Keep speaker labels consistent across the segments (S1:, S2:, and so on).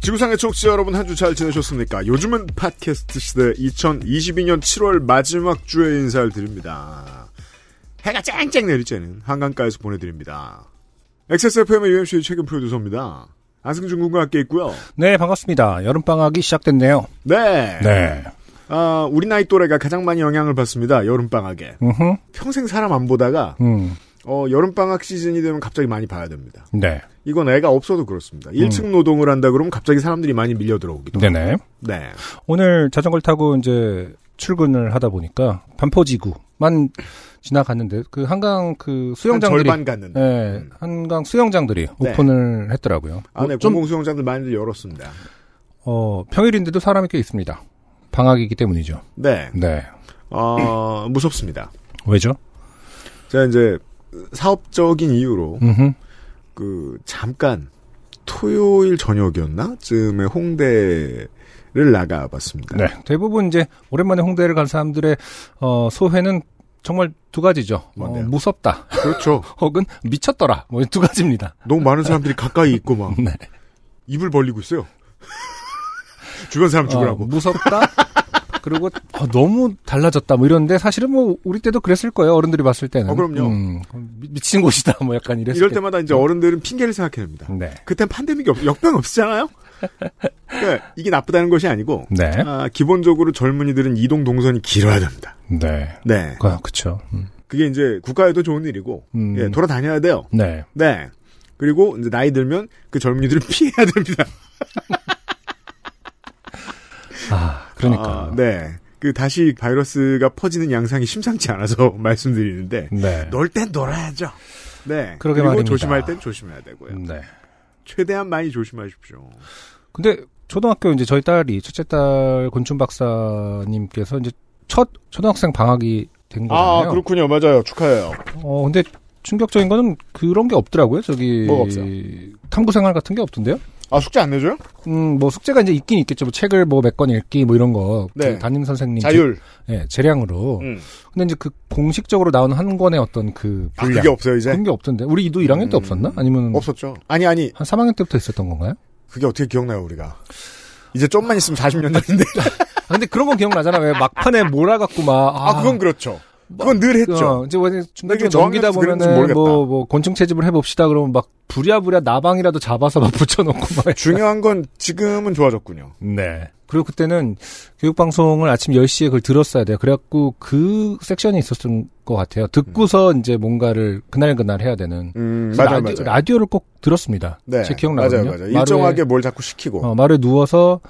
S1: 지구상의 청취자 여러분 한 주 잘 지내셨습니까? 요즘은 팟캐스트 시대 2022년 7월 마지막 주에 인사를 드립니다. 해가 쨍쨍 내릴 때는 한강가에서 보내드립니다. XSFM의 UMC의 최근 프로듀서입니다. 안승준 군과 함께 있고요.
S2: 네, 반갑습니다. 여름방학이 시작됐네요.
S1: 네.
S2: 네.
S1: 아, 우리 나이 또래가 가장 많이 영향을 받습니다. 여름방학에.
S2: 음,
S1: 평생 사람 안 보다가
S2: 음,
S1: 어, 여름방학 시즌이 되면 갑자기 많이 봐야 됩니다.
S2: 네.
S1: 이건 애가 없어도 그렇습니다. 일층 노동을 한다 그러면 갑자기 사람들이 많이 밀려 들어오기도 하고.
S2: 음. 네네.
S1: 네.
S2: 오늘 자전거를 타고 이제 출근을 하다 보니까 반포지구만 지나갔는데 그 한강 그
S1: 한
S2: 수영장들이
S1: 절반 네. 갔는데.
S2: 네,
S1: 음.
S2: 한강 수영장들이 오픈을 했더라고요.
S1: 아, 네.
S2: 좀
S1: 공공수영장들 많이 열었습니다.
S2: 어, 평일인데도 사람이 꽤 있습니다. 방학이기 때문이죠.
S1: 네.
S2: 네.
S1: 어, 무섭습니다.
S2: 왜죠?
S1: 제가 이제 사업적인 이유로
S2: 음,
S1: 그 잠깐 토요일 저녁이었나? 쯤에 홍대를 나가봤습니다.
S2: 네. 대부분 이제 오랜만에 홍대를 간 사람들의 어, 소회는 정말 두 가지죠. 어,
S1: 뭔데요?
S2: 무섭다.
S1: 그렇죠.
S2: 혹은 미쳤더라. 뭐 두 가지입니다.
S1: 너무 많은 사람들이 가까이 있고 막
S2: 네.
S1: 입을 벌리고 있어요. 주변 사람
S2: 어,
S1: 죽으라고.
S2: 무섭다. 그리고 어, 너무 달라졌다. 뭐 이런데 사실은 뭐 우리 때도 그랬을 거예요. 어른들이 봤을 때는.
S1: 어, 그럼요.
S2: 음, 미- 미친 곳이다. 뭐 약간 이랬을
S1: 이럴
S2: 때.
S1: 때마다 이제 어른들은 핑계를 생각해냅니다.
S2: 네.
S1: 그땐 팬데믹이 없, 역병 없잖아요? 그러니까 이게 나쁘다는 것이 아니고,
S2: 네.
S1: 아, 기본적으로 젊은이들은 이동 동선이 길어야 됩니다.
S2: 네.
S1: 네.
S2: 아, 그쵸. 음.
S1: 그게 이제 국가에도 좋은 일이고,
S2: 음.
S1: 예, 돌아다녀야 돼요.
S2: 네.
S1: 네. 그리고 이제 나이 들면 그 젊은이들을 피해야 됩니다.
S2: 아, 그러니까.
S1: 아, 네. 그 다시 바이러스가 퍼지는 양상이 심상치 않아서 말씀드리는데,
S2: 네.
S1: 놀 땐 놀아야죠. 네.
S2: 그러게
S1: 리고
S2: 말입니다.
S1: 조심할 땐 조심해야 되고요.
S2: 네.
S1: 최대한 많이 조심하십시오.
S2: 음. 근데 초등학교 이제 저희 딸이 첫째 딸 곤충 박사님께서 이제 첫 초등학생 방학이 된 거잖아요.
S1: 그렇군요. 맞아요. 축하해요.
S2: 어, 근데 충격적인 거는 그런 게 없더라고요. 저기
S1: 뭐가 없어요?
S2: 탐구 생활 같은 게 없던데요.
S1: 아, 숙제 안 내줘요?
S2: 음, 뭐 숙제가 이제 있긴 있겠죠. 뭐 책을 뭐 몇 권 읽기 뭐 이런 거.
S1: 네.
S2: 그 담임 선생님
S1: 자율.
S2: 제- 예, 재량으로.
S1: 음.
S2: 근데 이제 그 공식적으로 나오는 한 권의 어떤 그
S1: 아,
S2: 분량
S1: 그게 없어요, 이제?
S2: 그런 게 없던데. 우리 이도 1학년 때
S1: 음.
S2: 없었나? 아니면
S1: 없었죠. 아니, 아니.
S2: 한 3학년 때부터 있었던 건가요?
S1: 그게 어떻게 기억나요, 우리가. 이제 좀만 있으면 40년 됐는데.
S2: 아, 근데 그런 건 기억나잖아. 왜 막판에 몰아갖고 막
S1: 아, 그건 그렇죠. 그건 늘 했죠.
S2: 어, 이제 뭐 이제 중간중간
S1: 저학년
S2: 넘기다
S1: 때도 그랬는지
S2: 보면은
S1: 모르겠다.
S2: 뭐, 뭐 곤충 채집을 해봅시다 그러면 막 부랴부랴 나방이라도 잡아서 막 붙여놓고 막
S1: 중요한 건 지금은 좋아졌군요.
S2: 네. 그리고 그때는 교육방송을 아침 10시에 그걸 들었어야 돼요. 그래갖고 그 섹션이 있었던 것 같아요. 듣고서 이제 뭔가를 그날그날 해야 되는.
S1: 음, 맞아요,
S2: 라디오,
S1: 맞아요.
S2: 라디오를 꼭 들었습니다.
S1: 네.
S2: 제 기억나거든요.
S1: 맞아요, 맞아요.
S2: 마루에-
S1: 일정하게 뭘 자꾸 시키고. 네.
S2: 어, 마루에 누워서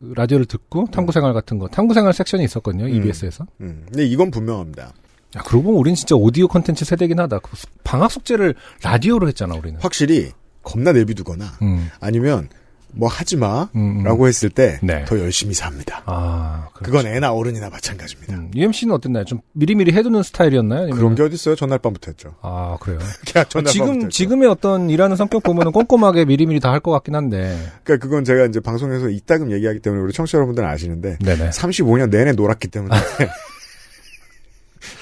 S2: 라디오를 듣고 탐구생활 같은 거. 탐구생활 섹션이 있었거든요. EBS에서.
S1: 음. 근데 이건 분명합니다.
S2: 야, 그러고 보면 우린 진짜 오디오 컨텐츠 세대긴 하다. 그 수- 방학 숙제를 라디오로 했잖아, 우리는.
S1: 확실히 겁나 내비두거나
S2: 음.
S1: 아니면 뭐 하지 마라고
S2: 음, 음.
S1: 했을 때 더
S2: 네.
S1: 열심히 삽니다.
S2: 아, 그래.
S1: 그건 애나 어른이나 마찬가지입니다.
S2: 음, UMC는 어땠나요? 좀 미리미리 해두는 스타일이었나요? 아니면-
S1: 그런 게 어딨어요? 전날 밤부터 했죠.
S2: 아, 그래요.
S1: 그냥 전날 밤부터
S2: 지금
S1: 했죠.
S2: 지금의 어떤 일하는 성격 보면은 꼼꼼하게 미리미리 다 할 것 같긴 한데.
S1: 그러니까 그건 제가 이제 방송에서 이따금 얘기하기 때문에 우리 청취자 여러분들은 아시는데
S2: 네네.
S1: 35년 내내 놀았기 때문에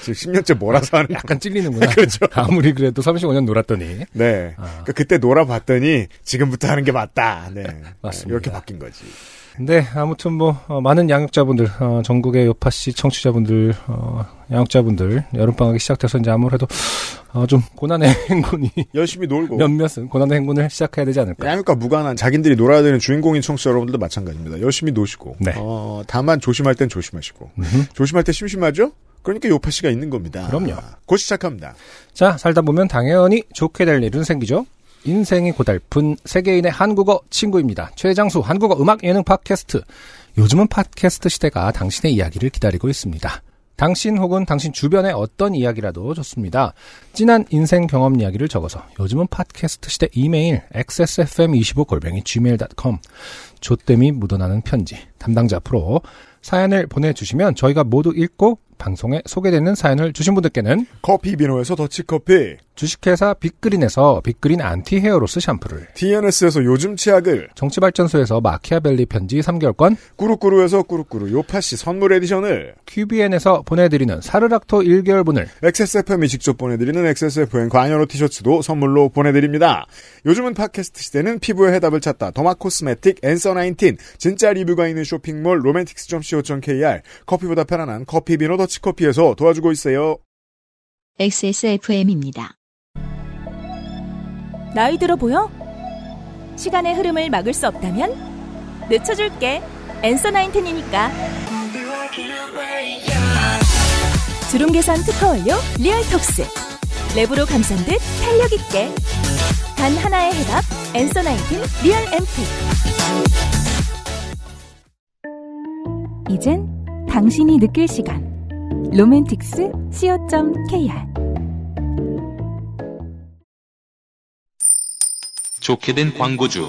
S1: 지금 10년째 몰아서 하는 거.
S2: 약간 찔리는구나. 그렇죠. 아무리 그래도 35년 놀았더니.
S1: 네.
S2: 아.
S1: 그때 놀아봤더니 지금부터 하는 게 맞다. 네.
S2: 맞습니다.
S1: 이렇게 바뀐 거지.
S2: 네, 아무튼 뭐 어, 많은 양육자분들, 어, 전국의 요파 씨 청취자분들, 어, 양육자분들 여름 방학이 시작돼서 이제 아무래도 어, 좀 고난의 행군이
S1: 열심히 놀고
S2: 뭐. 몇몇은 고난의 행군을 시작해야 되지 않을까.
S1: 양육과 무관한 자기들이 놀아야 되는 주인공인 청취자 여러분들도 마찬가지입니다. 열심히 노시고
S2: 네.
S1: 어, 다만 조심할 땐 조심하시고 조심할 때 심심하죠? 그러니까 요파 씨가 있는 겁니다.
S2: 그럼요.
S1: 곧 시작합니다.
S2: 자, 살다 보면 당연히 좋게 될 일은 생기죠. 인생이 고달픈 세계인의 한국어 친구입니다. 최장수 한국어 음악 예능 팟캐스트. 요즘은 팟캐스트 시대가 당신의 이야기를 기다리고 있습니다. 당신 혹은 당신 주변의 어떤 이야기라도 좋습니다. 진한 인생 경험 이야기를 적어서 요즘은 팟캐스트 시대 이메일 xsfm25골뱅이 gmail.com 조땜이 묻어나는 편지 담당자 앞으로 사연을 보내주시면 저희가 모두 읽고 방송에 소개되는 사연을 주신 분들께는
S1: 커피 비노에서 더치커피,
S2: 주식회사 빅그린에서 빅그린 안티 헤어로스 샴푸를
S1: DNS에서 요즘 치약을,
S2: 정치발전소에서 마키아벨리 편지 3개월권
S1: 꾸루꾸루에서 꾸루꾸루 요파시 선물 에디션을,
S2: QBN에서 보내드리는 사르락토 1개월분을
S1: XSFM이 직접 보내드리는 XSFM 관여로 티셔츠도 선물로 보내드립니다. 요즘은 팟캐스트 시대는 피부의 해답을 찾다. 더마 코스메틱 앤서 19. 진짜 리뷰가 있는 쇼핑몰 로맨틱스.co.kr. 커피보다 편안한 커피 비노 더치커피에서 도와주고 있어요.
S3: XSFM입니다.
S4: 나이 들어 보여? 시간의 흐름을 막을 수 없다면 늦춰줄게. 엔서 나인텐이니까. 주름 개선 특허 완료 리얼톡스. 랩으로 감싼 듯 탄력 있게. 단 하나의 해답. 엔서 나인텐 리얼 앰플. 이젠 당신이 느낄 시간. 로맨틱스 co.kr
S5: 좋게 된 광고주.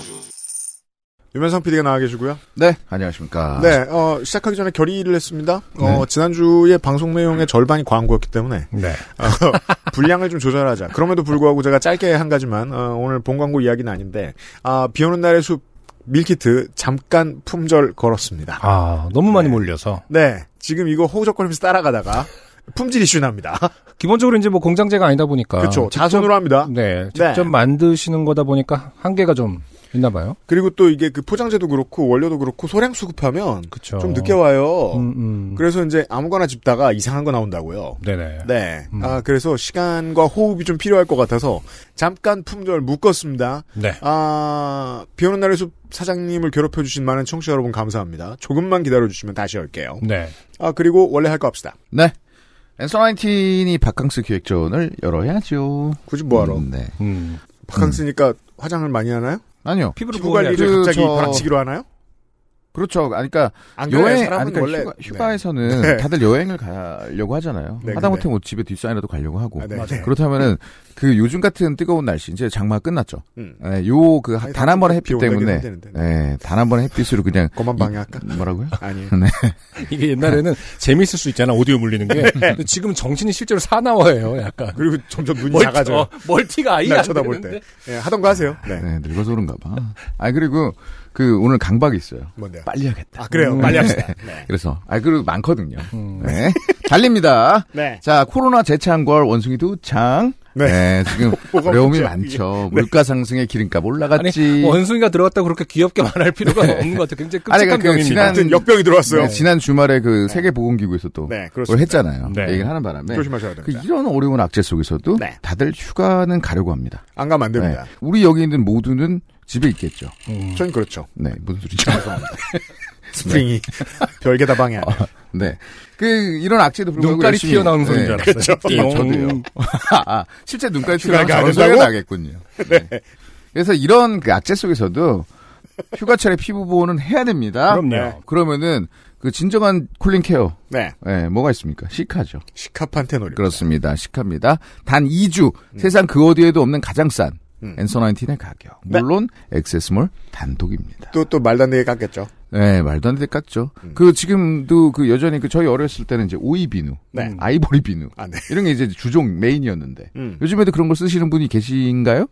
S1: 유면상 PD가 나와 계시고요.
S6: 네, 안녕하십니까. 네.
S1: 네, 어, 시작하기 전에 결의를 했습니다. 어, 지난주에 방송 내용의 절반이 광고였기 때문에
S2: 네.
S1: 어, 분량을 좀 조절하자. 그럼에도 불구하고 제가 짧게 한 가지만 어, 오늘 본 광고 이야기는 아닌데 아, 비오는 날의 숲 밀키트 잠깐 품절 걸었습니다.
S2: 아 너무 많이 몰려서
S1: 네, 지금 이거 호적거리면서 따라가다가 품질 이슈 납니다.
S2: 기본적으로 이제 뭐 공장제가 아니다 보니까
S1: 그렇죠.
S2: 직접-
S1: 자손으로 합니다.
S2: 네 직접 만드시는 거다 보니까 한계가 좀 있나 봐요.
S1: 그리고 또 이게 그 포장재도 그렇고 원료도 그렇고 소량 수급하면
S2: 그렇죠.
S1: 좀 늦게 와요.
S2: 음, 음.
S1: 그래서 이제 아무거나 집다가 이상한 거 나온다고요.
S2: 네네.
S1: 네.
S2: 음.
S1: 아, 그래서 시간과 호흡이 좀 필요할 것 같아서 잠깐 품절 묶었습니다.
S2: 네.
S1: 아, 비 오는 날의 숲 사장님을 괴롭혀주신 많은 청취자 여러분 감사합니다. 조금만 기다려주시면 다시 할게요.
S2: 네.
S1: 아, 그리고 원래 할 거 합시다.
S6: 네. 엔서 19이 바캉스 기획전을 열어야죠.
S1: 굳이 뭐하러.
S6: 음, 네.
S2: 음.
S1: 바캉스니까 화장을 많이 하나요?
S6: 아니요.
S2: 피부를
S1: 피부 관리를
S6: 그,
S1: 갑자기
S6: 저-
S1: 바람치기로 하나요?
S6: 그렇죠. 아니, 그러니까
S1: 안 그래요.
S6: 여행,
S1: 사람은
S6: 아니, 그러니까
S1: 원래.
S6: 휴가, 휴가에서는
S1: 네.
S6: 다들 여행을 가려고 하잖아요.
S1: 네,
S6: 하다못해
S1: 근데-
S6: 뭐 집에 뒷산이라도 가려고 하고.
S1: 아, 네,
S2: 맞아요.
S1: 네.
S6: 그렇다면은 그 요즘 같은 뜨거운 날씨 이제 장마 끝났죠.
S1: 음.
S6: 네, 요그
S1: 아니,
S6: 단 한 번의
S1: 비
S6: 햇빛
S1: 온다긴
S6: 때문에 음.
S1: 한다는데.
S6: 네, 단 한 번의 햇빛으로 그냥
S1: 그것만 방해할까?
S6: 이- 뭐라고요?
S1: 아니에요.
S2: 이게 옛날에는 재밌을 수 있잖아 오디오 물리는 게. 근데 지금 정신이 실제로 사나워요 약간.
S1: 그리고 점점 눈이
S2: 멀티-
S1: 작아져요.
S2: 어, 멀티가 아예
S1: 날
S2: 안
S1: 쳐다볼
S2: 되는데.
S1: 때. 예, 하던 거 하세요. 네.
S6: 네, 늙어서 그런가 봐. 아, 그리고 그 오늘 강박이 있어요.
S1: 뭔데요?
S6: 빨리 음. 하겠다.
S1: 아, 그래요. 빨리 합시다. 네.
S6: 그래서 아 그리고 많거든요. 네. 달립니다.
S1: 음. 네.
S6: 자 코로나 재차한 걸 원숭이 두창.
S1: 네.
S6: 네. 지금
S1: 뭐가
S6: 어려움이
S1: 문제야, 네.
S6: 많죠. 물가 상승에 기름값
S2: 아니
S6: 올라갔지.
S2: 원숭이가 들어갔다고 그렇게 귀엽게 말할 필요가 없는 것 같아. 굉장히
S6: 네. 아니,
S2: 끔찍한
S6: 그
S2: 병입니다.
S6: 지난-
S1: 아무튼 역병이 들어왔어요.
S6: 네, 지난 주말에 그
S1: 네.
S6: 세계보건기구에서 또
S1: 네,
S6: 그걸
S1: 그렇습니다.
S6: 했잖아요.
S2: 네.
S6: 얘기를 하는 바람에
S1: 조심하셔야
S6: 그
S1: 됩니다.
S6: 이런 어려운 악재 속에서도
S1: 네.
S6: 다들 휴가는 가려고 합니다.
S1: 안 가면 안 됩니다.
S6: 네. 우리 여기 있는 모두는 집에 있겠죠.
S1: 저는 그렇죠.
S6: 네, 무슨 소리죠?
S1: 스프링이 별개 다방이 아니에요.
S6: 네, 그 이런 악재도 불구하고
S2: 눈깔이
S6: 열심히-
S2: 튀어나오는 소리인
S6: 네.
S2: 줄 알았어요.
S6: 그렇죠.
S2: 띠용.
S6: 아, 아, 실제 눈깔 튀어나온
S1: 그러니까
S6: 저런
S1: 안
S6: 소리가
S1: 된다고?
S6: 나겠군요. 네. 그래서 이런 그 악재 속에서도 휴가철에 피부 보호는 해야 됩니다. 어,
S2: 그럼요.
S6: 그러면은 그 진정한 쿨링 케어,
S1: 네.
S6: 예, 뭐가 있습니까? 시카죠.
S1: 그렇죠. 시카판테놀이.
S6: 그렇습니다. 시카입니다. 단 2주 세상 그 어디에도 없는 가장 싼
S1: 음.
S6: 엔서 19의 가격.
S1: 네.
S6: 물론 엑세스몰 단독입니다.
S1: 또, 음. 또 말도 안 되게 깎겠죠.
S6: 네, 말도 안 되게 깠죠. 그 지금도 그 여전히 그 저희 어렸을 때는 이제 오이 비누,
S1: 네.
S6: 아이보리 비누
S1: 아, 네.
S6: 이런 게 이제 주종 메인이었는데
S1: 음.
S6: 요즘에도 그런 걸 쓰시는 분이 계신가요?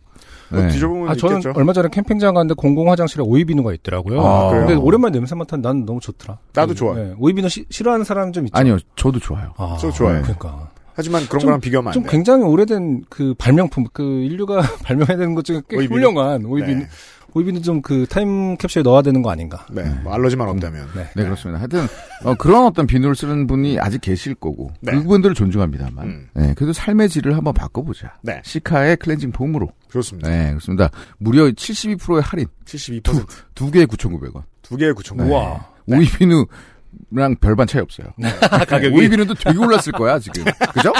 S1: 뭐
S6: 네.
S1: 뒤져보면
S2: 아, 저는
S1: 있겠죠.
S2: 얼마 전에 캠핑장 갔는데 공공 화장실에 오이비누가 있더라고요.
S6: 아,
S1: 그래요?
S2: 근데 오랜만에 냄새 맡았는데 난 너무 좋더라.
S1: 나도 좋아요.
S2: 네, 오이비누 시- 싫어하는 사람 좀 있죠.
S6: 아니요, 저도 좋아요.
S2: 아,
S1: 저 좋아요.
S2: 그러니까
S1: 하지만 그런
S2: 좀-
S1: 거랑 비교하면 안
S2: 좀
S1: 돼요.
S2: 굉장히 오래된 그 발명품, 그 인류가 발명해야 되는 것 중에 꽤
S1: 오이비누?
S2: 훌륭한 오이비누.
S1: 네.
S2: 오이비누 좀 그 타임 캡슐에 넣어야 되는 거 아닌가.
S1: 네. 뭐 알러지만 없다면.
S2: 네.
S6: 네, 그렇습니다. 하여튼 어, 그런 어떤 비누를 쓰는 분이 아직 계실 거고
S1: 네.
S6: 그분들을 존중합니다만,
S1: 음.
S6: 네, 그래도 삶의 질을 한번 바꿔보자.
S1: 네.
S6: 시카의 클렌징 폼으로.
S1: 그렇습니다.
S6: 네, 그렇습니다. 무려 72%의 할인,
S1: 72%.
S6: 두 개에 9,900원.
S1: 두 개에 9천
S6: 네.
S1: 원.
S6: 오이비누랑 별반 차이 없어요.
S2: 네. 가격이.
S6: 오이비누도 되게 올랐을 거야 지금, 그죠?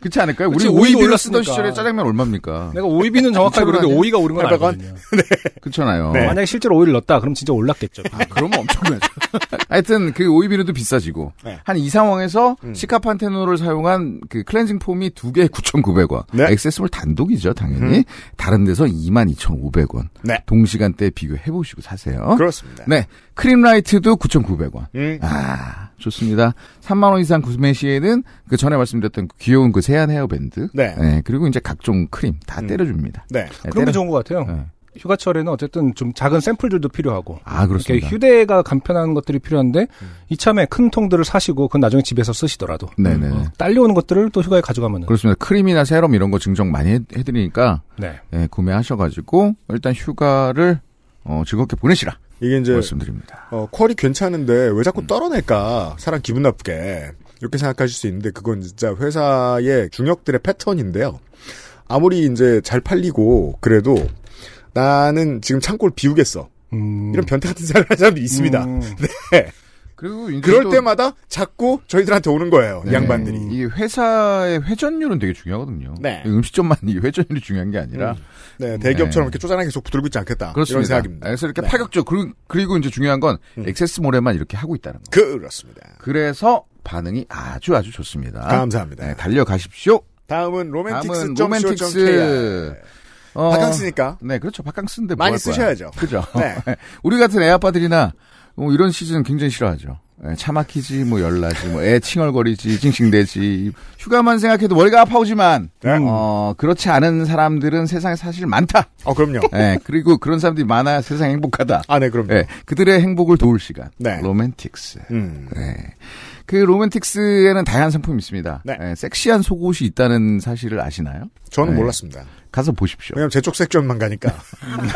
S6: 그렇지 않을까요?
S2: 그치,
S6: 우리
S2: 오이도
S6: 오이비가
S2: 올랐으니까. 네.
S6: 쓰던 시절에 짜장면 얼마입니까?
S2: 내가 오이비는 정확하게 모르는데
S6: 천원
S2: 오이가 오른 건
S1: 800 원?
S2: 알거든요. 어,
S6: 그렇잖아요.
S1: 네.
S2: 만약에 실제로 오이를 넣었다 그럼 진짜 올랐겠죠.
S6: 아, 그러면 엄청나죠. 하여튼 그 오이비누도 비싸지고
S1: 네.
S6: 한 이 상황에서
S1: 음.
S6: 시카판테놀을 사용한 그 클렌징 폼이 두 개에 9,900원.
S1: 네. 음.
S6: 액세스몰 단독이죠, 당연히. 다른 데서 22,500원.
S1: 네.
S6: 동시간대 비교해 보시고
S2: 어?
S6: 사세요.
S1: 그렇습니다.
S6: 네. 크림라이트도 9,900원.
S2: 네.
S1: 음.
S6: 아, 좋습니다. 3만 원 이상 구매 시에는 그 전에 말씀드렸던 그 귀여운 그 세안 헤어밴드.
S1: 네.
S6: 그리고 이제 각종 크림 다
S1: 음.
S6: 때려줍니다.
S1: 네.
S6: 네,
S2: 그런 게
S6: 때려-
S2: 좋은 것 같아요.
S6: 네.
S2: 휴가철에는 어쨌든 좀 작은 샘플들도 필요하고
S6: 아,
S2: 이렇게
S6: 그렇습니다. 음.
S2: 휴대가 간편한 것들이 필요한데 이참에 큰 통들을 사시고 그건 나중에 집에서 쓰시더라도
S6: 네네네.
S1: 음.
S2: 어, 딸려오는 것들을 또 휴가에 가져가면은
S6: 그렇습니다. 크림이나 세럼 이런 거 증정 많이 해- 해드리니까
S2: 네.
S6: 예, 구매하셔가지고 일단 휴가를 어, 즐겁게 보내시라
S1: 이게 이제
S6: 말씀드립니다.
S1: 어, 퀄이 괜찮은데 왜
S2: 음.
S1: 자꾸 떨어낼까? 사람 기분 나쁘게. 이렇게 생각하실 수 있는데 그건 진짜 회사의 중역들의 패턴인데요. 아무리 이제 잘 팔리고 그래도 나는 지금 창고를 비우겠어.
S2: 음.
S1: 이런 변태 같은 생각을 하는 사람도 있습니다.
S2: 음.
S6: 네. 그리고
S1: 그럴 때마다 자꾸 저희들한테 오는 거예요. 이
S6: 네.
S1: 양반들이. 음.
S6: 이 회사의 회전율은 되게 중요하거든요.
S1: 네.
S6: 이 음식점만 이 회전율이 중요한 게 아니라
S1: 네, 대기업처럼
S6: 음. 네.
S1: 이렇게 쪼잔하게 계속 붙들고 있지 않겠다.
S6: 그렇습니다.
S1: 이런 생각입니다.
S6: 그래서 이렇게
S1: 네.
S6: 파격적 그리고, 그리고 이제 중요한 건
S1: 음.
S6: 액세스몰에만 이렇게 하고 있다는 거.
S1: 그렇습니다.
S6: 그래서 반응이 아주 아주 좋습니다.
S1: 감사합니다.
S6: 네, 달려가십시오.
S1: 다음은 로맨틱스
S6: 다음은
S1: 점
S6: 로맨틱스. 어,
S1: 바캉스니까.
S6: 네, 그렇죠. 바캉스인데 뭐
S1: 많이
S6: 할 거야.
S1: 쓰셔야죠.
S6: 그죠.
S1: 네.
S6: 우리 같은 애 아빠들이나 뭐 이런 시즌 굉장히 싫어하죠. 예, 차 막히지, 뭐 열나지, 뭐 애 칭얼거리지, 찡찡대지. 휴가만 생각해도 머리가 아파오지만,
S1: 네.
S6: 어, 그렇지 않은 사람들은 세상에 사실 많다.
S1: 어, 그럼요.
S6: 예, 그리고 그런 사람들이 많아야 세상 행복하다.
S1: 아, 네, 그럼요.
S6: 예, 그들의 행복을 도울 시간.
S1: 네.
S6: 로맨틱스.
S1: 음.
S6: 네. 그 로맨틱스에는 다양한 상품이 있습니다.
S1: 네.
S6: 예, 섹시한 속옷이 있다는 사실을 아시나요?
S1: 저는
S6: 네.
S1: 몰랐습니다.
S6: 가서 보십시오.
S1: 왜냐면 제 쪽 섹션만 가니까.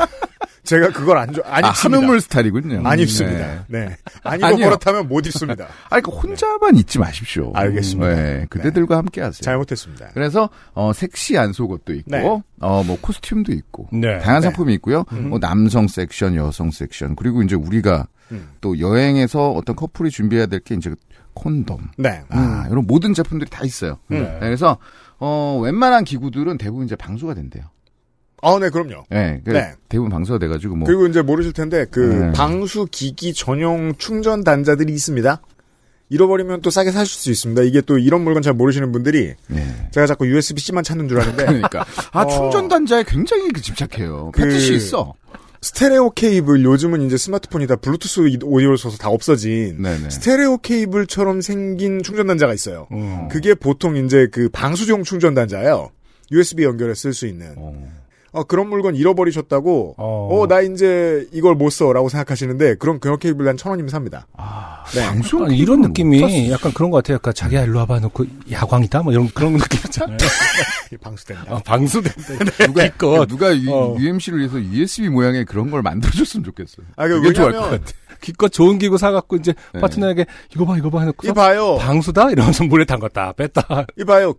S1: 제가 그걸 안, 좋아- 안
S6: 아,
S1: 입습니다.
S6: 한우물 스타일이군요.
S1: 안
S6: 네.
S1: 입습니다. 네. 안 입어
S6: 아니요.
S1: 버릇하면 못 입습니다.
S6: 아니, 그 혼자만 있지 마십시오.
S1: 네. 알겠습니다.
S6: 네, 그대들과 함께 하세요.
S1: 잘못했습니다.
S6: 그래서, 어, 섹시한 속옷도 있고,
S1: 네.
S6: 어, 뭐, 코스튬도 있고,
S2: 네.
S1: 네.
S6: 다양한 상품이 있고요. 뭐, 남성 섹션, 여성 섹션, 그리고 이제 우리가
S1: 음.
S6: 또 여행에서 어떤 커플이 준비해야 될 게 이제 콘돔.
S1: 네.
S6: 아, 이런 모든 제품들이 다 있어요.
S1: 음.
S6: 네, 그래서, 어, 웬만한 기구들은 대부분 이제 방수가 된대요.
S1: 아, 네, 그럼요.
S6: 네, 그
S1: 네.
S6: 대부분 방수가 돼가지고 뭐
S1: 그리고 이제 모르실 텐데 그
S6: 네.
S1: 방수 기기 전용 충전 단자들이 있습니다. 잃어버리면 또 싸게 사실 수 있습니다. 이게 또 이런 물건 잘 모르시는 분들이
S6: 네.
S1: 제가 자꾸 USB-C만 찾는 줄 아는데
S6: 그러니까 아
S1: 어.
S6: 충전 단자에 굉장히 그 집착해요.
S1: 그-
S6: 패티시 있어.
S1: 스테레오 케이블 요즘은 이제 스마트폰이다 블루투스 오디오를 써서 다 없어진
S6: 네네.
S1: 스테레오 케이블처럼 생긴 충전 단자가 있어요.
S2: 음.
S1: 그게 보통 이제 그 방수용 충전 단자예요. USB 연결해 쓸 수 있는.
S6: 어.
S1: 어, 그런 물건 잃어버리셨다고,
S2: 어.
S1: 어, 나 이제 이걸 못 써. 라고 생각하시는데, 그런 그런 케이블 난 천 원이면 삽니다. 네.
S6: 뭐 방수
S2: 약간 이런 느낌이 약간 그런 것 같아요. 약간 자기야 일로 와봐 놓고 야광이다 뭐 이런 그런 느낌 있잖아요.
S1: 방수된다.
S2: 아, 방수대.
S6: 누가
S2: 이거
S6: 누가 유,
S2: 어.
S6: UMC를 위해서 USB 모양의 그런 걸 만들어줬으면 좋겠어요.
S1: 아, 그,
S6: 그게 좋아할
S1: 왜냐면,
S6: 것 같아.
S2: 기껏 좋은 기구 사갖고 이제
S6: 네.
S2: 파트너에게 이거 봐 이거 봐 해놓고
S1: 이봐요.
S2: 방수다 이러면서 물에 담갔다 뺐다.
S1: 이봐요.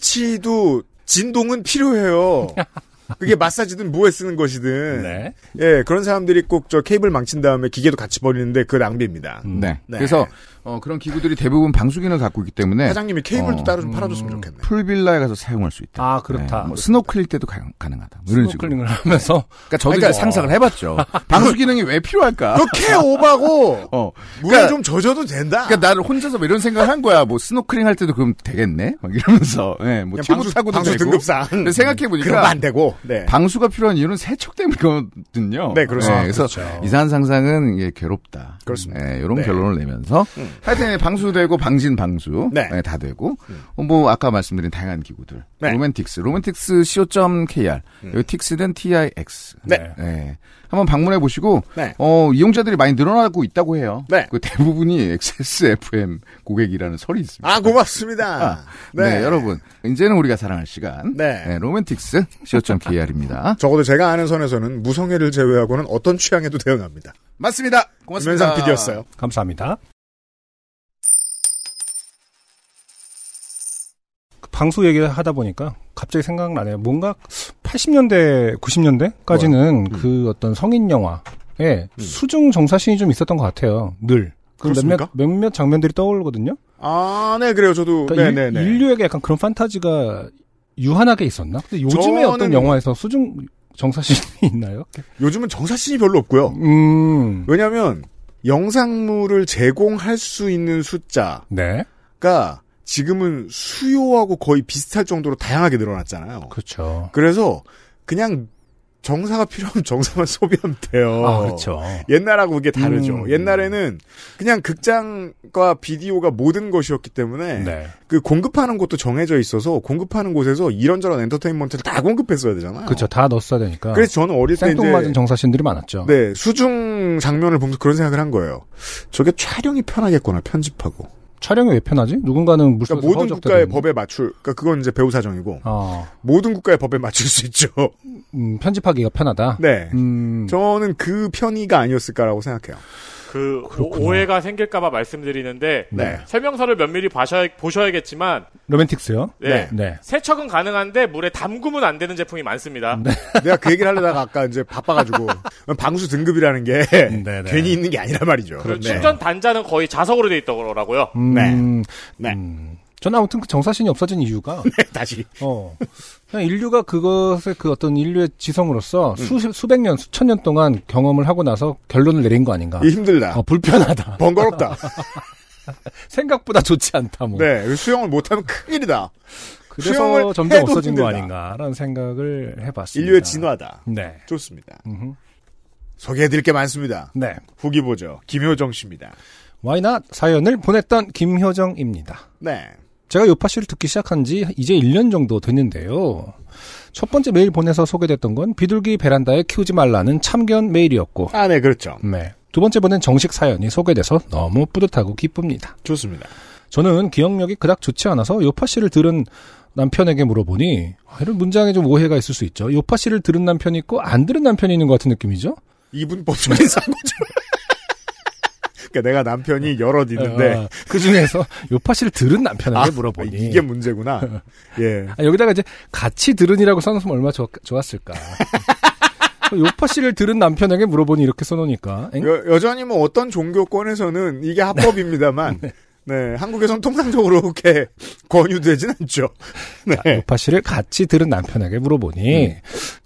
S1: 기계치도 진동은 필요해요. 그게 마사지든 뭐에 쓰는 것이든.
S2: 네.
S1: 예, 그런 사람들이 꼭 저 케이블 망친 다음에 기계도 같이 버리는데 그 낭비입니다.
S6: 네.
S1: 네.
S6: 그래서 어, 그런 기구들이 대부분 방수기능을 갖고 있기 때문에
S1: 사장님이 케이블도
S6: 어.
S1: 따로 좀 팔아줬으면 좋겠네.
S6: 풀빌라에 가서 사용할 수 있다.
S2: 아, 그렇다.
S6: 뭐 스노클일 때도 가, 능하다뭐 이런 식으로.
S2: 스노클링을 하면서
S6: 그러니까 저도
S1: 그러니까-
S6: 이제 상상을 해봤죠. 방수 기능이 왜 필요할까?
S1: 그렇게 오바고,
S6: 어.
S1: 물에
S6: 그러니까-
S1: 좀 젖어도 된다.
S6: 그러니까 나를 혼자서 뭐 이런 생각을 한 거야. 뭐 스노클링 할 때도 그럼 되겠네. 막 이러면서 예, 뭐
S1: 그냥
S6: 튜브 타고도
S1: 방수
S6: 되고.
S1: 등급상.
S6: 근데 생각해
S1: 그러면
S6: 보니까
S1: 안 되고. 네.
S6: 방수가 필요한 이유는 세척 때문이거든요.
S1: 네, 그렇습니다.
S6: 그래서
S2: 그렇죠.
S6: 이상한 상상은 이게 괴롭다.
S1: 그렇습니다.
S6: 예, 이런
S1: 네. 음.
S6: 결론을 내면서 하여튼 방수되고 방진 방수
S1: 네. 음.
S6: 예, 다 되고 어, 뭐 아까 말씀드린 다양한 기구들
S1: 네. 음.
S6: 로맨틱스 로맨틱스 co.kr 여기 틱스는 tix
S1: 네.
S6: 예. 한번 방문해 보시고
S1: 네.
S6: 어, 이용자들이 많이 늘어나고 있다고 해요.
S1: 네.
S6: 그 대부분이 엑세스 FM 고객이라는 설이 있습니다.
S1: 아, 고맙습니다.
S6: 네. 여러분. 이제는 우리가 사랑할 시간.
S1: 네.
S6: 로맨틱스 co.kr입니다.
S1: 적어도 제가 아는 선에서는 무성애를 제외하고는 어떤 취향에도 대응합니다.
S6: 맞습니다. 고맙습니다.
S1: 김현상 PD였어요.
S2: 감사합니다. 그 방수 얘기를 하다 보니까 갑자기 생각나네요. 뭔가 80년대, 90년대까지는
S1: 음.
S2: 그 어떤 성인 영화에 수중 정사신이 좀 있었던 것 같아요. 늘. 그 몇몇,
S1: 그렇습니까?
S2: 몇몇 장면들이 떠오르거든요.
S1: 아, 네, 그래요. 저도.
S2: 그러니까
S1: 네, 네, 네.
S2: 인, 류에게 약간 그런 판타지가 유한하게 있었나? 근데 요즘에 어떤
S1: 저는-
S2: 영화에서 수중 정사신이 있나요?
S1: 요즘은 정사신이 별로 없고요.
S2: 음,
S1: 왜냐면, 하 영상물을 제공할 수 있는 숫자가
S2: 네,
S1: 지금은 수요하고 거의 비슷할 정도로 다양하게 늘어났잖아요.
S2: 그렇죠.
S1: 그래서, 그냥 정사가 필요하면 정사만 소비하면 돼요.
S2: 아, 그렇죠.
S1: 옛날하고 그게 다르죠.
S2: 음.
S1: 옛날에는 그냥 극장과 비디오가 모든 것이었기 때문에
S2: 네,
S1: 그 공급하는 곳도 정해져 있어서 공급하는 곳에서 이런저런 엔터테인먼트를 다 공급했어야 되잖아요.
S2: 그렇죠. 다 넣었어야 되니까.
S1: 그래서 저는 어릴 때
S2: 생뚱맞은
S1: 이제
S2: 정사신들이 많았죠.
S1: 네 수중 장면을 보면서 그런 생각을 한 거예요. 저게 촬영이 편하겠구나 편집하고.
S2: 촬영이 왜 편하지? 누군가는 물속에서
S1: 그러니까 모든
S2: 허우적대고
S1: 국가의
S2: 있는.
S1: 법에 맞출. 그러니까 그건 이제 배우 사정이고
S2: 아,
S1: 모든 국가의 법에 맞출 수 있죠.
S2: 음, 편집하기가 편하다.
S1: 네.
S2: 음,
S1: 저는 그 편의가 아니었을까라고 생각해요.
S7: 그
S2: 그렇군요.
S7: 오, 해가 생길까봐 말씀드리는데
S1: 네.
S7: 설명서를 면밀히 봐셔야, 보셔야겠지만
S2: 로맨틱스요.
S7: 네.
S1: 네.
S2: 네,
S7: 세척은 가능한데 물에 담그면 안 되는 제품이 많습니다.
S2: 네,
S1: 내가 그 얘기를 하려다가 아까 이제 바빠가지고 방수 등급이라는 게
S2: 네. 그렇죠.
S1: 괜히 있는 게 아니란 말이죠.
S7: 그 충전 단자는 거의 자석으로 돼 있더라고요.
S2: 음,
S1: 네. 네.
S2: 음. 전 아무튼 그 정사신이 없어진 이유가
S1: 네, 다시
S2: 어. 그냥 인류가 그것의 그 어떤 인류의
S1: 음.
S2: 지성으로서 수, 수백 년, 수천 년 동안 경험을 하고 나서 결론을 내린 거 아닌가.
S1: 이 힘들다.
S2: 어, 불편하다.
S1: 번거롭다.
S2: 생각보다 좋지 않다, 뭐.
S1: 네, 수영을 못하면 큰일이다.
S2: 그래서
S1: 수영을
S2: 점점
S1: 해도
S2: 없어진 거
S1: 힘들다.
S2: 아닌가라는 생각을 해봤습니다.
S1: 인류의 진화다.
S2: 네.
S1: 좋습니다.
S2: 음흠.
S1: 소개해드릴 게 많습니다.
S2: 네.
S1: 후기 보죠. 김효정 씨입니다.
S2: 와이나 사연을 보냈던 김효정입니다.
S1: 네.
S2: 제가 요파 씨를 듣기 시작한 지 이제 1년 정도 됐는데요. 첫 번째 메일 보내서 소개됐던 건 비둘기 베란다에 키우지 말라는 참견 메일이었고,
S1: 아, 네, 그렇죠.
S2: 네. 두 번째 보낸 정식 사연이 소개돼서 너무 뿌듯하고 기쁩니다.
S1: 좋습니다.
S2: 저는 기억력이 그닥 좋지 않아서 요파 씨를 들은 남편에게 물어보니 아, 이런 문장에 좀 오해가 있을 수 있죠. 요파 씨를 들은 남편이 있고 안 들은 남편이 있는 것 같은 느낌이죠.
S1: 이분법
S2: 네.
S1: 적인 사고죠. 그러니까 내가 남편이 여럿 있는데
S2: 그 중에서 요파 씨를 들은 남편에게
S1: 네. 아,
S2: 물어보니
S1: 이게 문제구나. 예.
S2: 아, 여기다가 이제 같이 들은이라고 써놓으면 얼마나 좋, 좋았을까. 요파 씨를 들은 남편에게 물어보니 이렇게 써놓으니까 엥?
S1: 여, 전히뭐 어떤 종교권에서는 이게 합법입니다만, 네. 한국에선 통상적으로 그렇게 권유되진 않죠. 네.
S2: 요파 씨를 같이 들은 남편에게 물어보니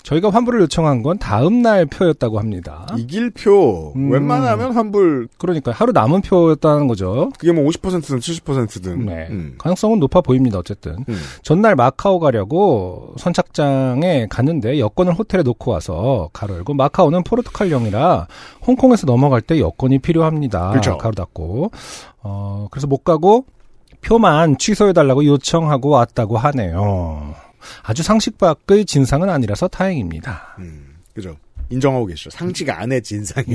S2: 저희가 환불을 요청한 건 다음 날 표였다고 합니다.
S1: 이길 표,
S2: 음.
S1: 웬만하면 환불,
S2: 그러니까 하루 남은 표였다는 거죠.
S1: 그게 뭐 50%든 70%든.
S2: 네. 가능성은 높아 보입니다. 어쨌든
S1: 음.
S2: 전날 마카오 가려고 선착장에 갔는데 여권을 호텔에 놓고 와서 가로 열고 마카오는 포르투갈령이라 홍콩에서 넘어갈 때 여권이 필요합니다.
S1: 그렇죠.
S2: 가로 닫고 어 그래서 못 가고 표만 취소해 달라고 요청하고 왔다고 하네요. 아주 상식 밖의 진상은 아니라서 다행입니다.
S1: 음, 그죠. 인정하고 계시죠. 상식
S2: 네.
S1: 안의 진상이.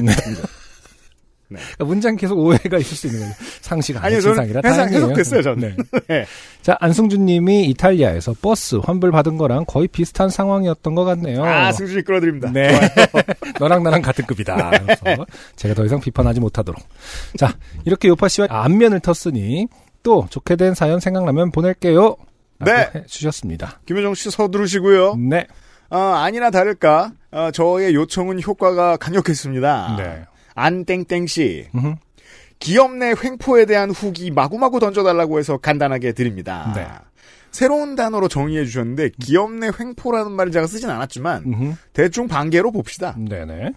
S2: 그러니까 문장 계속 오해가 있을 수 있는 거예요. 상식 아닌
S1: 아니요, 저는
S2: 진상이라
S1: 해석-
S2: 다행이에요.
S1: 해석됐어요, 저는.
S2: 네.
S1: 네.
S2: 자, 안승준 님이 이탈리아에서 버스 환불 받은 거랑 거의 비슷한 상황이었던 것 같네요.
S1: 아, 승준이 끌어드립니다.
S2: 네. 너랑 나랑 같은 급이다. 그래서 제가 더 이상 비판하지 못하도록. 자, 이렇게 요파 씨와 안면을 텄으니 또 좋게 된 사연 생각나면 보낼게요.
S1: 네.
S2: 주셨습니다.
S1: 김효정 씨 서두르시고요.
S2: 네.
S1: 아, 아니나 다를까. 아, 저의 요청은 효과가 강력했습니다.
S2: 네.
S1: 안땡땡 씨.
S2: 음흠.
S1: 기업 내 횡포에 대한 후기 마구마구 던져달라고 해서 간단하게 드립니다.
S2: 네.
S1: 새로운 단어로 정의해 주셨는데 기업 내 횡포라는 말을 제가 쓰진 않았지만
S2: 음흠.
S1: 대충 반개로 봅시다.
S2: 네네.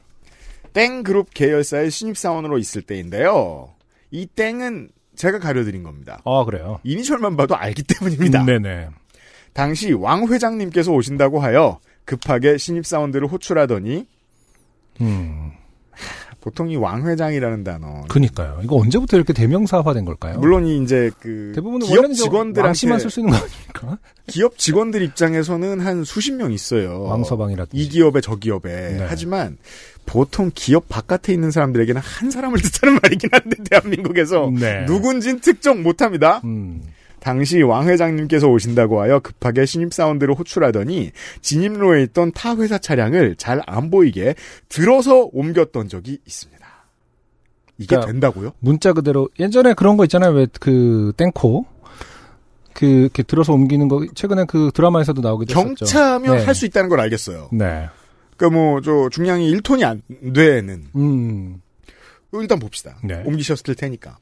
S1: 땡 그룹 계열사의 신입사원으로 있을 때인데요. 이 땡은 제가 가려드린 겁니다.
S2: 아, 그래요. 음,
S1: 이니셜만 봐도 알기 때문입니다.
S2: 네네.
S1: 당시 왕 회장님께서 오신다고 하여 급하게 신입사원들을 호출하더니
S2: 음. 그렇죠.
S1: 보통 이 왕 회장이라는 단어
S2: 그니까요. 이거 언제부터 이렇게 대명사화된 걸까요?
S1: 물론 이 이제 그
S2: 대부분은
S1: 기업
S2: 원래는 직원들 왕씨만
S1: 직원들한테
S2: 쓸 수 있는 거 아닙니까?
S1: 기업 직원들 입장에서는 한 수십 명 있어요.
S2: 왕서방이라든지.
S1: 이 기업에 저 기업에.
S2: 네.
S1: 하지만 보통 기업 바깥에 있는 사람들에게는 한 사람을 뜻하는 말이긴 한데 대한민국에서
S2: 네.
S1: 누군진 특정 못합니다.
S2: 음.
S1: 당시 왕 회장님께서 오신다고 하여 급하게 신입사원들을 호출하더니 진입로에 있던 타 회사 차량을 잘 안 보이게 들어서 옮겼던 적이 있습니다. 이게
S2: 그러니까
S1: 된다고요?
S2: 문자 그대로 예전에 그런 거 있잖아요. 왜 그 땡코 그 이렇게 들어서 옮기는 거 최근에 그 드라마에서도 나오기도 했었죠.
S1: 경차면
S2: 네.
S1: 할 수 있다는 걸 알겠어요.
S2: 네.
S1: 그러니까 뭐 저 중량이 1톤이 안 되는
S2: 음.
S1: 일단 봅시다.
S2: 네.
S1: 옮기셨을 테니까.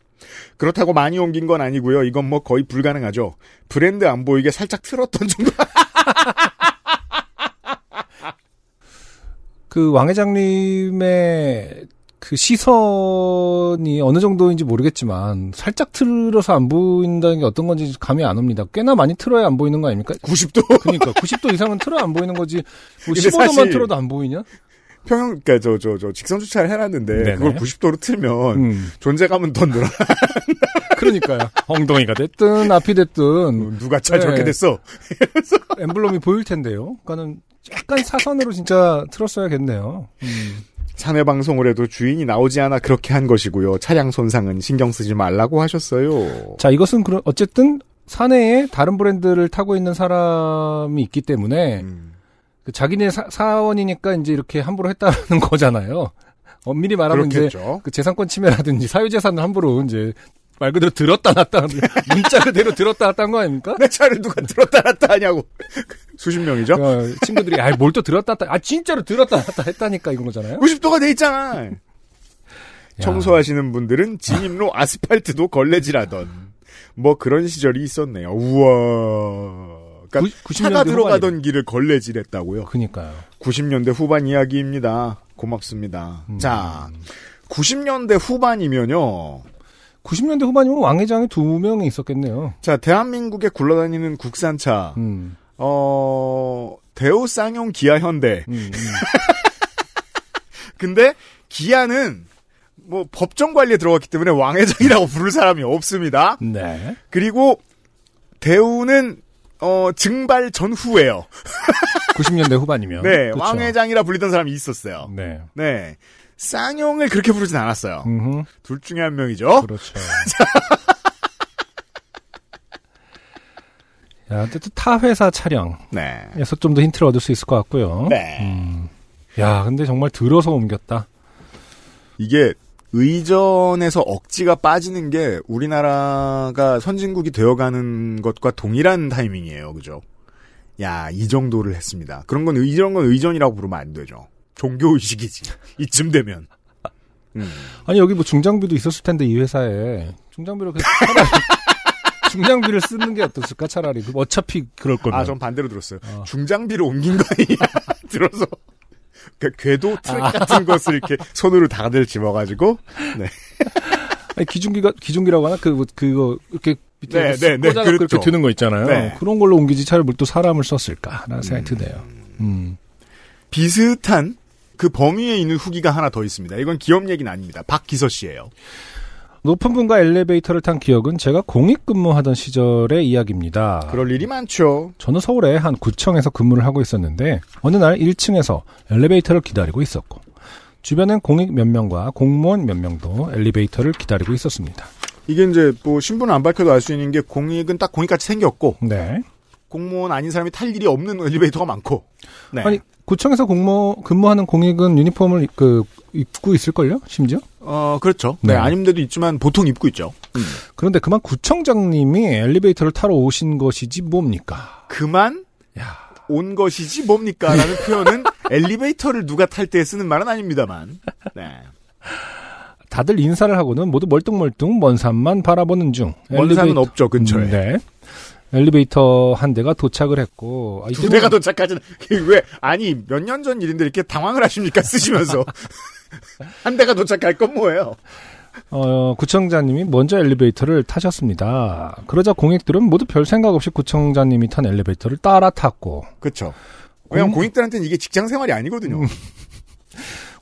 S1: 그렇다고 많이 옮긴 건 아니고요. 이건 뭐 거의 불가능하죠. 브랜드 안 보이게 살짝 틀었던 정도.
S2: 그 왕회장님의 그 시선이 어느 정도인지 모르겠지만 살짝 틀어서 안 보인다는 게 어떤 건지 감이 안 옵니다. 꽤나 많이 틀어야 안 보이는 거 아닙니까?
S1: 90도.
S2: 그러니까 90도 이상은 틀어야 안 보이는 거지. 뭐
S1: 근데
S2: 15도만
S1: 사실-
S2: 틀어도 안 보이냐?
S1: 평형 그러니까 저 저 저 직선 주차를 해놨는데
S2: 네네.
S1: 그걸 90도로 틀면
S2: 음.
S1: 존재감은 더 늘어.
S2: 그러니까요. 엉덩이가 됐든 앞이 됐든
S1: 뭐 누가 차 저렇게
S2: 네.
S1: 됐어?
S2: 엠블럼이 보일 텐데요. 그러니까는 약간 사선으로 진짜 틀었어야겠네요.
S1: 사내 방송을 해도 주인이 나오지 않아 그렇게 한 것이고요. 차량 손상은 신경 쓰지 말라고 하셨어요.
S2: 자, 이것은 그런 어쨌든 사내에 다른 브랜드를 타고 있는 사람이 있기 때문에
S1: 음.
S2: 그 자기네 사, 원이니까 이제 이렇게 함부로 했다는 거잖아요. 엄밀히 말하면 이제
S1: 그렇겠죠.
S2: 그 재산권 침해라든지 사유재산을 함부로 이제 말 그대로 들었다 놨다 하는 문자 그대로 들었다 놨다 한 거 아닙니까?
S1: 내 차를 누가 들었다 놨다 하냐고. 수십 명이죠?
S2: 어, 친구들이 아 뭘 또 들었다 놨다 아 진짜로 들었다 놨다 했다니까 이런 거잖아요.
S1: 90도가 돼 있잖아. 청소하시는 분들은 진입로 아스팔트도 걸레질하던 뭐 그런 시절이 있었네요. 우와. 그러니까
S2: 구- 90년대
S1: 차가 들어가던
S2: 후반이네.
S1: 길을 걸레질했다고요.
S2: 그니까요.
S1: 90년대 후반 이야기입니다. 고맙습니다.
S2: 음.
S1: 자, 90년대 후반이면요.
S2: 90년대 후반이면 왕 회장이 두 명이 있었겠네요.
S1: 자, 대한민국에 굴러다니는 국산차.
S2: 음,
S1: 어, 대우 쌍용 기아 현대.
S2: 음, 음.
S1: 근데 기아는 뭐 법정 관리에 들어갔기 때문에
S2: 음.
S1: 왕회장이라고 부를 사람이 없습니다.
S2: 네.
S1: 그리고 대우는 어, 증발 전후예요.
S2: 90년대 후반이면.
S1: 네,
S2: 아, 그쵸.
S1: 왕회장이라 불리던 사람이 있었어요.
S2: 네.
S1: 네. 쌍용을 그렇게 부르진 않았어요.
S2: 음흠,
S1: 둘 중에 한 명이죠.
S2: 그렇죠. 야, 어쨌든 타회사 차량에서
S1: 네.
S2: 좀 더 힌트를 얻을 수 있을 것 같고요.
S1: 네.
S2: 음. 야, 근데 정말 들어서 옮겼다.
S1: 이게 의전에서 억지가 빠지는 게 우리나라가 선진국이 되어가는 것과 동일한 타이밍이에요. 그죠? 야, 이 정도를 했습니다. 그런 건, 의- 이런 건 의전이라고 부르면 안 되죠. 종교의식이지. 이쯤 되면. 아,
S2: 아니, 여기 뭐 중장비도 있었을 텐데, 이 회사에. 중장비로 그냥 차라리. 중장비를 쓰는 게 어떻을까, 차라리. 그럼 어차피 그럴 거면.
S1: 아, 전 반대로 들었어요.
S2: 아.
S1: 중장비로 옮긴 거 아니야. 들어서. 그 궤도 트랙
S2: 아.
S1: 같은 것을 이렇게 손으로 다들 집어가지고. 네.
S2: 아니, 기중기가, 기중기라고 하나? 그, 뭐, 그거, 이렇게 밑에
S1: 네,
S2: 이렇게
S1: 네, 네,
S2: 꽂아서 그렇게
S1: 그렇죠.
S2: 드는 거 있잖아요.
S1: 네.
S2: 그런 걸로 옮기지 차를 뭘또 사람을 썼을까라는 생각이 드네요. 음.
S1: 비슷한 그 범위에 있는 후기가 하나 더 있습니다. 이건 기업 얘기는 아닙니다. 박기서 씨예요.
S2: 높은 분과 엘리베이터를 탄 기억은 제가 공익 근무하던 시절의 이야기입니다.
S1: 그럴 일이 많죠.
S2: 저는 서울의 한 구청에서 근무를 하고 있었는데 어느 날 1층에서 엘리베이터를 기다리고 있었고 주변엔 공익 몇 명과 공무원 몇 명도 엘리베이터를 기다리고 있었습니다.
S1: 이게 이제 뭐 신분 안 밝혀도 알 수 있는 게 공익은 딱 공익같이 생겼고
S2: 네.
S1: 공무원 아닌 사람이 탈 일이 없는 엘리베이터가 많고. 네.
S2: 아니 구청에서 공무 근무하는 공익은 유니폼을 입- 그 입고 있을걸요? 심지어?
S1: 어 그렇죠. 네,
S2: 네.
S1: 아닌 데도 있지만 보통 입고 있죠.
S2: 그런데 그만 구청장님이 엘리베이터를 타러 오신 것이지 뭡니까?
S1: 그만
S2: 야.
S1: 온 것이지 뭡니까라는 표현은 엘리베이터를 누가 탈 때 쓰는 말은 아닙니다만. 네.
S2: 다들 인사를 하고는 모두 멀뚱멀뚱 먼 산만 바라보는 중.
S1: 먼 산은 없죠 근처에.
S2: 음, 네. 엘리베이터 한 대가 도착을 했고 아,
S1: 두
S2: 이때는-
S1: 대가 도착하지는 이게 왜 아니 몇 년 전 일인데 이렇게 당황을 하십니까 쓰시면서 한 대가 도착할 건 뭐예요?
S2: 어, 구청장님이 먼저 엘리베이터를 타셨습니다. 그러자 공익들은 모두 별 생각 없이 구청장님이 탄 엘리베이터를 따라 탔고
S1: 그렇죠. 왜냐면
S2: 공-
S1: 공익들한테는 음. 이게 직장 생활이 아니거든요.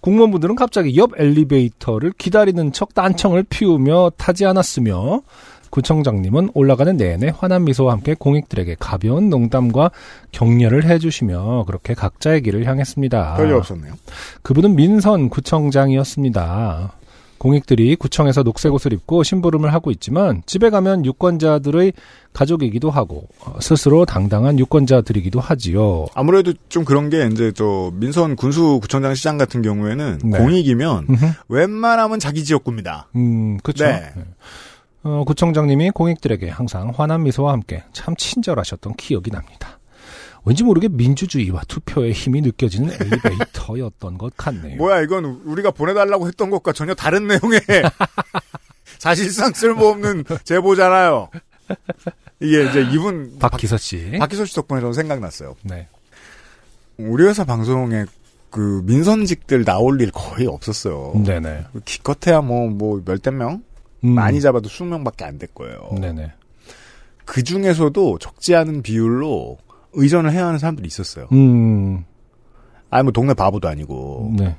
S2: 공무원분들은 갑자기 옆 엘리베이터를 기다리는 척 딴청을 피우며 타지 않았으며 구청장님은 올라가는 내내 환한 미소와 함께 공익들에게 가벼운 농담과 격려를 해주시며 그렇게 각자의 길을 향했습니다.
S1: 별일 없었네요.
S2: 그분은 민선 구청장이었습니다. 공익들이 구청에서 녹색 옷을 입고 심부름을 하고 있지만 집에 가면 유권자들의 가족이기도 하고 어, 스스로 당당한 유권자들이기도 하지요.
S1: 아무래도 좀 그런 게 이제 저 민선 군수 구청장 시장 같은 경우에는
S2: 네.
S1: 공익이면 웬만하면 자기 지역구입니다.
S2: 음, 그렇죠.
S1: 네.
S2: 어, 구청장님이 공익들에게 항상 환한 미소와 함께 참 친절하셨던 기억이 납니다. 왠지 모르게 민주주의와 투표의 힘이
S1: 네.
S2: 느껴지는
S1: 뭐,
S2: 엘리베이터였던 것 같네요.
S1: 뭐야 이건 우리가 보내달라고 했던 것과 전혀 다른 내용의 사실상 쓸모없는 제보잖아요. 이게 이제 이분 박,
S2: 박기서 씨.
S1: 박기소 씨 덕분에 저 생각났어요.
S2: 네.
S1: 우리 회사 방송에 그 민선직들 나올 일 거의 없었어요.
S2: 네네.
S1: 기껏해야 뭐 뭐 몇댓 명?
S2: 음.
S1: 뭐, 많이 잡아도 수명밖에 안 될 거예요.
S2: 네네.
S1: 그 중에서도 적지 않은 비율로 의전을 해야 하는 사람들이 있었어요.
S2: 음.
S1: 아니 뭐 동네 바보도 아니고
S2: 네.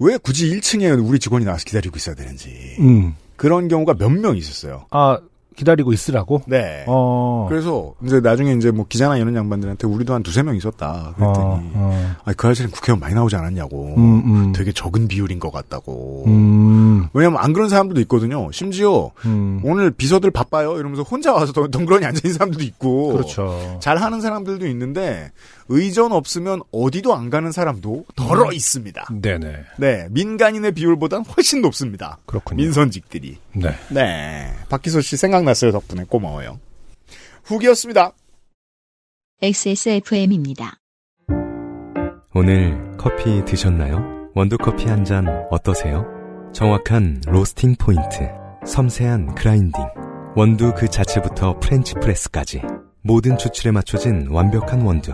S1: 왜 굳이 1층에 우리 직원이 나와서 기다리고 있어야 되는지
S2: 음.
S1: 그런 경우가 몇 명 있었어요.
S2: 아 기다리고 있으라고.
S1: 네.
S2: 어.
S1: 그래서 이제 나중에 이제 뭐 기자나 이런 양반들한테 우리도 한 두세 명 있었다.
S2: 어,
S1: 그랬더니
S2: 어.
S1: 아니, 그 아저씨는 국회의원 많이 나오지 않았냐고.
S2: 음, 음.
S1: 되게 적은 비율인 것 같다고.
S2: 음.
S1: 왜냐면 안 그런 사람들도 있거든요. 심지어
S2: 음.
S1: 오늘 비서들 바빠요 이러면서 혼자 와서 덩- 덩그러니 앉아있는 사람들도 있고.
S2: 그렇죠.
S1: 잘하는 사람들도 있는데 의전 없으면 어디도 안 가는 사람도 덜어
S2: 음.
S1: 있습니다.
S2: 네네.
S1: 네, 민간인의 비율보단 훨씬 높습니다.
S2: 그렇군요.
S1: 민선직들이.
S2: 네.
S1: 네, 박기소 씨 생각났어요 덕분에 고마워요. 후기였습니다.
S3: XSFM입니다.
S8: 오늘 커피 드셨나요? 원두커피 한 잔 어떠세요? 정확한 로스팅 포인트, 섬세한 그라인딩, 원두 그 자체부터 프렌치 프레스까지 모든 추출에 맞춰진 완벽한 원두.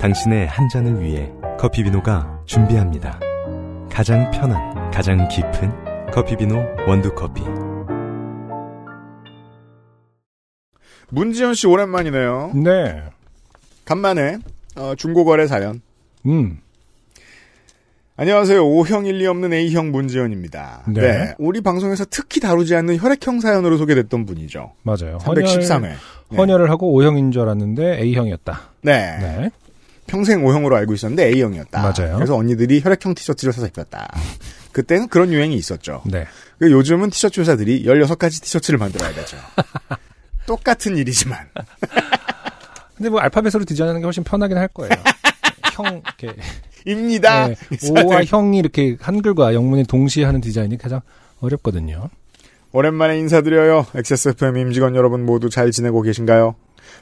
S8: 당신의 한 잔을 위해 커피비노가 준비합니다. 가장 편한, 가장 깊은 커피비노 원두커피.
S1: 문지현 씨 오랜만이네요.
S2: 네.
S1: 간만에 어, 중고거래 사연.
S2: 음.
S1: 안녕하세요. O형 일리 없는 A형 문지현입니다.
S2: 네.
S1: 우리 방송에서 특히 다루지 않는 혈액형 사연으로 소개됐던 분이죠.
S2: 맞아요. 헌혈-
S1: 313회. 네.
S2: 헌혈을 하고 O형인 줄 알았는데 A형이었다.
S1: 네.
S2: 네.
S1: 평생 O형으로 알고 있었는데 A형이었다.
S2: 맞아요.
S1: 그래서 언니들이 혈액형 티셔츠를 사서 입혔다. 그때는 그런 유행이 있었죠.
S2: 네.
S1: 그 요즘은 티셔츠 회사들이 16가지 티셔츠를 만들어야 되죠. 똑같은 일이지만.
S2: 근데 뭐 알파벳으로 디자인하는 게 훨씬 편하긴 할 거예요. 형 이렇게
S1: 입니다.
S2: 네,
S1: 있어야
S2: 오와
S1: 될-
S2: 형이 이렇게 한글과 영문이 동시에 하는 디자인이 가장 어렵거든요.
S1: 오랜만에 인사드려요. XSFM 임직원 여러분 모두 잘 지내고 계신가요?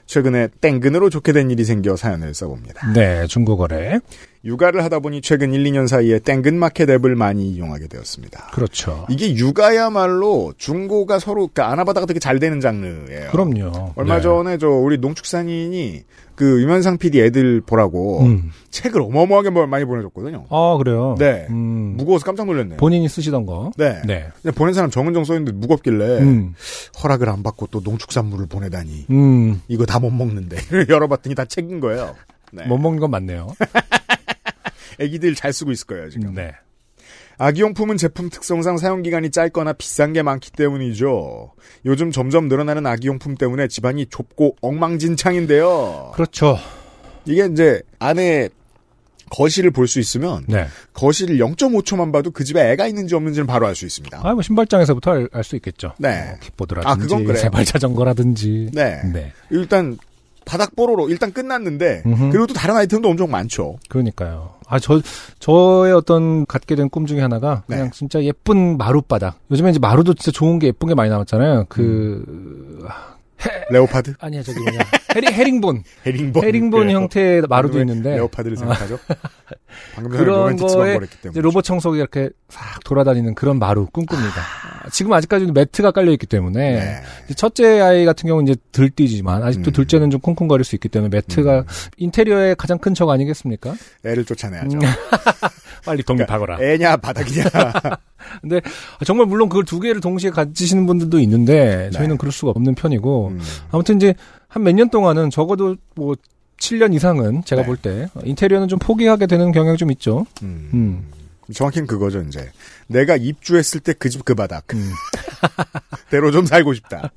S1: 최근에 땡근으로 좋게 된 일이 생겨 사연을 써봅니다.
S2: 네, 중고거래.
S1: 육아를 하다 보니 최근 1, 2년 사이에 땡근 마켓 앱을 많이 이용하게 되었습니다.
S2: 그렇죠.
S1: 이게 육아야말로 중고가 서로 그러니까 안 하바다가 되게 잘 되는 장르예요.
S2: 그럼요.
S1: 얼마
S2: 네.
S1: 전에 저 우리 농축산인이 그 유면상 PD 애들 보라고
S2: 음.
S1: 책을 어마어마하게 뭐- 많이 보내줬거든요.
S2: 아 그래요.
S1: 네.
S2: 음.
S1: 무거워서 깜짝 놀랐네요.
S2: 본인이 쓰시던 거.
S1: 네.
S2: 네.
S1: 그냥 보낸 사람 정은정 써있는데 무겁길래
S2: 음.
S1: 허락을 안 받고 또 농축산물을 보내다니
S2: 음.
S1: 이거 다 못 먹는데 열어봤더니 다 책인 거예요. 네.
S2: 못 먹는 건 맞네요.
S1: 애기들 잘 쓰고 있을 거예요 지금.
S2: 네.
S1: 아기용품은 제품 특성상 사용기간이 짧거나 비싼 게 많기 때문이죠. 요즘 점점 늘어나는 아기용품 때문에 집안이 좁고 엉망진창인데요.
S2: 그렇죠.
S1: 이게 이제 안에 거실을 볼 수 있으면
S2: 네.
S1: 거실을 0.5초만 봐도 그 집에 애가 있는지 없는지는 바로 알 수 있습니다.
S2: 아, 뭐 신발장에서부터 알 수 있겠죠.
S1: 네.
S2: 뭐 킥보드라든지
S1: 아, 그건 그래요.
S2: 세발 자전거라든지.
S1: 네.
S2: 네.
S1: 일단 바닥 뽀로로 일단 끝났는데
S2: 음흠.
S1: 그리고 또 다른 아이템도 엄청 많죠.
S2: 그러니까요. 아, 저, 저의 어떤 갖게 된 꿈 중에 하나가 그냥
S1: 네.
S2: 진짜 예쁜 마룻바닥. 요즘에 이제 마루도 진짜 좋은 게 예쁜 게 많이 나왔잖아요. 그,
S1: 음. 레오파드,
S2: 아니야, 저기 뭐냐. 해리, 해링본.
S1: 헤링본,
S2: 해링본
S1: 그래요.
S2: 형태의 마루도
S1: 왜
S2: 있는데. 아.
S1: 레오파드를 생각하죠. 방금 전에
S2: 그런
S1: 로맨틱스 방
S2: 거에
S1: 벌했기 때문에
S2: 이제 로봇 청소기 이렇게 싹 돌아다니는 그런 마루 꿈꿉니다. 지금 아직까지는 매트가 깔려있기 때문에.
S1: 네.
S2: 이제 첫째 아이 같은 경우는 이제 들뛰지만 아직도
S1: 음.
S2: 둘째는 좀 쿵쿵거릴 수 있기 때문에 매트가 인테리어의 가장 큰 척 아니겠습니까?
S1: 네. 애를 쫓아내야죠.
S2: 음. 빨리
S1: 그러니까
S2: 독립하거라.
S1: 애냐 바닥이냐.
S2: 근데 정말 물론 그걸 두 개를 동시에 가지시는 분들도 있는데 저희는
S1: 네.
S2: 그럴 수가 없는 편이고
S1: 음.
S2: 아무튼 이제 한 몇 년 동안은 적어도 뭐 7년 이상은 제가
S1: 네.
S2: 볼 때 인테리어는 좀 포기하게 되는 경향이 좀 있죠.
S1: 음.
S2: 음.
S1: 정확히는 그거죠 이제. 내가 입주했을 때 그 집 그 바닥.
S2: 음.
S1: 대로 좀 살고 싶다.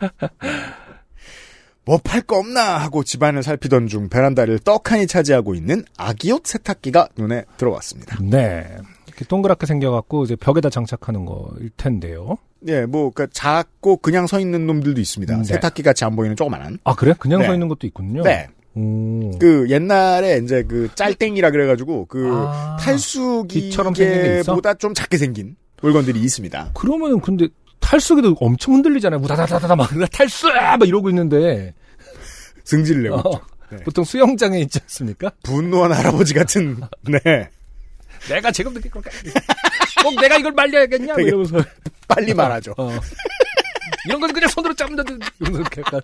S1: 뭐 팔 거 없나 하고 집안을 살피던 중 베란다를 떡하니 차지하고 있는 아기옷 세탁기가 눈에 들어왔습니다.
S2: 네. 이렇게 동그랗게 생겨갖고 이제 벽에다 장착하는 거일 텐데요.
S1: 예, 뭐, 그니까, 작고 그냥 서 있는 놈들도 있습니다.
S2: 네.
S1: 세탁기 같이 안 보이는 조그만한.
S2: 아 그래? 그냥
S1: 네.
S2: 서 있는 것도 있군요.
S1: 네.
S2: 오.
S1: 그, 옛날에 이제 그, 짤땡이라 그래가지고, 그,
S2: 아. 기처럼 생긴 게 있어?
S1: 탈수기보다 좀 작게 생긴 물건들이 있습니다.
S2: 그러면은 근데 탈수기도 엄청 흔들리잖아요. 뭐 우다다다다다 막 탈수 막 이러고 있는데
S1: 승질을 내고.
S2: 어,
S1: 있죠. 네.
S2: 보통 수영장에 있지 않습니까?
S1: 분노한 할아버지 같은, 네.
S2: 내가 지금 듣기 그렇게 꼭 내가 이걸 말려야겠냐 뭐
S1: 되게
S2: 이러면서
S1: 빨리 말하죠.
S2: 어. 이런 건 그냥 손으로 잡는다. 이렇게 약간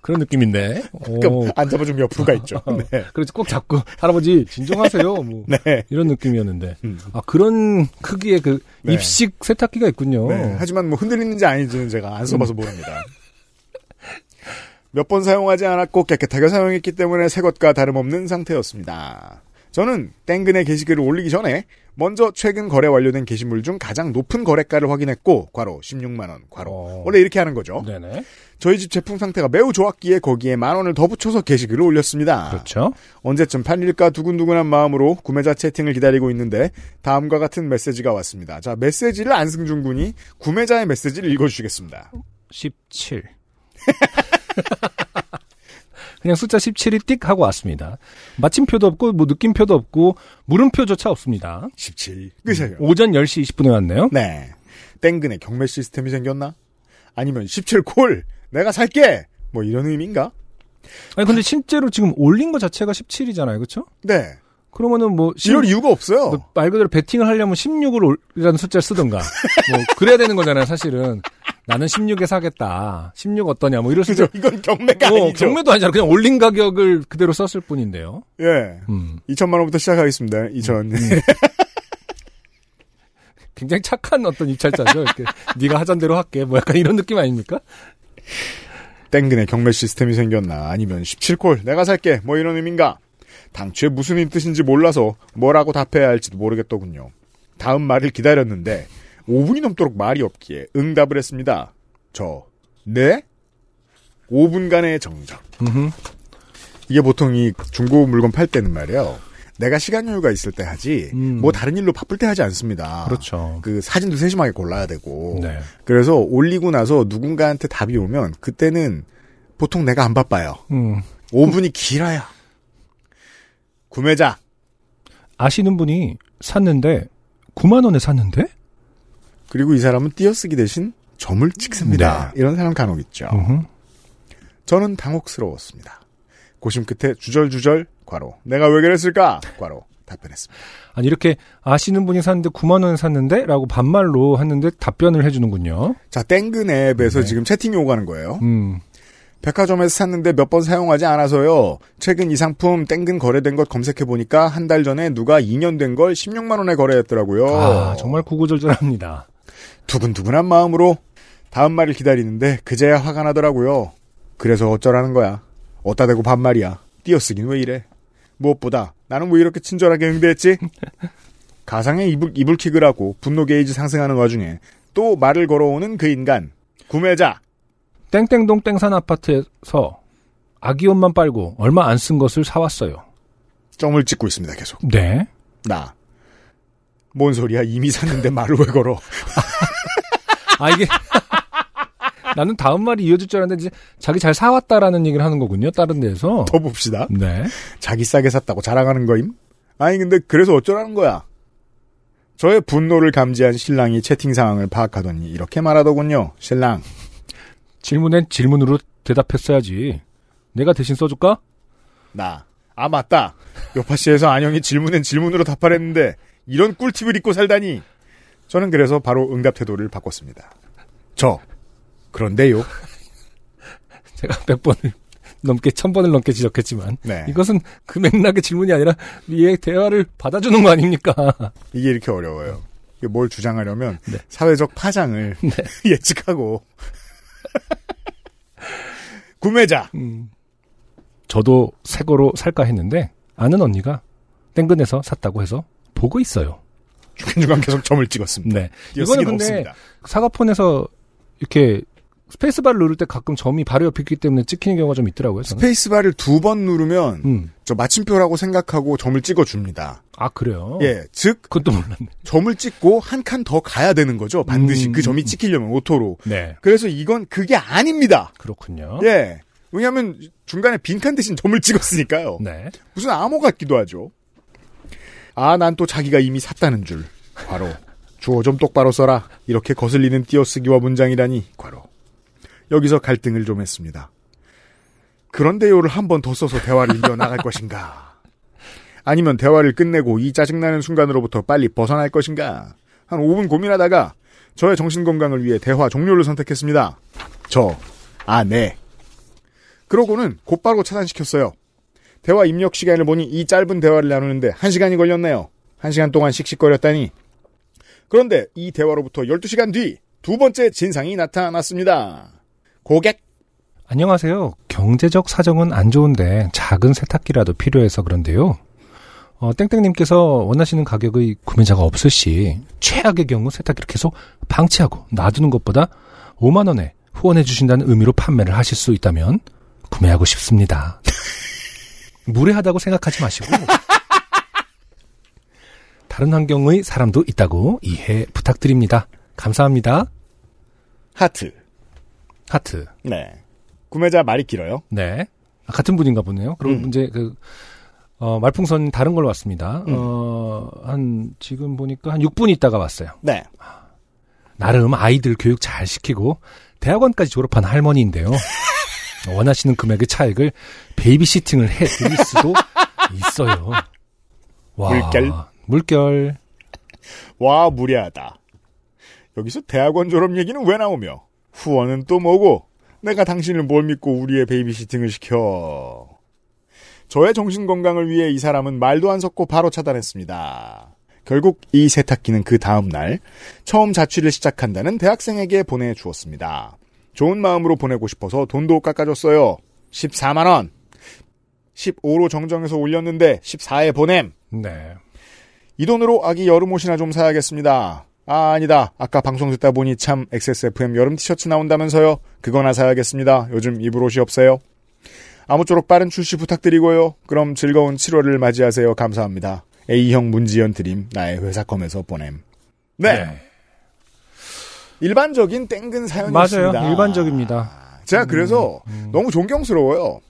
S2: 그런 느낌인데. 그러니까 오,
S1: 안 잡아주면 옆으로 가 있죠. 네.
S2: 어, 그렇지 꼭 잡고 할아버지 진정하세요. 뭐
S1: 네.
S2: 이런 느낌이었는데.
S1: 음.
S2: 아 그런 크기의 그
S1: 네.
S2: 입식 세탁기가 있군요.
S1: 네, 하지만 뭐 흔들리는지 아닌지는 제가 안 써봐서 모릅니다. 몇 번 사용하지 않았고 깨끗하게 사용했기 때문에 새 것과 다름없는 상태였습니다. 저는 땡근의 게시글을 올리기 전에 먼저 최근 거래 완료된 게시물 중 가장 높은 거래가를 확인했고 괄호 16만 원 괄호
S2: 어.
S1: 원래 이렇게 하는 거죠.
S2: 네네.
S1: 저희 집 제품 상태가 매우 좋았기에 거기에 만 원을 더 붙여서 게시글을 올렸습니다.
S2: 그렇죠.
S1: 언제쯤 팔릴까 두근두근한 마음으로 구매자 채팅을 기다리고 있는데 다음과 같은 메시지가 왔습니다. 자 메시지를 안승준 군이 구매자의 메시지를 읽어주시겠습니다.
S2: 17. 그냥 숫자 17이 띡 하고 왔습니다. 마침표도 없고 뭐 느낌표도 없고 물음표조차 없습니다.
S1: 17. 끝이에요.
S2: 오전 10시 20분에 왔네요.
S1: 네. 땡근의 경매 시스템이 생겼나? 아니면 17콜 내가 살게 뭐 이런 의미인가?
S2: 아니 근데 실제로 지금 올린 거 자체가 17이잖아요. 그렇죠?
S1: 네.
S2: 그러면은 뭐 십-
S1: 이럴 이유가 없어요.
S2: 뭐말 그대로 배팅을 하려면 16을 올리라는 숫자를 쓰던가. 뭐 그래야 되는 거잖아요, 사실은. 나는 16에 사겠다. 16 어떠냐 뭐 이럴 수도
S1: 그죠? 이건 경매가
S2: 어,
S1: 아니죠.
S2: 경매도 아니잖아. 그냥 올린 가격을 그대로 썼을 뿐인데요.
S1: 예.
S2: 음.
S1: 2천만 원부터 시작하겠습니다. 2천.
S2: 굉장히 착한 어떤 입찰자죠. 이렇게 네가 하잔대로 할게. 뭐 약간 이런 느낌 아닙니까?
S1: 땡근의 경매 시스템이 생겼나 아니면 17콜 내가 살게 뭐 이런 의미인가 당초에 무슨 뜻인지 몰라서 뭐라고 답해야 할지도 모르겠더군요 다음 말을 기다렸는데 5분이 넘도록 말이 없기에 응답을 했습니다 저 네? 5분간의 정적 이게 보통 이 중고 물건 팔 때는 말이에요 내가 시간 여유가 있을 때 하지
S2: 음.
S1: 뭐 다른 일로 바쁠 때 하지 않습니다
S2: 그렇죠.
S1: 그 사진도 세심하게 골라야 되고
S2: 네.
S1: 그래서 올리고 나서 누군가한테 답이 오면 그때는 보통 내가 안 바빠요.
S2: 음.
S1: 5분이 길어요. 구매자.
S2: 아시는 분이 샀는데 9만 원에 샀는데?
S1: 그리고 이 사람은 띄어쓰기 대신 점을 찍습니다. 이런 사람 간혹 있죠.
S2: 네. 음흠.
S1: 저는 당혹스러웠습니다. 고심 끝에 주절주절 과로 내가 왜 그랬을까 과로 답변했습니다.
S2: 아니 이렇게 아시는 분이 샀는데 9만 원에 샀는데? 라고 반말로 했는데 답변을 해 주는군요.
S1: 자 땡근 앱에서
S2: 네.
S1: 지금 채팅이 오가는 거예요.
S2: 음.
S1: 백화점에서 샀는데 몇 번 사용하지 않아서요. 최근 이 상품 땡근 거래된 것 검색해 보니까 한 달 전에 누가 2년 된 걸 16만 원에 거래했더라고요.
S2: 아, 정말 구구절절합니다.
S1: 두근두근한 마음으로 다음 말을 기다리는데 그제야 화가 나더라고요. 그래서 어쩌라는 거야. 어따 대고 반말이야. 띄어쓰긴 왜 이래. 무엇보다 나는 왜 이렇게 친절하게 응대했지? 가상의 이불, 이불킥을 하고 분노 게이지 상승하는 와중에 또 말을 걸어오는 그 인간. 구매자.
S2: 땡땡동 땡산 아파트에서 아기 옷만 빨고 얼마 안 쓴 것을 사왔어요.
S1: 점을 찍고 있습니다, 계속.
S2: 네.
S1: 나. 뭔 소리야. 이미 샀는데 말을 왜 걸어.
S2: 아 이게 나는 다음 말이 이어질 줄 알았는데 이제 자기 잘 사왔다라는 얘기를 하는 거군요. 다른 데에서.
S1: 더 봅시다.
S2: 네.
S1: 자기 싸게 샀다고 자랑하는 거임? 아니 근데 그래서 어쩌라는 거야? 저의 분노를 감지한 신랑이 채팅 상황을 파악하더니 이렇게 말하더군요. 신랑,
S2: 질문엔 질문으로 대답했어야지. 내가 대신 써줄까?
S1: 나. 아 맞다. 요파씨에서 안영이 질문엔 질문으로 답하랬는데 이런 꿀팁을 잊고 살다니. 저는 그래서 바로 응답 태도를 바꿨습니다. 저. 그런데요.
S2: 제가 100번을 넘게 1000번을 넘게 지적했지만
S1: 네.
S2: 이것은 그 맥락의 질문이 아니라 얘 대화를 받아주는 거 아닙니까?
S1: 이게 이렇게 어려워요. 이게 뭘 주장하려면 사회적 파장을 예측하고 구매자
S2: 저도 새거로 살까 했는데 아는 언니가 땡근에서 샀다고 해서 보고 있어요.
S1: 중간중간 계속 점을 찍었습니다.
S2: 네.
S1: 띄어쓰기는
S2: 이거는 근데
S1: 없습니다.
S2: 사과폰에서 이렇게 스페이스바를 누를 때 가끔 점이 바로 옆에 있기 때문에 찍히는 경우가 좀 있더라고요. 저는.
S1: 스페이스바를 두 번 누르면
S2: 음.
S1: 저 마침표라고 생각하고 점을 찍어줍니다.
S2: 아 그래요?
S1: 예, 즉
S2: 그것도 몰랐네.
S1: 점을 찍고 한 칸 더 가야 되는 거죠. 반드시
S2: 음.
S1: 그 점이 찍히려면 오토로.
S2: 네.
S1: 그래서 이건 그게 아닙니다.
S2: 그렇군요.
S1: 예, 왜냐하면 중간에 빈칸 대신 점을 찍었으니까요.
S2: 네.
S1: 무슨 암호 같기도 하죠. 아, 난 또 자기가 이미 샀다는 줄. 과로. 주어 좀 똑바로 써라. 이렇게 거슬리는 띄어쓰기와 문장이라니. 과로. 여기서 갈등을 좀 했습니다. 그런데요를 한 번 더 써서 대화를 이어나갈 것인가? 아니면 대화를 끝내고 이 짜증나는 순간으로부터 빨리 벗어날 것인가? 한 5분 고민하다가 저의 정신 건강을 위해 대화 종료를 선택했습니다. 저, 아, 네. 그러고는 곧바로 차단시켰어요. 대화 입력 시간을 보니 이 짧은 대화를 나누는데 1시간이 걸렸네요. 1시간 동안 씩씩거렸다니. 그런데 이 대화로부터 12시간 뒤 두 번째 진상이 나타났습니다. 고객
S2: 안녕하세요. 경제적 사정은 안 좋은데 작은 세탁기라도 필요해서 그런데요. 어, 땡땡님께서 원하시는 가격의 구매자가 없을 시 최악의 경우 세탁기를 계속 방치하고 놔두는 것보다 5만 원에 후원해 주신다는 의미로 판매를 하실 수 있다면 구매하고 싶습니다. 무례하다고 생각하지 마시고 다른 환경의 사람도 있다고 이해 부탁드립니다. 감사합니다.
S1: 하트.
S2: 하트.
S1: 네. 구매자 말이 길어요.
S2: 네. 아, 같은 분인가 보네요. 그럼
S1: 음.
S2: 이제 그, 어, 말풍선 다른 걸로 왔습니다. 어, 한, 지금 보니까 한 6분 있다가 왔어요.
S1: 네.
S2: 나름 아이들 교육 잘 시키고, 대학원까지 졸업한 할머니인데요. 원하시는 금액의 차액을 베이비시팅을 해 드릴 수도 있어요. 와.
S1: 물결?
S2: 물결.
S1: 와 무례하다. 여기서 대학원 졸업 얘기는 왜 나오며 후원은 또 뭐고 내가 당신을 뭘 믿고 우리의 베이비시팅을 시켜. 저의 정신 건강을 위해 이 사람은 말도 안 섞고 바로 차단했습니다. 결국 이 세탁기는 그 다음 날 처음 자취를 시작한다는 대학생에게 보내주었습니다. 좋은 마음으로 보내고 싶어서 돈도 깎아줬어요. 14만원. 15로 정정해서 올렸는데 14에 보냄.
S2: 네.
S1: 이 돈으로 아기 여름 옷이나 좀 사야겠습니다. 아, 아니다. 아까 방송 듣다 보니 참 XSFM 여름 티셔츠 나온다면서요. 그거나 사야겠습니다. 요즘 입을 옷이 없어요. 아무쪼록 빠른 출시 부탁드리고요. 그럼 즐거운 7월을 맞이하세요. 감사합니다. A형 문지연 드림 나의 회사컴에서 보냄. 네. 일반적인 땡근 사연이었습니다.
S2: 맞아요. 일반적입니다. 음.
S1: 제가 그래서 너무 존경스러워요.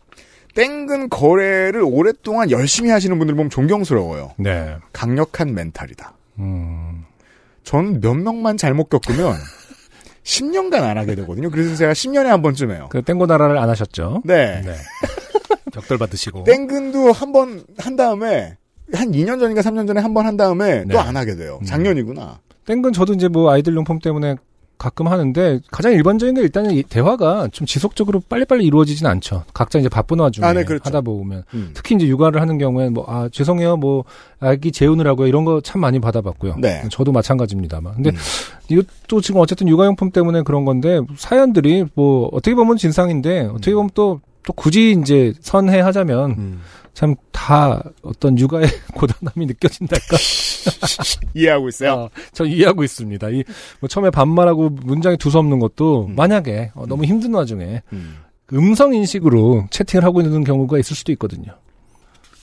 S1: 땡근 거래를 오랫동안 열심히 하시는 분들 보면 존경스러워요.
S2: 네.
S1: 강력한 멘탈이다.
S2: 음.
S1: 전 몇 명만 잘못 겪으면 10년간 안 하게 되거든요. 그래서 제가 10년에 한 번쯤 해요.
S2: 그 땡고 나라를 안 하셨죠?
S1: 네.
S2: 네. 벽돌 받으시고.
S1: 땡근도 한 번 한 다음에 한 2년 전인가 3년 전에 한 번 한 다음에
S2: 네.
S1: 또 안 하게 돼요.
S2: 음.
S1: 작년이구나.
S2: 땡근 저도 이제 뭐 아이들 용품 때문에 가끔 하는데 가장 일반적인 게 일단은 이 대화가 좀 지속적으로 빨리빨리 이루어지진 않죠. 각자 이제 바쁜 와중에
S1: 아, 네, 그렇죠.
S2: 하다 보면
S1: 음.
S2: 특히 이제 육아를 하는 경우에는 뭐 아 죄송해요 뭐 아기 재우느라고요 이런 거 참 많이 받아봤고요.
S1: 네.
S2: 저도 마찬가지입니다만. 근데
S1: 음.
S2: 이것도 지금 어쨌든 육아용품 때문에 그런 건데 사연들이 뭐 어떻게 보면 진상인데 어떻게 보면 또 또 굳이 이제 선회하자면 참 다 어떤 육아의 고단함이 느껴진달까
S1: 이해하고 있어요.
S2: 아, 저 이해하고 있습니다. 이, 뭐 처음에 반말하고 문장이 두서없는 것도
S1: 음.
S2: 만약에 어, 너무 힘든 와중에
S1: 음.
S2: 음성 인식으로 채팅을 하고 있는 경우가 있을 수도 있거든요.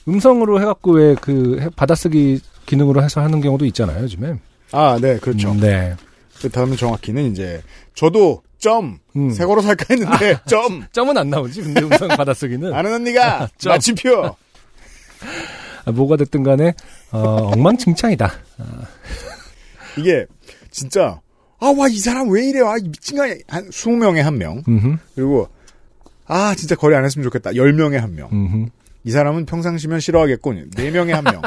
S2: 음성으로 해갖고 왜 그 받아쓰기 기능으로 해서 하는 경우도 있잖아요, 요즘에.
S1: 아, 네, 그렇죠.
S2: 음, 네.
S1: 그 다음에 정확히는 이제 저도 점
S2: 음. 아,
S1: 세고로 살까 했는데 점
S2: 점은 안 나오지, 근데 음성 받아쓰기는.
S1: 아는 언니가
S2: 점.
S1: 마침표
S2: 아, 뭐가 됐든 간에, 어, 엉망진창이다.
S1: 이게 진짜 아 와 이 사람 왜 이래 와이 미친가 한 20명에 한 명
S2: 음흠,
S1: 그리고 아 진짜 거래 안 했으면 좋겠다 10명에 한 명.
S2: 음흠.
S1: 이 사람은 평상시면 싫어하겠군. 4명에 1명.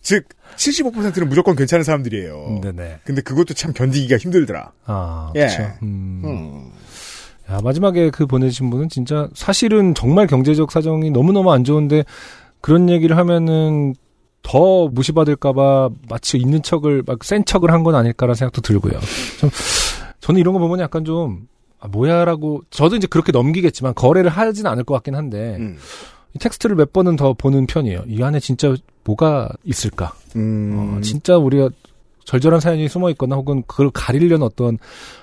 S1: 즉, 75%는 무조건 괜찮은 사람들이에요.
S2: 네네.
S1: 근데 그것도 참 견디기가 힘들더라.
S2: 아,
S1: 어. 예.
S2: 그쵸. 음.
S1: 음.
S2: 야, 마지막에 그 보내주신 분은 진짜 사실은 정말 경제적 사정이 너무너무 안 좋은데 그런 얘기를 하면은 더 무시받을까봐 마치 있는 척을 막 센 척을 한 건 아닐까라는 생각도 들고요. 좀 저는 이런 거 보면 약간 좀 아, 뭐야라고 저도 이제 그렇게 넘기겠지만 거래를 하진 않을 것 같긴 한데
S1: 음.
S2: 이 텍스트를 몇 번은 더 보는 편이에요. 이 안에 진짜 뭐가 있을까? 어,
S1: 음.
S2: 진짜 우리가 절절한 사연이 숨어 있거나 혹은 그걸 가리려는 어떤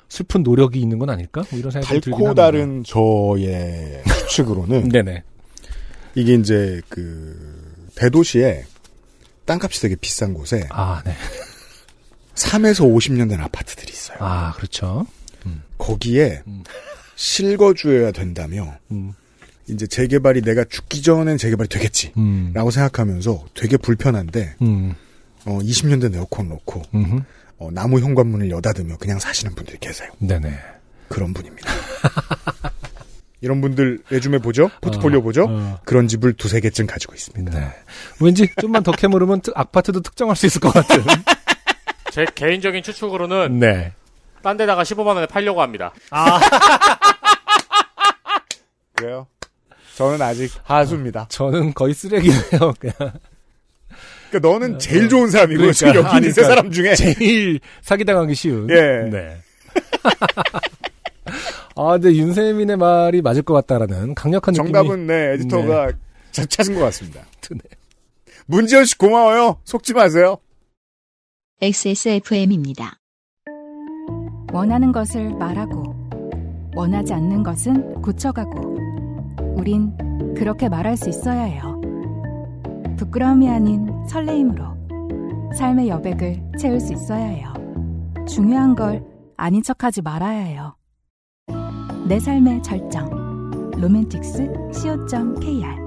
S2: 슬픈 노력이 있는 건 아닐까? 뭐 이런 생각이 들긴
S1: 달코
S2: 합니다. 음.
S1: 다른 저의 추측으로는
S2: 네네.
S1: 이게 이제 그 대도시에 땅값이 되게 비싼 곳에
S2: 아, 네.
S1: 3에서 50년 된 아파트들이 있어요.
S2: 아, 그렇죠.
S1: 거기에
S2: 음.
S1: 실거주해야 된다며
S2: 음.
S1: 이제 재개발이 내가 죽기 전엔 재개발이 되겠지.
S2: 음.
S1: 라고 생각하면서 되게 불편한데
S2: 음.
S1: 어, 20년 된 에어컨 놓고
S2: 음.
S1: 어, 나무 현관문을 여닫으며 그냥 사시는 분들이 계세요.
S2: 네네.
S1: 그런 분입니다. 이런 분들 레주메 보죠? 포트폴리오 보죠?
S2: 어,
S1: 그런 집을 두세 개쯤 가지고 있습니다.
S2: 네. 왠지 좀만 더 캐물으면 특- 아파트도 특정할 수 있을 것 같은.
S7: 제 개인적인 추측으로는
S2: 네.
S7: 딴 데다가 15만 원에 팔려고 합니다.
S1: 그래요. 저는 아직 하수입니다.
S2: 저는 거의 쓰레기네요. 그냥
S1: 그러니까 너는 제일 좋은 사람이고
S2: 그러니까.
S1: 지금 여기 있는 세
S2: 그러니까.
S1: 사람 중에
S2: 제일 사기당하기 쉬운.
S1: 예.
S2: 네. 아, 근데 윤세민의 말이 맞을 것 같다라는 강력한
S1: 정답은 네 에디터가 자- 찾은 것 같습니다.
S2: 드네.
S1: 문지현 씨 고마워요. 속지 마세요.
S3: XSFM입니다.
S9: 원하는 것을 말하고 원하지 않는 것은 고쳐가고 우린 그렇게 말할 수 있어야 해요. 부끄러움이 아닌 설레임으로 삶의 여백을 채울 수 있어야 해요. 중요한 걸 아닌 척하지 말아야 해요. 내 삶의 절정 로맨틱스 co.kr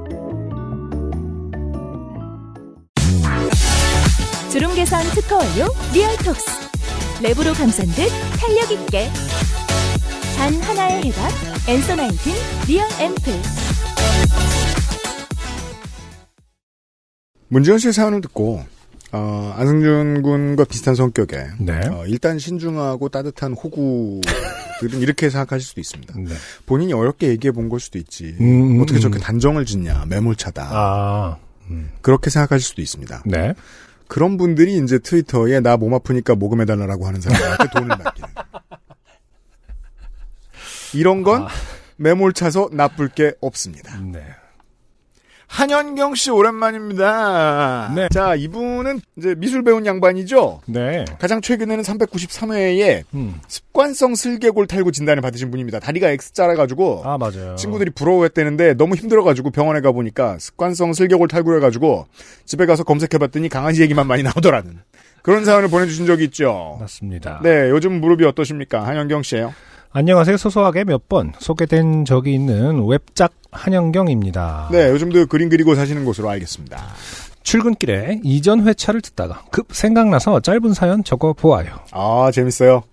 S4: 주름 계산 특허 완료 리얼톡스 랩으로 감싼 듯 탄력 있게 단 하나의 해답 엔서 나인틴 리얼 앰플
S1: 문지현 씨의 사연을 듣고 어, 안승준 군과 비슷한 성격에
S2: 느낌이. 네.
S1: 어, 일단 신중하고 따뜻한 호구들은 이렇게 생각하실 수도 있습니다.
S2: 네.
S1: 본인이 어렵게 얘기해 본 걸 수도 있지.
S2: 음, 음,
S1: 어떻게 저렇게
S2: 음.
S1: 단정을 짓냐, 매몰차다.
S2: 아,
S1: 그렇게 생각하실 수도 있습니다.
S2: 네.
S1: 그런 분들이 이제 트위터에 나 몸 아프니까 모금해달라고 하는 사람한테 돈을 맡기는. 이런 건 매몰차서 나쁠 게 없습니다.
S2: 네.
S1: 한현경 씨 오랜만입니다.
S2: 네.
S1: 자, 이분은 이제 미술 배운 양반이죠?
S2: 네.
S1: 가장 최근에는 393회에
S2: 음.
S1: 습관성 슬개골 탈구 진단을 받으신 분입니다. 다리가 X자라 가지고
S2: 아, 맞아요.
S1: 친구들이 부러워했대는데 너무 힘들어가지고 병원에 가보니까 습관성 슬개골 탈구해가지고 집에 가서 검색해봤더니 강아지 얘기만 많이 나오더라는 그런 사연을 보내주신 적이 있죠.
S2: 맞습니다.
S1: 네, 요즘 무릎이 어떠십니까? 한현경 씨예요.
S2: 안녕하세요. 소소하게 몇 번 소개된 적이 있는 웹작 한영경입니다.
S1: 네, 요즘도 그림 그리고 사시는 것으로 알겠습니다.
S2: 출근길에 이전 회차를 듣다가 급 생각나서 짧은 사연 적어 보아요.
S1: 아, 재밌어요.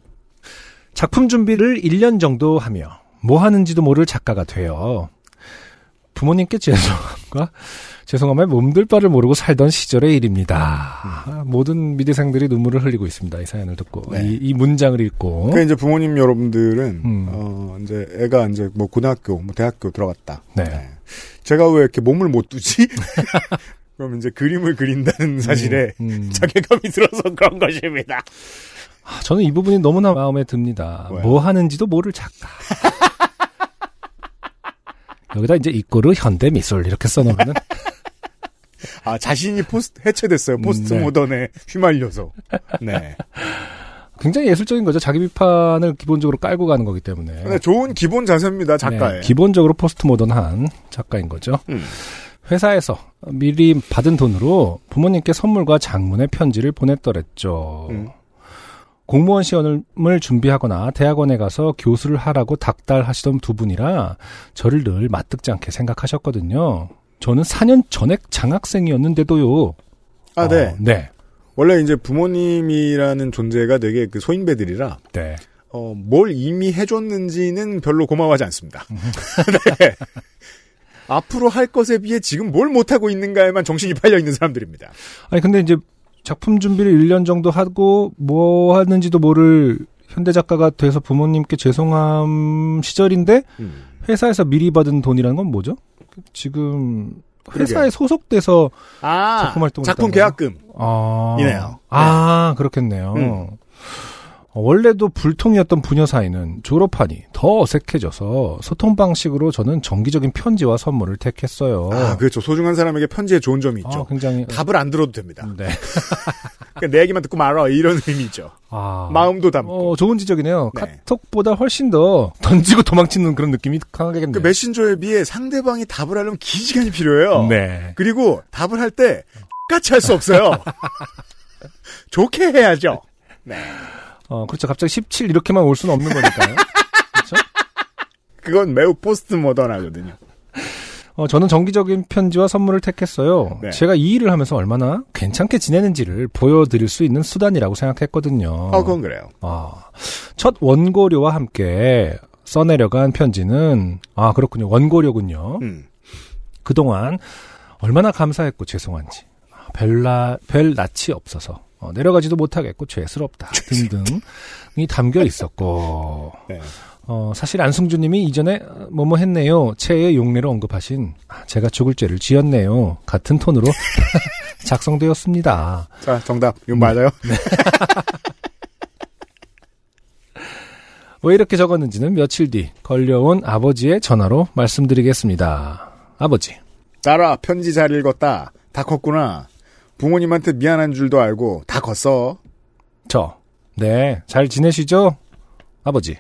S2: 작품 준비를 1년 정도 하며 뭐 하는지도 모를 작가가 돼요. 부모님께 죄송함과 죄송함에 몸둘 바를 모르고 살던 시절의 일입니다. 아, 모든 미대생들이 눈물을 흘리고 있습니다. 이 사연을 듣고
S1: 네.
S2: 이, 이 문장을 읽고
S1: 그 이제 부모님 여러분들은
S2: 음.
S1: 어 이제 애가 이제 뭐 고등학교, 뭐 대학교 들어갔다.
S2: 네.
S1: 제가 왜 이렇게 몸을 못 두지? 그럼 이제 그림을 그린다는 사실에
S2: 음.
S1: 자괴감이 들어서 그런 것입니다.
S2: 아, 저는 이 부분이 너무나 마음에 듭니다.
S1: 왜요?
S2: 뭐 하는지도 모를 작가. 여기다 이제 이꼬르 현대 미술 이렇게 써놓으면
S1: 아 자신이 포스트 해체됐어요. 포스트
S2: 네.
S1: 모던에 휘말려서. 네.
S2: 굉장히 예술적인 거죠. 자기 비판을 기본적으로 깔고 가는 거기 때문에.
S1: 근데 좋은 기본 자세입니다. 네, 작가의.
S2: 네, 기본적으로 포스트 모던한 작가인 거죠.
S1: 음.
S2: 회사에서 미리 받은 돈으로 부모님께 선물과 장문의 편지를 보냈더랬죠.
S1: 음.
S2: 공무원 시험을 준비하거나 대학원에 가서 교수를 하라고 닥달하시던 두 분이라 저를 늘 마뜩지 않게 생각하셨거든요. 저는 4년 전액 장학생이었는데도요.
S1: 아
S2: 어,
S1: 네.
S2: 네.
S1: 원래 이제 부모님이라는 존재가 되게 그 소인배들이라
S2: 네.
S1: 어, 뭘 이미 해줬는지는 별로 고마워하지 않습니다. 네. 앞으로 할 것에 비해 지금 뭘 못하고 있는가에만 정신이 팔려 있는 사람들입니다.
S2: 아니 근데 이제 작품 준비를 1년 정도 하고 뭐 하는지도 모를 현대 작가가 돼서 부모님께 죄송함 시절인데
S1: 음.
S2: 회사에서 미리 받은 돈이라는 건 뭐죠? 지금 회사에
S1: 그러게요.
S2: 소속돼서
S1: 아,
S2: 작품 활동을
S1: 작품
S2: 했다는
S1: 계약금.
S2: 아,
S1: 이네요.
S2: 아 그렇겠네요.
S1: 음.
S2: 어, 원래도 불통이었던 부녀 사이는 졸업하니 더 어색해져서 소통 방식으로 저는 정기적인 편지와 선물을 택했어요.
S1: 아, 그렇죠. 소중한 사람에게 편지에 좋은 점이 있죠.
S2: 아, 굉장히
S1: 답을 안 들어도 됩니다.
S2: 네.
S1: 그러니까 내 얘기만 듣고 말아 이런 의미죠.
S2: 아.
S1: 마음도 담고.
S2: 어, 좋은 지적이네요.
S1: 네.
S2: 카톡보다 훨씬 더 던지고 도망치는 그런 느낌이 강하겠네요.
S1: 그 메신저에 비해 상대방이 답을 하려면 긴 시간이 필요해요.
S2: 네.
S1: 그리고 답을 할 때 같이 할 수 없어요. 좋게 해야죠.
S2: 어, 그렇죠. 갑자기 17 이렇게만 올 수는 없는 거니까요. 그렇죠?
S1: 그건 매우 포스트 모던하거든요.
S2: 어, 저는 정기적인 편지와 선물을 택했어요.
S1: 네.
S2: 제가 이 일을 하면서 얼마나 괜찮게 지내는지를 보여드릴 수 있는 수단이라고 생각했거든요.
S1: 아, 그건 그래요.
S2: 아, 첫 원고료와 함께 써내려간 편지는 아 그렇군요. 원고료군요.
S1: 음.
S2: 그동안 얼마나 감사했고 죄송한지 아, 별나 별 낯이 없어서 어, 내려가지도 못하겠고 죄스럽다 등등이 담겨 있었고
S1: 네.
S2: 어, 사실 안승준님이 이전에 뭐뭐 했네요 체의 용례로 언급하신 아, 제가 죽을 죄를 지었네요 같은 톤으로 작성되었습니다.
S1: 자, 정답. 이건 맞아요?
S2: 왜 이렇게 적었는지는 며칠 뒤 걸려온 아버지의 전화로 말씀드리겠습니다. 아버지,
S1: 딸아, 편지 잘 읽었다. 다 컸구나. 부모님한테 미안한 줄도 알고 다 컸어.
S2: 저, 네, 잘 지내시죠? 아버지,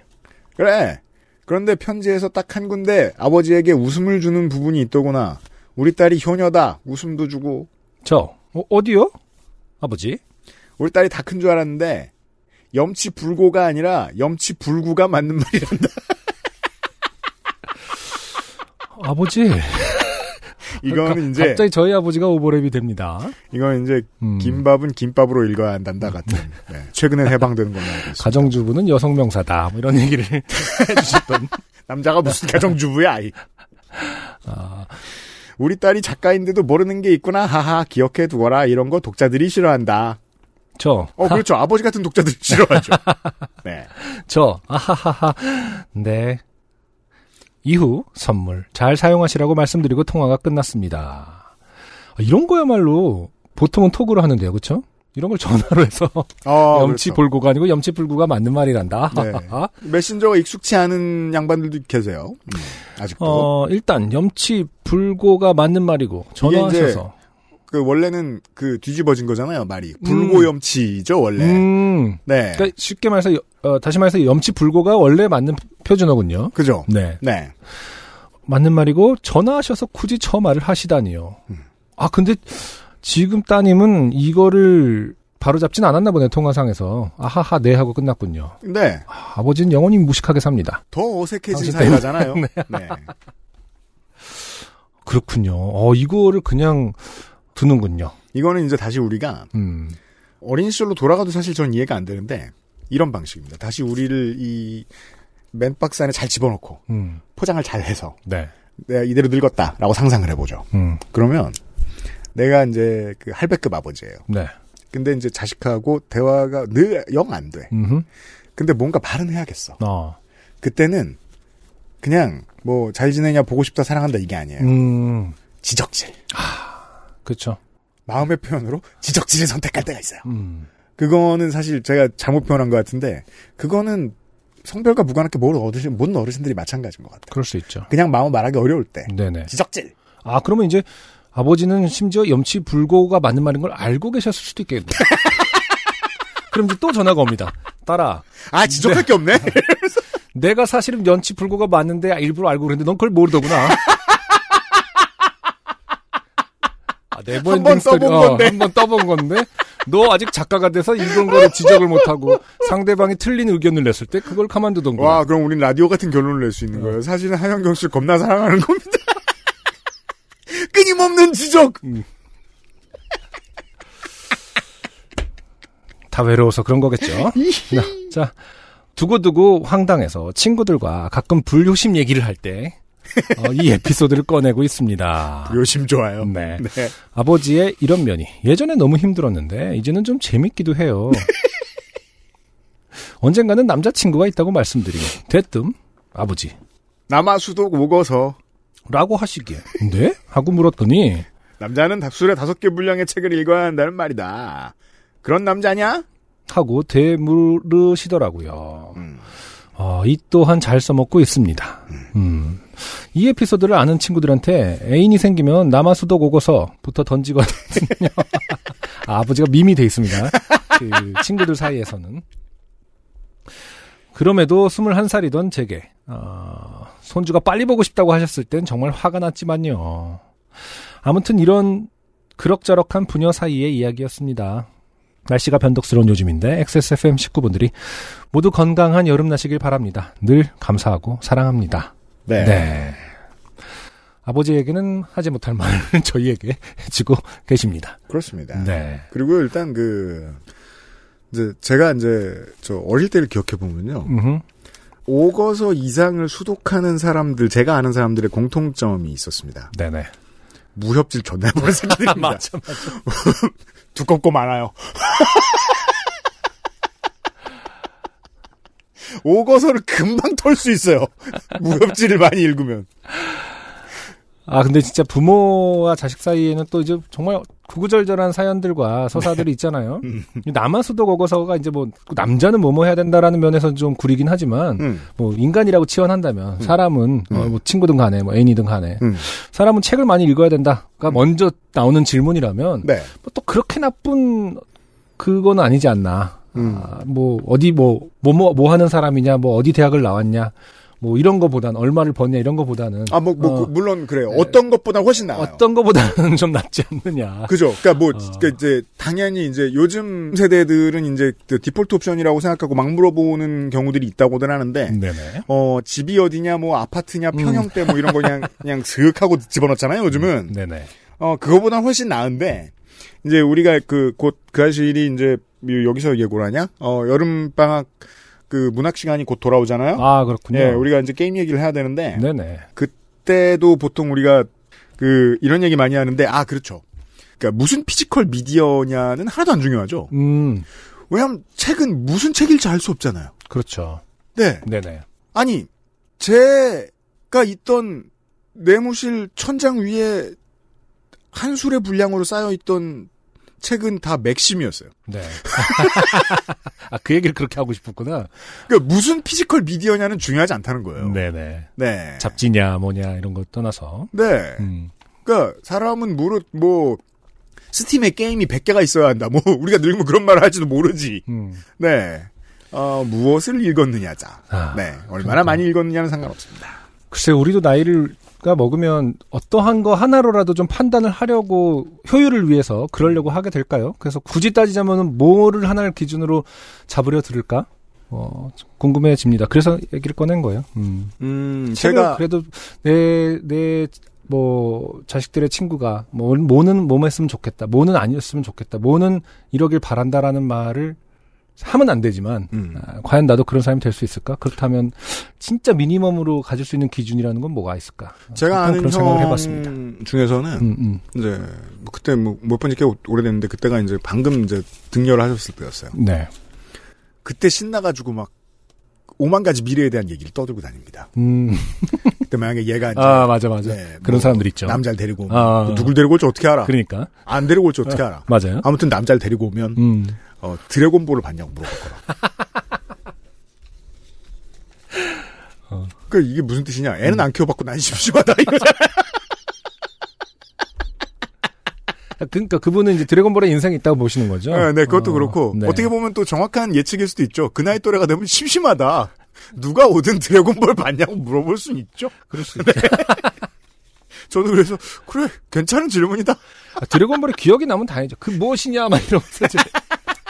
S1: 그래. 그런데 편지에서 딱 한 군데 아버지에게 웃음을 주는 부분이 있더구나. 우리 딸이 효녀다. 웃음도 주고.
S2: 저, 어, 어디요? 아버지,
S1: 우리 딸이 다 큰 줄 알았는데 염치 불고가 아니라 염치 불구가 맞는 말이란다.
S2: 아버지.
S1: 이거는
S2: 가-
S1: 이제
S2: 그러니까 갑자기 저희 아버지가 오버랩이 됩니다.
S1: 이건 이제
S2: 음,
S1: 김밥은 김밥으로 읽어야 한단다 같은. 네, 최근엔 해방되는 걸로 알고 있습니다.
S2: 가정주부는 여성 명사다. 뭐 이런 얘기를 해주셨던.
S1: 남자가 무슨 가정주부야. 아이.
S2: 아,
S1: 우리 딸이 작가인데도 모르는 게 있구나. 하하 기억해 두거라. 이런 거 독자들이 싫어한다.
S2: 저,
S1: 어 그렇죠. 아버지 같은 독자들이 싫어하죠. 네.
S2: 저, 아하하하. 네. 이후 선물 잘 사용하시라고 말씀드리고 통화가 끝났습니다. 아, 이런 거야말로 보통은 톡으로 하는데요, 그렇죠? 이런 걸 전화로 해서
S1: 어,
S2: 염치
S1: 그렇죠.
S2: 볼고가 아니고 염치 불구가 맞는 말이란다.
S1: 네. 메신저가 익숙치 않은 양반들도 계세요. 음, 아직도.
S2: 어, 일단 염치 불고가 맞는 말이고 전화하셔서
S1: 그 원래는 그 뒤집어진 거잖아요 말이 불고염치죠 원래
S2: 음,
S1: 네
S2: 그러니까 쉽게 말해서 여- 어, 다시 말해서 염치 불고가 원래 맞는 표준어군요.
S1: 그죠
S2: 네.
S1: 네
S2: 맞는 말이고 전화하셔서 굳이 저 말을 하시다니요.
S1: 음.
S2: 아 근데 지금 따님은 이거를 바로 잡진 않았나 보네 통화상에서 아하하 네 하고 끝났군요.
S1: 근데
S2: 아, 아버지는 영원히 무식하게 삽니다.
S1: 더 어색해진
S2: 당신
S1: 사이가잖아요 네.
S2: 그렇군요. 어 이거를 그냥 두는군요.
S1: 이거는 이제 다시 우리가
S2: 음.
S1: 어린 시절로 돌아가도 사실 전 이해가 안 되는데 이런 방식입니다 다시 우리를 이 맨박스 안에 잘 집어넣고
S2: 음.
S1: 포장을 잘 해서
S2: 네.
S1: 내가 이대로 늙었다라고 상상을 해보죠
S2: 음.
S1: 그러면 내가 이제 그 할배급 아버지예요
S2: 네.
S1: 근데 이제 자식하고 대화가 늘 영 안돼
S2: 음.
S1: 근데 뭔가 말은 해야겠어
S2: 어.
S1: 그때는 그냥 뭐 잘 지내냐 보고 싶다 사랑한다 이게 아니에요.
S2: 음.
S1: 지적질.
S2: 그렇죠.
S1: 마음의 표현으로 지적질을 선택할 때가 있어요.
S2: 음.
S1: 그거는 사실 제가 잘못 표현한 것 같은데 그거는 성별과 무관하게 뭘 어르신 못 어르신들이 마찬가지인 것 같아요.
S2: 그럴 수 있죠.
S1: 그냥 마음 말하기 어려울 때
S2: 네네.
S1: 지적질.
S2: 아 그러면 이제 아버지는 심지어 염치 불고가 맞는 말인 걸 알고 계셨을 수도 있겠네. 그럼 이제 또 전화가 옵니다. 딸아,
S1: 아 지적할 게 없네.
S2: 내가 사실은 염치 불고가 맞는데 일부러 알고 그랬는데 넌 그걸 모르더구나. 아,
S1: 한번
S2: 네버엔딩 스토리
S1: 써본 건데.
S2: 한번 떠본 건데 너 아직 작가가 돼서 이런 거를 지적을 못하고 상대방이 틀린 의견을 냈을 때 그걸 가만두던 거야.
S1: 와 그럼 우린 라디오 같은 결론을 낼 수 있는 거예요. 사실은 한영경 씨 겁나 사랑하는 겁니다. 끊임없는 지적.
S2: 다 외로워서 그런 거겠죠. 나- 자, 두고두고 황당해서 친구들과 가끔 불효심 얘기를 할 때, 어, 이 에피소드를 꺼내고 있습니다.
S1: 요심 그 좋아요.
S2: 네.
S1: 네.
S2: 아버지의 이런 면이 예전에 너무 힘들었는데, 이제는 좀 재밌기도 해요. 언젠가는 남자친구가 있다고 말씀드리고, 대뜸, 아버지,
S1: 남아수도 오거서
S2: 라고 하시기에, 네? 하고 물었더니,
S1: 남자는 술에 다섯 개 분량의 책을 읽어야 한다는 말이다. 그런 남자냐?
S2: 하고 되물으시더라고요. 어, 이 또한 잘 써먹고 있습니다. 음. 이 에피소드를 아는 친구들한테 애인이 생기면 남아수도 고고서부터 던지거든요. 아, 아버지가 밈이 돼 있습니다. 그 친구들 사이에서는. 그럼에도 21살이던 제게 어, 손주가 빨리 보고 싶다고 하셨을 땐 정말 화가 났지만요. 아무튼 이런 그럭저럭한 부녀 사이의 이야기였습니다. 날씨가 변덕스러운 요즘인데 XSFM 식구분들이 모두 건강한 여름 나시길 바랍니다. 늘 감사하고 사랑합니다. 네. 아버지에게는 하지 못할 말을 저희에게 해주고 계십니다.
S1: 그렇습니다.
S2: 네.
S1: 그리고 일단 그 이제 제가 이제 저 어릴 때를 기억해 보면요.
S2: 음흠.
S1: 오거서 이상을 수독하는 사람들 제가 아는 사람들의 공통점이 있었습니다.
S2: 네네.
S1: 무협질 존나 보는 새끼들입니다.
S2: 맞아,
S1: 두껍고 많아요. 오거서를 금방 털 수 있어요. 무협지를 많이 읽으면.
S2: 아, 근데 진짜 부모와 자식 사이에는 또 이제 정말 구구절절한 사연들과 서사들이 있잖아요. 이 남아수도 거거서가 이제 뭐, 남자는 뭐뭐 해야 된다라는 면에서는 좀 구리긴 하지만,
S1: 음.
S2: 뭐, 인간이라고 치환한다면, 사람은, 어, 뭐, 친구든 간에, 뭐, 애인이든 간에,
S1: 음.
S2: 사람은 책을 많이 읽어야 된다가 먼저 나오는 질문이라면,
S1: 네.
S2: 뭐또 그렇게 나쁜 그건 아니지 않나. 아, 뭐 어디 뭐뭐뭐 하는 사람이냐, 뭐 어디 대학을 나왔냐, 뭐 이런 거보단 얼마를 버냐 이런 거보다는
S1: 아, 뭐, 뭐
S2: 어,
S1: 그- 물론 그래요. 어떤 것보다 훨씬 나아요.
S2: 어떤 거보다는 좀 낫지 않느냐.
S1: 그죠. 그러니까 뭐
S2: 어.
S1: 그러니까 이제 당연히 이제 요즘 세대들은 이제 그 디폴트 옵션이라고 생각하고 막 물어보는 경우들이 있다고들
S2: 음.
S1: 하는데
S2: 네네.
S1: 어 집이 어디냐 뭐
S2: 음.
S1: 아파트냐 평형대 뭐 이런 거 그냥 그냥 슥 하고 집어넣잖아요. 요즘은
S2: 네네.
S1: 어 그거보다 훨씬 나은데 이제 우리가 그 곧 그 아실이 이제 여기서 예고를 하냐? 어 여름 방학 그 문학 시간이 곧 돌아오잖아요.
S2: 아 그렇군요.
S1: 예, 우리가 이제 게임 얘기를 해야 되는데
S2: 네네.
S1: 때도 보통 우리가 그 이런 얘기 많이 하는데 아 그렇죠. 그러니까 무슨 피지컬 미디어냐는 하나도 안 중요하죠.
S2: 음
S1: 왜냐하면 책은 무슨 책일지 알 수 없잖아요.
S2: 그렇죠.
S1: 네,
S2: 네네.
S1: 아니 제가 있던 내무실 천장 위에 한 술의 분량으로 쌓여 있던 책은 다 맥심이었어요.
S2: 네. 아 그 얘기를 그렇게 하고 싶었구나.
S1: 그러니까 무슨 피지컬 미디어냐는 중요하지 않다는 거예요.
S2: 네네.
S1: 네.
S2: 잡지냐 뭐냐 이런 거 떠나서.
S1: 네.
S2: 음.
S1: 그러니까 사람은 무릇 뭐 스팀에 게임이 100개가 있어야 한다. 뭐 우리가 늙으면 그런 말을 할지도 모르지.
S2: 음.
S1: 네. 어, 무엇을 읽었느냐자.
S2: 아,
S1: 네. 얼마나 많이 읽었느냐는 상관없습니다.
S2: 글쎄 우리도 나이를가 먹으면 어떠한 거 하나로라도 좀 판단을 하려고 효율을 위해서 그러려고 하게 될까요? 그래서 굳이 따지자면은 뭐를 하나를 기준으로 잡으려 들을까? 어, 좀 궁금해집니다. 그래서 얘기를 꺼낸 거예요. 음.
S1: 음,
S2: 책을 그래도 내 내 뭐 자식들의 친구가 뭐 뭐는 뭐만 했으면 좋겠다. 뭐는 아니었으면 좋겠다. 뭐는 이러길 바란다라는 말을 하면 안 되지만
S1: 음.
S2: 아, 과연 나도 그런 사람이 될 수 있을까? 그렇다면 진짜 미니멈으로 가질 수 있는 기준이라는 건 뭐가 있을까? 보통
S1: 제가 아는
S2: 그런 생각을 해봤습니다.
S1: 형 중에서는
S2: 음, 음.
S1: 이제 뭐 그때 뭐몇번 이렇게 오래됐는데 그때가 이제 방금 이제 등려를 하셨을 때였어요.
S2: 네.
S1: 그때 신나가지고 막 오만 가지 미래에 대한 얘기를 떠들고 다닙니다.
S2: 음.
S1: 그때 만약에 얘가 이제
S2: 아 맞아 맞아.
S1: 네, 뭐
S2: 그런 사람들 있죠.
S1: 남자를 데리고 오면
S2: 아.
S1: 또 누굴 데리고 올지 어떻게 알아?
S2: 그러니까
S1: 안 데리고 올지 어떻게 알아?
S2: 맞아요.
S1: 아무튼 남자를 데리고 오면
S2: 음.
S1: 어, 드래곤볼을 봤냐고 물어볼 거라.
S2: 어.
S1: 그 이게 무슨 뜻이냐? 애는 안 키워봤고 난 심심하다 이거잖아.
S2: 그러니까 그분은 이제 드래곤볼에 인생이 있다고 보시는 거죠.
S1: 네, 네, 그것도
S2: 어,
S1: 그렇고
S2: 네.
S1: 어떻게 보면 또 정확한 예측일 수도 있죠. 그 나이 또래가 되면 심심하다. 누가 오든 드래곤볼 봤냐고 물어볼 순 있죠.
S2: 그럴 수 있죠.
S1: 저도 그래서 그래 괜찮은 질문이다.
S2: 아, 드래곤볼에 기억이 나면 다행이죠. 그 무엇이냐 막 이러면서 이제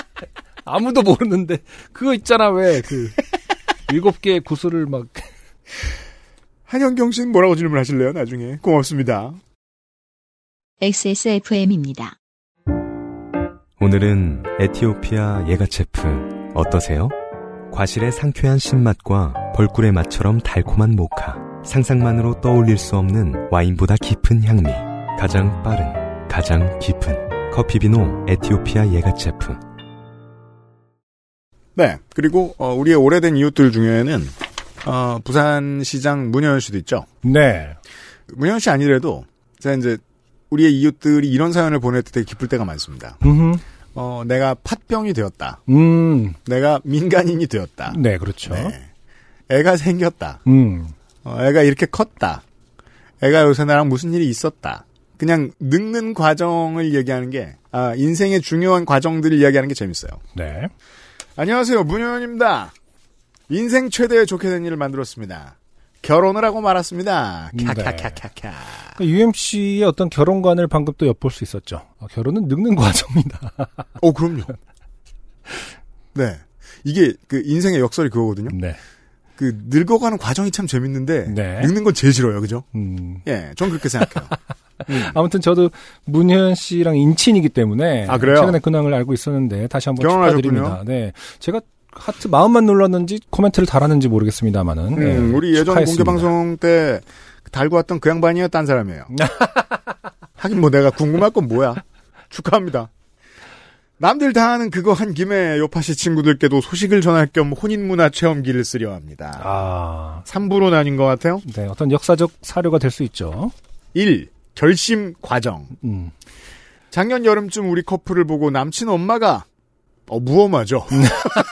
S2: 아무도 모르는데 그거 있잖아 왜 그 일곱 개의 구슬을 막
S1: 한현경 씨는 뭐라고 질문하실래요? 나중에 고맙습니다.
S3: XSFM입니다.
S8: 오늘은 에티오피아 예가체프 어떠세요? 과실의 상쾌한 신맛과 벌꿀의 맛처럼 달콤한 모카. 상상만으로 떠올릴 수 없는 와인보다 깊은 향미. 가장 빠른, 가장 깊은 커피비노 에티오피아 예가체프.
S1: 네. 그리고 어, 우리의 오래된 이웃들 중에는 어, 부산시장 문현 씨도 있죠.
S2: 네.
S1: 문현 씨 아니래도 제가 이제 우리의 이웃들이 이런 사연을 보낼 때 되게 기쁠 때가 많습니다.
S2: 음.
S1: 어, 내가 팥병이 되었다.
S2: 음.
S1: 내가 민간인이 되었다.
S2: 네, 그렇죠.
S1: 네. 애가 생겼다.
S2: 음.
S1: 어, 애가 이렇게 컸다. 애가 요새 나랑 무슨 일이 있었다. 그냥 늙는 과정을 얘기하는 게 아, 인생의 중요한 과정들을 이야기하는 게 재밌어요.
S2: 네.
S1: 안녕하세요. 문현입니다. 인생 최대의 좋게 된 일을 만들었습니다. 결혼을 하고 말았습니다. 캬캬캬캬캬.
S2: 그러니까 UMC의 어떤 결혼관을 방금 또 엿볼 수 있었죠. 어, 결혼은 늙는 과정이다.
S1: 어, 그럼요. 네. 이게 그 인생의 역설이 그거거든요.
S2: 네.
S1: 그 늙어가는 과정이 참 재밌는데
S2: 네.
S1: 늙는 건 제일 싫어요. 그죠?
S2: 음.
S1: 예. 전 그렇게 생각해요.
S2: 아무튼 저도 문현 씨랑 인친이기 때문에
S1: 아, 그래요?
S2: 최근에 근황을 알고 있었는데 다시 한번
S1: 결혼하셨군요.
S2: 축하드립니다. 네. 제가 하트 마음만 눌렀는지 코멘트를 달았는지 모르겠습니다만은 네,
S1: 음, 우리 예전 공개
S2: 축하했습니다.
S1: 방송 때 달고 왔던 그 양반이요, 딴 사람이에요. 하긴 뭐 내가 궁금할 건 뭐야. 축하합니다. 남들 다 아는 그거 한 김에 요파시 친구들께도 소식을 전할 겸 혼인문화 체험기를 쓰려 합니다.
S2: 아,
S1: 3부로 나뉜 것 같아요.
S2: 네, 어떤 역사적 사료가 될 수 있죠.
S1: 1. 결심 과정.
S2: 음.
S1: 작년 여름쯤 우리 커플을 보고 남친 엄마가 어, 무엄하죠.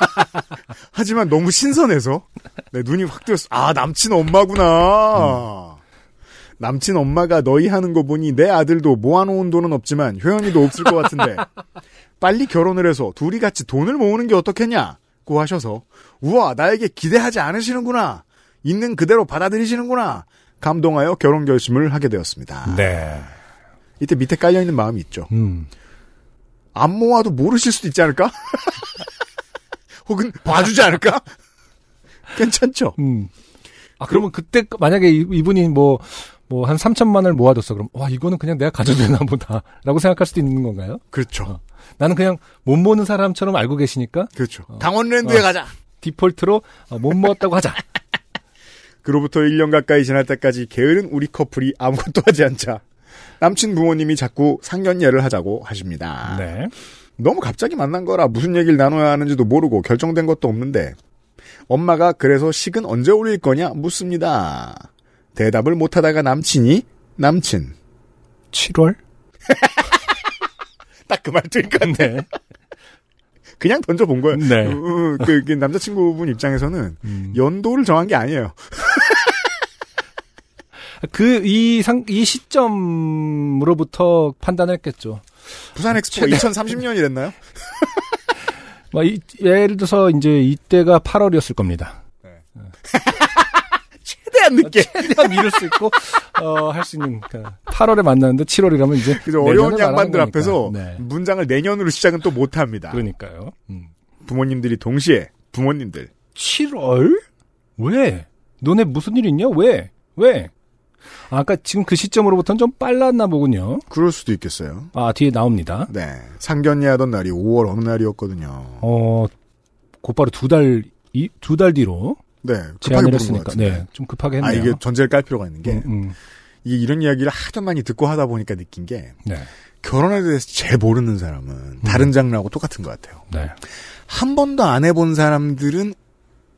S1: 하지만 너무 신선해서 네, 눈이 확 뜨였어. 아 남친 엄마구나. 남친 엄마가 너희 하는 거 보니 내 아들도 모아놓은 돈은 없지만 효연이도 없을 것 같은데 빨리 결혼을 해서 둘이 같이 돈을 모으는 게 어떻겠냐고 하셔서 우와 나에게 기대하지 않으시는구나 있는 그대로 받아들이시는구나 감동하여 결혼 결심을 하게 되었습니다.
S2: 네.
S1: 이때 밑에 깔려 있는 마음이 있죠.
S2: 음.
S1: 안 모아도 모르실 수도 있지 않을까? 혹은 봐주지 않을까? 괜찮죠?
S2: 음. 아, 그러면 그때 만약에 이- 이분이 뭐, 뭐 한 3천만 원을 모아뒀어. 그럼, 와, 이거는 그냥 내가 가져도 되나 보다. 라고 생각할 수도 있는 건가요? 어.
S1: 그렇죠.
S2: 나는 그냥 못 모는 사람처럼 알고 계시니까
S1: 그렇죠. 강원랜드에
S2: 어.
S1: 가자.
S2: 디폴트로 어, 못 모았다고 하자.
S1: 그로부터 1년 가까이 지날 때까지 게으른 우리 커플이 아무것도 하지 않자 남친 부모님이 자꾸 상견례를 하자고 하십니다.
S2: 네.
S1: 너무 갑자기 만난 거라 무슨 얘기를 나눠야 하는지도 모르고 결정된 것도 없는데 엄마가 그래서 식은 언제 올릴 거냐 묻습니다. 대답을 못하다가 남친이 남친
S2: 7월?
S1: 딱 그 말투인 것 같아.
S2: 네.
S1: 그냥 던져본 거예요.
S2: 네.
S1: 어, 그, 그 남자친구분 입장에서는
S2: 음.
S1: 연도를 정한 게 아니에요.
S2: 그, 이 상, 이 시점으로부터 판단했겠죠.
S1: 부산 엑스포가
S2: 네.
S1: 2030년이 됐나요?
S2: 막 뭐, 이- 예를 들어서 이제 이때가 8월이었을 겁니다.
S1: 네.
S2: 네. 어,
S1: 최대한 늦게.
S2: 최대한 미룰 수 있고, 어, 할 수 있는, 그 8월에 만났는데 7월이라면 이제.
S1: 그래서
S2: 내년을
S1: 어려운
S2: 말하는
S1: 양반들
S2: 거니까.
S1: 앞에서 음.
S2: 네.
S1: 문장을 내년으로 시작은 또 못합니다.
S2: 그러니까요. 음.
S1: 부모님들이 동시에 부모님들
S2: 7월? 왜? 너네 무슨 일 있냐? 왜? 왜? 아, 아까 지금 그 시점으로부터는 좀 빨랐나 보군요.
S1: 그럴 수도 있겠어요.
S2: 아, 뒤에 나옵니다.
S1: 네 상견례하던 날이 5월 어느 날이었거든요.
S2: 어, 곧바로 두 달, 이, 두 달 뒤로
S1: 네 급하게
S2: 제안을
S1: 부른 것
S2: 했으니까.
S1: 같은데.
S2: 네, 좀 급하게 했네요.
S1: 아 이게 전제를 깔 필요가 있는 게
S2: 음, 음.
S1: 이게 이런 이야기를 하도 많이 듣고 하다 보니까 느낀 게
S2: 네,
S1: 결혼에 대해서 제일 모르는 사람은
S2: 음.
S1: 다른 장르하고 똑같은 것 같아요.
S2: 네.
S1: 한 번도 안 해본 사람들은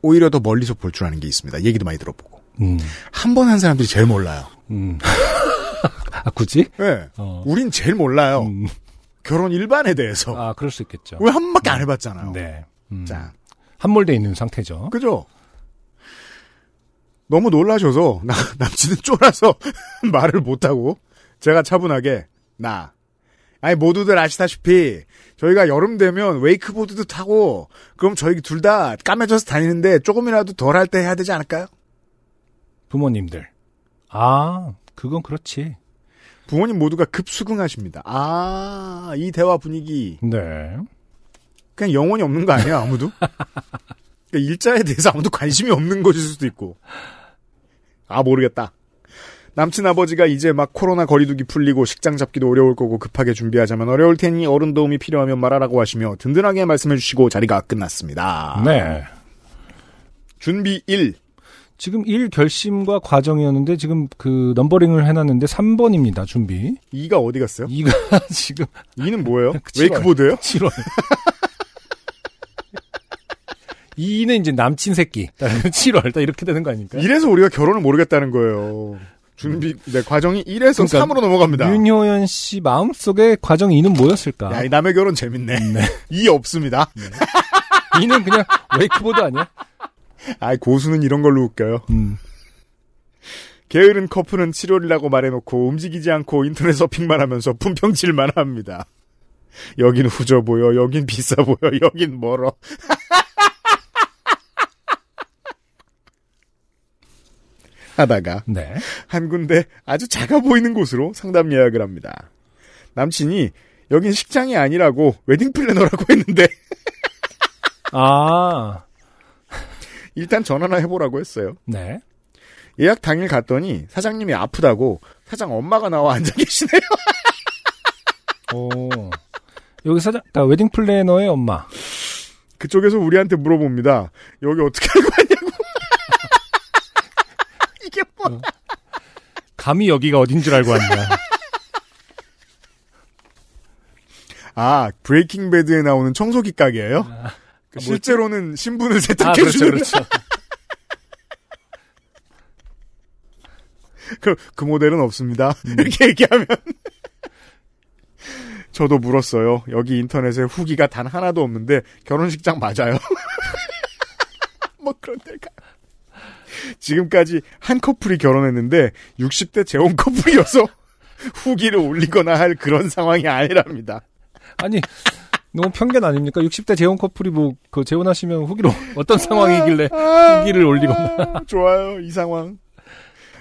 S1: 오히려 더 멀리서 볼 줄 아는 게 있습니다. 얘기도 많이 들어보고.
S2: 음,
S1: 한 번 한 사람들이 제일 몰라요.
S2: 음. 아, 굳이?
S1: 예.
S2: 어.
S1: 우린 제일 몰라요.
S2: 음.
S1: 결혼 일반에 대해서.
S2: 아, 그럴 수 있겠죠.
S1: 어. 왜 한 번밖에 안 해봤잖아요.
S2: 네. 음.
S1: 자,
S2: 함몰돼 있는 상태죠.
S1: 그죠? 너무 놀라셔서, 나, 남친은 쫄아서 말을 못하고, 제가 차분하게, 나. 아니, 모두들 아시다시피, 저희가 여름 되면 웨이크보드도 타고, 그럼 저희 둘 다 까매져서 다니는데 조금이라도 덜 할 때 해야 되지 않을까요?
S2: 부모님들. 아, 그건 그렇지.
S1: 부모님 모두가 급수긍하십니다. 아, 이 대화 분위기.
S2: 네.
S1: 그냥 영혼이 없는 거 아니야, 아무도? 그러니까 일자에 대해서 아무도 관심이 없는 것일 수도 있고. 아, 모르겠다. 남친 아버지가 이제 막 코로나 거리두기 풀리고 식장 잡기도 어려울 거고 급하게 준비하자면 어려울 테니 어른 도움이 필요하면 말하라고 하시며 든든하게 말씀해 주시고 자리가 끝났습니다.
S2: 네.
S1: 준비 1.
S2: 지금 일 결심과 과정이었는데 지금 그 넘버링을 해놨는데 3번입니다 준비
S1: 2가 어디 갔어요?
S2: 이가 지금
S1: 2는 뭐예요?
S2: 그
S1: 웨이크보드예요?
S2: 7월 2는 이제 남친 새끼 7월 딱 이렇게 되는 거 아닙니까?
S1: 이래서 우리가 결혼을 모르겠다는 거예요. 준비 네, 과정이 1에서
S2: 그러니까
S1: 3으로 넘어갑니다.
S2: 윤효연 씨 마음속에 과정 2는 뭐였을까?
S1: 야, 이 남의 결혼 재밌네. 이 없습니다.
S2: 2는 그냥 웨이크보드 아니야?
S1: 아이 고수는 이런 걸로 웃겨요.
S2: 음.
S1: 게으른 커플은 7월이라고 말해놓고 움직이지 않고 인터넷 서핑만 하면서 품평질만 합니다. 여긴 후져 보여, 여긴 비싸 보여, 여긴 멀어. 하다가
S2: 네.
S1: 한 군데 아주 작아 보이는 곳으로 상담 예약을 합니다. 남친이 여긴 식장이 아니라고 웨딩 플래너라고 했는데
S2: 아,
S1: 일단 전화나 해보라고 했어요.
S2: 네.
S1: 예약 당일 갔더니 사장님이 아프다고 사장 엄마가 나와 앉아 계시네요.
S2: 오. 여기 사장, 아, 웨딩 플래너의 엄마.
S1: 그쪽에서 우리한테 물어봅니다. 여기 어떻게 알고 왔냐고. 뭐. 이게 뭐
S2: 아, 감히 여기가 어딘 줄 알고 왔냐.
S1: 아, 브레이킹 배드에 나오는 청소기 가게예요? 실제로는 신분을
S2: 그 아,
S1: 세탁해
S2: 그렇죠,
S1: 주는
S2: 그렇죠.
S1: 그, 그 모델은 없습니다. 이렇게 얘기하면. 저도 물었어요. 여기 인터넷에 후기가 단 하나도 없는데 결혼식장 맞아요. 뭐 그런 데가. 지금까지 한 커플이 결혼했는데 60대 재혼 커플이어서 후기를 올리거나 할 그런 상황이 아니랍니다.
S2: 아니, 너무 편견 아닙니까? 60대 재혼 커플이 뭐, 그, 재혼하시면 후기로 어떤 상황이길래 후기를 올리거나.
S1: 아, 좋아요, 이 상황.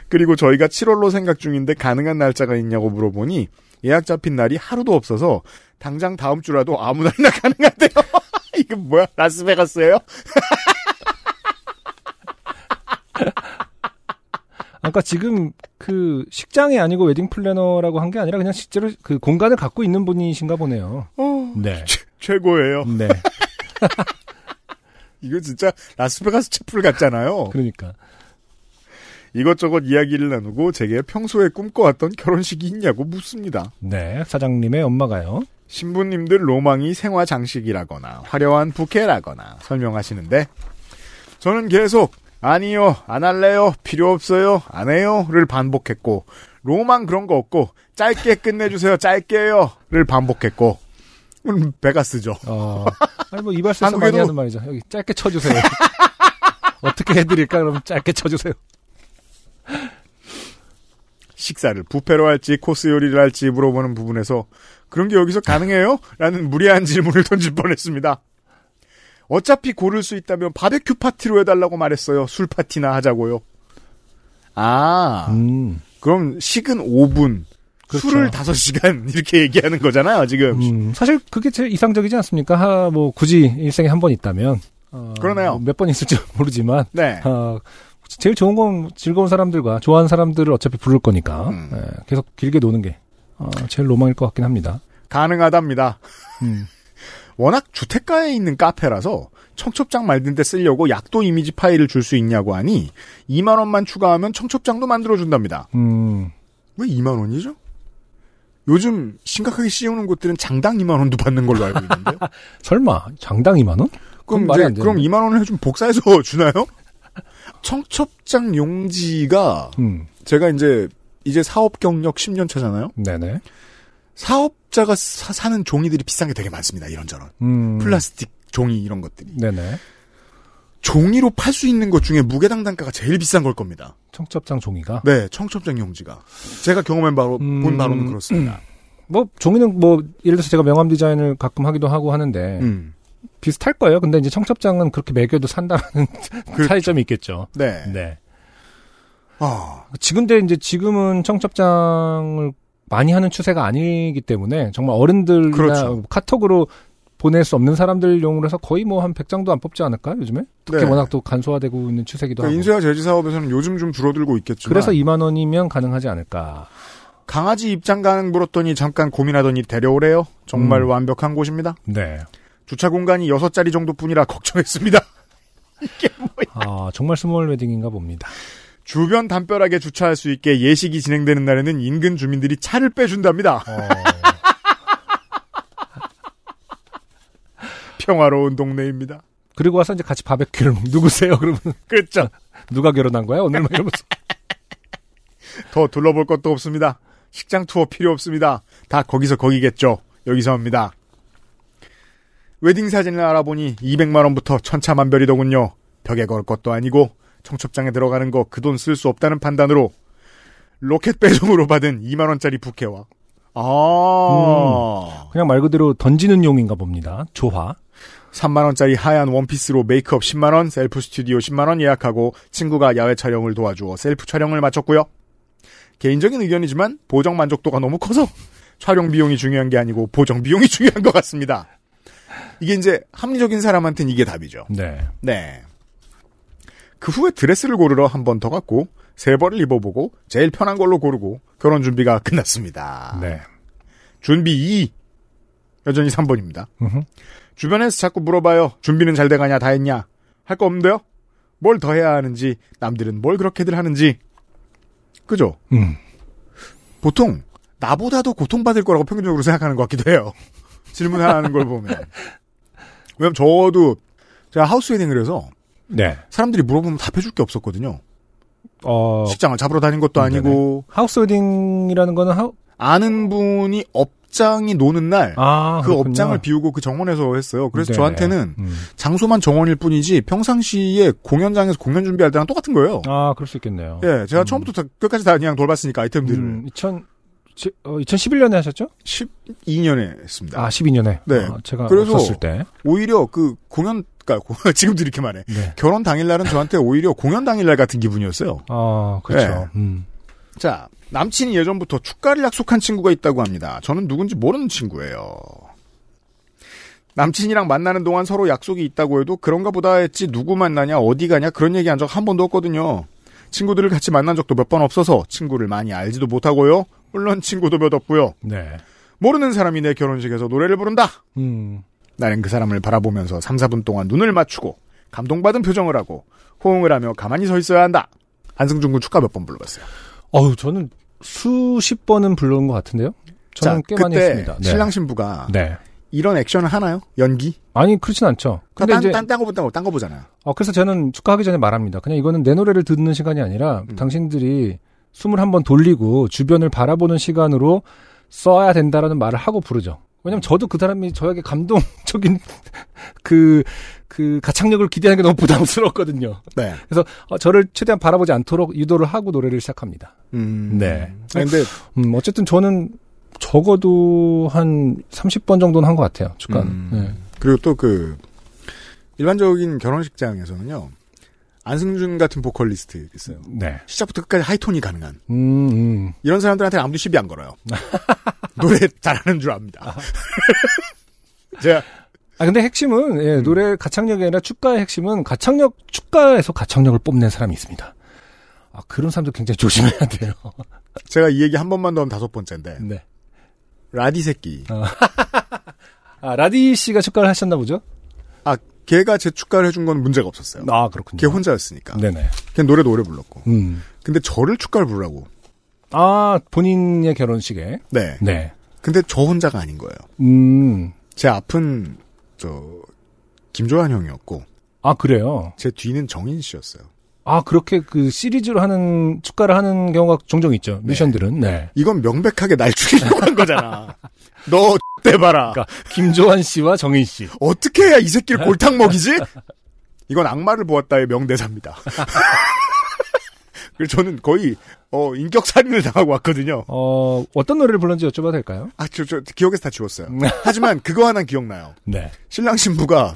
S1: 그리고 저희가 7월로 생각 중인데 가능한 날짜가 있냐고 물어보니 예약 잡힌 날이 하루도 없어서 당장 다음 주라도 아무 날이나 가능하대요. 이게 뭐야? 라스베가스예요?
S2: 아까 지금 그, 식장이 아니고 웨딩 플래너라고 한 게 아니라 그냥 실제로 그 공간을 갖고 있는 분이신가 보네요.
S1: 어,
S2: 네.
S1: 최고예요.
S2: 네.
S1: 이거 진짜 라스베가스 채플 같잖아요.
S2: 그러니까.
S1: 이것저것 이야기를 나누고 제게 평소에 꿈꿔왔던 결혼식이 있냐고 묻습니다.
S2: 네. 사장님의 엄마가요.
S1: 신부님들 로망이 생화 장식이라거나 화려한 부케라거나 설명하시는데 저는 계속 아니요, 안 할래요, 필요 없어요, 안 해요를 반복했고 로망 그런 거 없고 짧게 끝내주세요, 짧게요를 반복했고 음, 배가 쓰죠.
S2: 어. 아니, 뭐, 이발소에서 많이
S1: 한국에도-
S2: 하는 말이죠. 여기 짧게 쳐주세요. 어떻게 해드릴까? 그럼 짧게 쳐주세요.
S1: 식사를 부페로 할지 코스 요리를 할지 물어보는 부분에서 그런 게 여기서 가능해요? 라는 무리한 질문을 던질 뻔했습니다. 어차피 고를 수 있다면 바베큐 파티로 해달라고 말했어요. 술 파티나 하자고요. 아,
S2: 음.
S1: 그럼 식은 5분,
S2: 그렇죠.
S1: 술을 5시간 이렇게 얘기하는 거잖아요, 지금.
S2: 음, 사실 그게 제일 이상적이지 않습니까? 하, 뭐 굳이 일생에 한 번 있다면 어,
S1: 그러네요.
S2: 몇 번 있을지 모르지만
S1: 네.
S2: 어, 제일 좋은 건 즐거운 사람들과 좋아하는 사람들을 어차피 부를 거니까
S1: 음.
S2: 예, 계속 길게 노는 게 어, 제일 로망일 것 같긴 합니다.
S1: 가능하답니다.
S2: 음.
S1: 워낙 주택가에 있는 카페라서 청첩장 만든 데 쓰려고 약도 이미지 파일을 줄 수 있냐고 하니 2만 원만 추가하면 청첩장도 만들어 준답니다.
S2: 음,
S1: 왜 2만 원이죠? 요즘 심각하게 씌우는 곳들은 장당 2만 원도 받는 걸로 알고 있는데요.
S2: 설마 장당 2만 원? 그건 말이 안 되는데.
S1: 그럼 2만 원을 좀 복사해서 주나요? 청첩장 용지가
S2: 음,
S1: 제가 이제 이제 사업 경력 10년 차잖아요.
S2: 네네.
S1: 사업자가 사, 는 종이들이 비싼 게 되게 많습니다. 이런저런
S2: 음,
S1: 플라스틱 종이 이런 것들이
S2: 네네.
S1: 종이로 팔 수 있는 것 중에 무게당 단가가 제일 비싼 걸 겁니다.
S2: 청첩장 종이가
S1: 네, 청첩장 용지가 제가 경험한 바로
S2: 음,
S1: 본 바로는 그렇습니다.
S2: 뭐 종이는 뭐 예를 들어서 제가 명함 디자인을 가끔 하기도 하고 하는데
S1: 음,
S2: 비슷할 거예요. 근데 이제 청첩장은 그렇게 매겨도 산다는
S1: 그렇죠.
S2: 차이점이 있겠죠.
S1: 네,
S2: 네.
S1: 아,
S2: 지금데 이제 지금은 청첩장을 많이 하는 추세가 아니기 때문에 정말 어른들이나
S1: 그렇죠.
S2: 카톡으로 보낼 수 없는 사람들용으로 해서 거의 뭐 한 100장도 안 뽑지 않을까 요즘에? 특히
S1: 네.
S2: 워낙 또 간소화되고 있는 추세기도
S1: 그러니까
S2: 하고.
S1: 인쇄와 제지 사업에서는 요즘 좀 줄어들고 있겠지만
S2: 그래서 2만 원이면 가능하지 않을까.
S1: 강아지 입장 가능 물었더니 잠깐 고민하더니 데려오래요. 정말
S2: 음.
S1: 완벽한 곳입니다.
S2: 네.
S1: 주차 공간이 6자리 정도뿐이라 걱정했습니다.
S2: 아, 정말 스몰 웨딩인가 봅니다.
S1: 주변 담벼락에 주차할 수 있게 예식이 진행되는 날에는 인근 주민들이 차를 빼준답니다. 평화로운 동네입니다.
S2: 그리고 와서 이제 같이 바베큐를 먹- 누구세요? 그러면
S1: 그렇죠.
S2: 누가 결혼한 거야? 오늘 막 이러면서.
S1: 더 둘러볼 것도 없습니다. 식장 투어 필요 없습니다. 다 거기서 거기겠죠. 여기서 합니다. 웨딩 사진을 알아보니 200만 원부터 천차만별이더군요. 벽에 걸 것도 아니고 청첩장에 들어가는 거 그 돈 쓸 수 없다는 판단으로 로켓 배송으로 받은 2만 원짜리 부케와 아
S2: 그냥 말 그대로 던지는 용인가 봅니다. 조화.
S1: 3만원짜리 하얀 원피스로 메이크업 10만원, 셀프 스튜디오 10만원 예약하고 친구가 야외 촬영을 도와주어 셀프 촬영을 마쳤고요. 개인적인 의견이지만 보정 만족도가 너무 커서 촬영 비용이 중요한 게 아니고 보정 비용이 중요한 것 같습니다. 이게 이제 합리적인 사람한테는 이게 답이죠.
S2: 네.
S1: 네. 그 후에 드레스를 고르러 한 번 더 갔고 세 벌을 입어보고 제일 편한 걸로 고르고 결혼 준비가 끝났습니다.
S2: 네.
S1: 준비 2. 여전히 3번입니다.
S2: 음흠.
S1: 주변에서 자꾸 물어봐요. 준비는 잘 돼가냐, 다 했냐? 할 거 없는데요? 뭘 더 해야 하는지, 남들은 뭘 그렇게들 하는지. 그죠?
S2: 음.
S1: 보통, 나보다도 고통받을 거라고 평균적으로 생각하는 것 같기도 해요. 질문하라는 걸 보면. 왜냐면 저도 제가 하우스 웨딩을 해서
S2: 네.
S1: 사람들이 물어보면 답해줄 게 없었거든요.
S2: 어,
S1: 식장을 잡으러 다닌 것도
S2: 네네.
S1: 아니고
S2: 하우스 웨딩이라는 거는 하우,
S1: 아는 분이 업장이 노는 날.
S2: 아,
S1: 그
S2: 그렇군요.
S1: 업장을 비우고 그 정원에서 했어요. 그래서
S2: 네.
S1: 저한테는
S2: 음.
S1: 장소만 정원일 뿐이지 평상시에 공연장에서 공연 준비할 때랑 똑같은 거예요.
S2: 아, 그럴 수 있겠네요.
S1: 어. 예, 제가
S2: 음.
S1: 처음부터 다, 끝까지 다 그냥 돌봤으니까 아이템들을
S2: 음, 2000, 지- 어, 2011년에 하셨죠?
S1: 12년에 했습니다.
S2: 아, 12년에.
S1: 네.
S2: 제가
S1: 그래서-
S2: 없었을 때.
S1: 오히려 그 공연 그러니까 지금도 이렇게 말해
S2: 네.
S1: 결혼 당일날은 저한테 오히려 공연 당일날 같은 기분이었어요.
S2: 아,
S1: 네.
S2: 그렇죠. 음.
S1: 자, 남친이 예전부터 축가를 약속한 친구가 있다고 합니다. 저는 누군지 모르는 친구예요. 남친이랑 만나는 동안 서로 약속이 있다고 해도 그런가 보다 했지 누구 만나냐 어디 가냐 그런 얘기한 적 한 번도 없거든요. 친구들을 같이 만난 적도 몇 번 없어서 친구를 많이 알지도 못하고요. 물론 친구도 몇 없고요.
S2: 네.
S1: 모르는 사람이 내 결혼식에서 노래를 부른다.
S2: 음.
S1: 나는 그 사람을 바라보면서 3, 4분 동안 눈을 맞추고 감동받은 표정을 하고 호응을 하며 가만히 서 있어야 한다. 안승준 군 축가 몇 번 불러봤어요.
S2: 어우, 저는 수십 번은 불러온 것 같은데요? 저는 꽤
S1: 그때
S2: 많이 했습니다. 네.
S1: 신랑 신부가
S2: 네.
S1: 이런 액션을 하나요? 연기?
S2: 아니, 그렇진 않죠. 근데
S1: 딴,
S2: 이제,
S1: 딴, 딴거 보다 딴거 보잖아요.
S2: 어, 그래서 저는 축하하기 전에 말합니다. 그냥 이거는 내 노래를 듣는 시간이 아니라
S1: 음.
S2: 당신들이 21번 돌리고 주변을 바라보는 시간으로 써야 된다라는 말을 하고 부르죠. 왜냐면 저도 그 사람이 저에게 감동적인 그, 그 가창력을 기대하는 게 너무 부담스럽거든요.
S1: 네.
S2: 어, 저를 최대한 바라보지 않도록 유도를 하고 노래를 시작합니다.
S1: 음.
S2: 네.
S1: 근데
S2: 음, 어쨌든 저는 적어도 한 30번 정도는 한 것 같아요. 축가는.
S1: 음.
S2: 네.
S1: 그리고 또 그 일반적인 결혼식장에서는요. 안승준 같은 보컬리스트 있어요.
S2: 네.
S1: 시작부터 끝까지 하이톤이 가능한
S2: 음, 음.
S1: 이런 사람들한테 는 아무도 시비 안 걸어요. 노래 잘하는 줄 압니다. 제가
S2: 아 근데 핵심은 예, 노래 가창력이 아니라 축가의 핵심은 가창력 축가에서 가창력을 뽐낸 사람이 있습니다. 아 그런 사람도 굉장히 조심해야 돼요.
S1: 제가 이 얘기 한 번만 더 하면 다섯 번째인데
S2: 네.
S1: 라디 새끼
S2: 아 라디 씨가 축가를 하셨나 보죠?
S1: 아, 걔가 제 축가를 해준 건 문제가 없었어요.
S2: 아 그렇군요.
S1: 걔 혼자였으니까.
S2: 네네.
S1: 걔 노래도 오래 불렀고.
S2: 음.
S1: 근데 저를 축가를 부르라고.
S2: 아 본인의 결혼식에.
S1: 네.
S2: 네.
S1: 근데 저 혼자가 아닌 거예요.
S2: 음.
S1: 제 앞은 저 김조한 형이었고
S2: 아 그래요.
S1: 제 뒤는 정인 씨였어요.
S2: 아 그렇게 그 시리즈로 하는 축가를 하는 경우가 종종 있죠. 미션들은. 네.
S1: 이건 명백하게 날 죽이려고 한 거잖아. 너 대봐라.
S2: 그러니까 김조한 씨와 정인 씨.
S1: 어떻게 해야 이 새끼를 골탕 먹이지? 이건 악마를 보았다의 명대사입니다. 그래서 저는 거의 어 인격 살인을 당하고 왔거든요.
S2: 어 어떤 노래를 불렀는지 여쭤봐도 될까요?
S1: 아, 저, 저 기억에서 다 지웠어요. 하지만 그거 하나 기억나요.
S2: 네.
S1: 신랑 신부가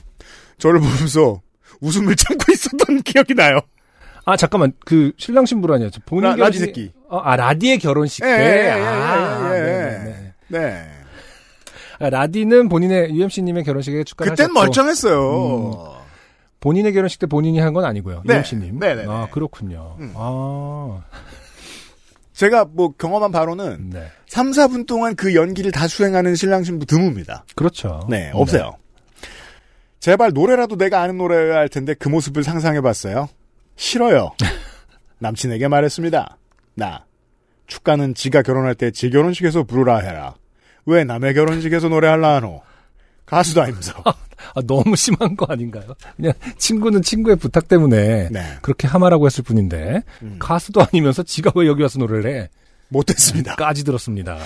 S1: 저를 보면서 웃음을 참고 있었던 기억이 나요.
S2: 아 잠깐만 그 신랑 신부라 아니야. 본인
S1: 라-
S2: 결혼식-
S1: 라디 새끼.
S2: 어, 아 라디의 결혼식 때.
S1: 예, 예, 예,
S2: 아,
S1: 예, 예,
S2: 네네네.
S1: 네.
S2: 아, 라디는 본인의 UMC님의 결혼식에 축가를
S1: 그땐
S2: 하셨고
S1: 멀쩡했어요.
S2: 본인의 결혼식 때 본인이 한 건 아니고요.
S1: 네.
S2: UMC님.
S1: 네네네.
S2: 아 그렇군요.
S1: 음.
S2: 아
S1: 제가 뭐 경험한 바로는
S2: 네.
S1: 3, 4분 동안 그 연기를 다 수행하는 신랑 신부 드뭅니다.
S2: 그렇죠.
S1: 네, 없어요. 제발 노래라도 내가 아는 노래여야 할 텐데 그 모습을 상상해봤어요. 싫어요. 남친에게 말했습니다. 나 축가는 지가 결혼할 때 지 결혼식에서 부르라 해라. 왜 남의 결혼식에서 노래할라 하노? 가수도 아니면서.
S2: 아, 너무 심한 거 아닌가요? 그냥 친구는 친구의 부탁 때문에
S1: 네,
S2: 그렇게 하마라고 했을 뿐인데
S1: 음.
S2: 가수도 아니면서 지가 왜 여기 와서 노래를 해?
S1: 못했습니다.
S2: 까지 들었습니다.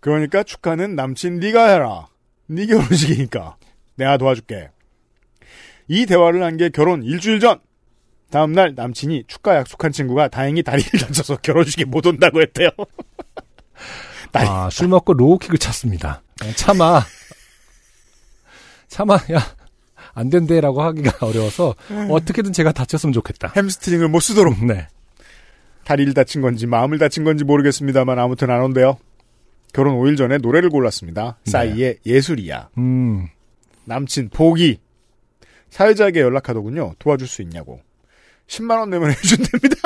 S1: 그러니까 축하는 남친 네가 해라. 네 결혼식이니까 내가 도와줄게. 이 대화를 한 게 결혼 일주일 전. 다음 날 남친이 축가 약속한 친구가 다행히 다리를 다쳐서 결혼식에 못 온다고 했대요. 다리.
S2: 아, 술 먹고 로우킥을 찼습니다. 아, 참아. 참아, 야, 안 된대라고 하기가 어려워서 어떻게든 제가 다쳤으면 좋겠다.
S1: 햄스트링을 못 쓰도록
S2: 네.
S1: 다리를 다친 건지 마음을 다친 건지 모르겠습니다만 아무튼 안 온대요. 결혼 5일 전에 노래를 골랐습니다. 싸이의 예술이야.
S2: 음,
S1: 남친 보기 사회자에게 연락하더군요. 도와줄 수 있냐고. 10만 원 내면 해준답니다.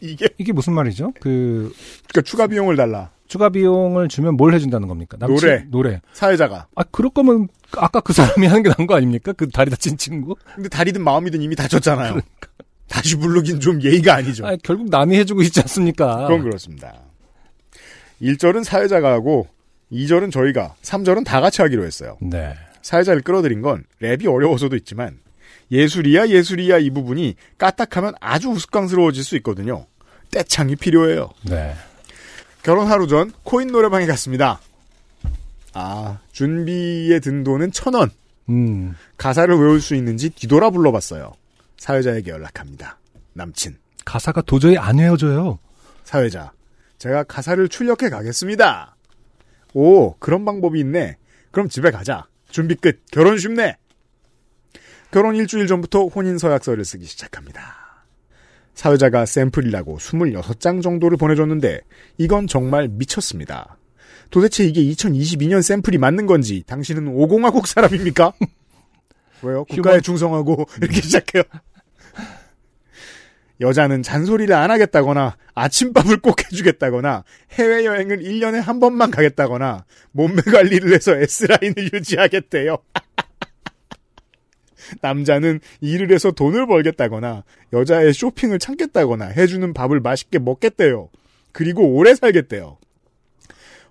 S1: 이게
S2: 이게 무슨 말이죠? 그,
S1: 그러니까 추가 비용을 달라
S2: 추가 비용을 주면 뭘 해준다는 겁니까? 남친,
S1: 노래.
S2: 노래.
S1: 사회자가.
S2: 아, 그럴 거면 아까 그 사람이 하는 게 나은 거 아닙니까? 그 다리 다친 친구?
S1: 근데 다리든 마음이든 이미 다쳤잖아요. 다시 부르긴 좀 예의가 아니죠.
S2: 아, 그렇죠. 결국 남이 해주고 있지 않습니까?
S1: 그건 그렇습니다. 일절은 사회자가 하고 2절은 저희가, 3절은 다 같이 하기로 했어요.
S2: 네.
S1: 사회자를 끌어들인 건 랩이 어려워서도 있지만 예술이야 예술이야 이 부분이 까딱하면 아주 우스꽝스러워질 수 있거든요. 떼창이 필요해요.
S2: 네.
S1: 결혼 하루 전 코인 노래방에 갔습니다. 아 준비에 든 돈은 천 원.
S2: 음.
S1: 가사를 외울 수 있는지 뒤돌아 불러봤어요. 사회자에게 연락합니다. 남친
S2: 가사가 도저히 안 외워져요.
S1: 사회자 제가 가사를 출력해 가겠습니다. 오 그런 방법이 있네. 그럼 집에 가자. 준비 끝. 결혼 쉽네. 결혼 일주일 전부터 혼인 서약서를 쓰기 시작합니다. 사회자가 샘플이라고 26장 정도를 보내줬는데 이건 정말 미쳤습니다. 도대체 이게 2022년 샘플이 맞는 건지 당신은 오공화국 사람입니까? 왜요? 국가에 충성하고 이렇게 시작해요. 여자는 잔소리를 안 하겠다거나 아침밥을 꼭 해주겠다거나 해외여행을 1년에 한 번만 가겠다거나 몸매 관리를 해서 S라인을 유지하겠대요. 남자는 일을 해서 돈을 벌겠다거나 여자의 쇼핑을 참겠다거나 해주는 밥을 맛있게 먹겠대요. 그리고 오래 살겠대요.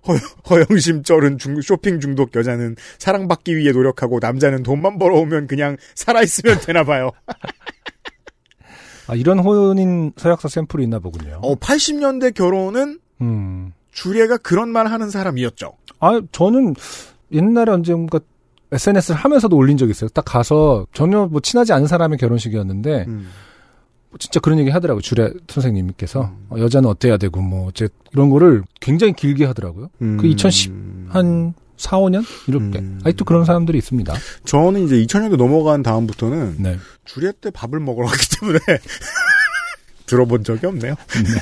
S1: 허, 영심 쩔은 중- 쇼핑 중독 여자는 사랑받기 위해 노력하고 남자는 돈만 벌어오면 그냥 살아있으면 되나 봐요.
S2: 아, 이런 혼인 서약서 샘플이 있나 보군요.
S1: 어, 80년대 결혼은
S2: 음.
S1: 주례가 그런 말 하는 사람이었죠.
S2: 아, 저는 옛날에 언젠가 SNS를 하면서도 올린 적이 있어요. 딱 가서 전혀 뭐 친하지 않은 사람의 결혼식이었는데
S1: 음.
S2: 진짜 그런 얘기 하더라고요. 주례 선생님께서 어, 여자는 어때야 되고 뭐 어째 이런 거를 굉장히 길게 하더라고요. 그 2010 한 4, 5년 이렇게
S1: 음.
S2: 아직도 그런 사람들이 있습니다.
S1: 저는 이제 2000년도 넘어간 다음부터는
S2: 네.
S1: 주례 때 밥을 먹으러 갔기 때문에 들어본 적이 없네요.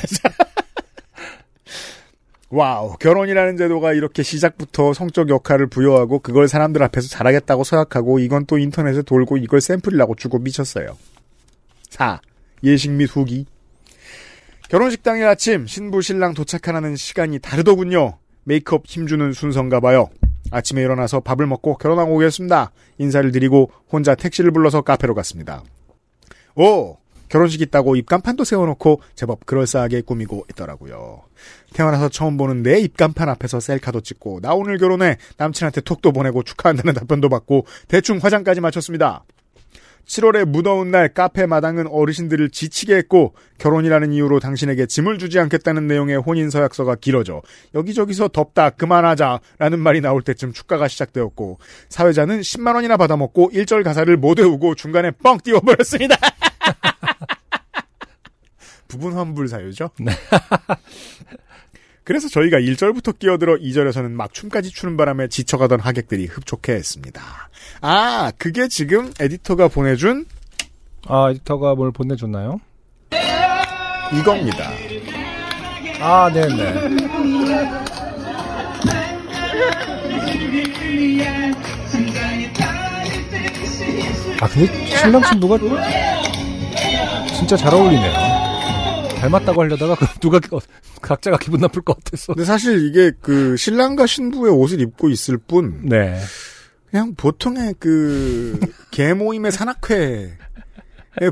S1: 와우, 결혼이라는 제도가 이렇게 시작부터 성적 역할을 부여하고 그걸 사람들 앞에서 잘하겠다고 서약하고 이건 또 인터넷에 돌고 이걸 샘플이라고 주고 미쳤어요. 4. 예식 및 후기. 결혼식 당일 아침 신부 신랑 도착하는 시간이 다르더군요. 메이크업 힘주는 순서인가 봐요. 아침에 일어나서 밥을 먹고 결혼하고 오겠습니다. 인사를 드리고 혼자 택시를 불러서 카페로 갔습니다. 오! 결혼식 있다고 입간판도 세워놓고 제법 그럴싸하게 꾸미고 있더라고요. 태어나서 처음 보는 내 입간판 앞에서 셀카도 찍고 나 오늘 결혼해 남친한테 톡도 보내고 축하한다는 답변도 받고 대충 화장까지 마쳤습니다. 7월의 무더운 날 카페 마당은 어르신들을 지치게 했고 결혼이라는 이유로 당신에게 짐을 주지 않겠다는 내용의 혼인 서약서가 길어져 여기저기서 덥다 그만하자라는 말이 나올 때쯤 축가가 시작되었고 사회자는 10만 원이나 받아먹고 1절 가사를 못 외우고 중간에 뻥 띄워버렸습니다. 부분 환불 사유죠? 그래서 저희가 1절부터 끼어들어 2절에서는 막 춤까지 추는 바람에 지쳐가던 하객들이 흡족해 했습니다. 아, 그게 지금 에디터가 보내준
S2: 아, 에디터가 뭘 보내줬나요?
S1: 이겁니다.
S2: 아, 네네. 아, 근데 신랑 신부가 진짜 잘 어울리네요. 닮았다고 하려다가 그 누가 기- 어, 각자가 기분 나쁠 것 같아서.
S1: 근데 사실 이게 그 신랑과 신부의 옷을 입고 있을 뿐
S2: 네.
S1: 그냥 보통의 그 개모임의 산악회의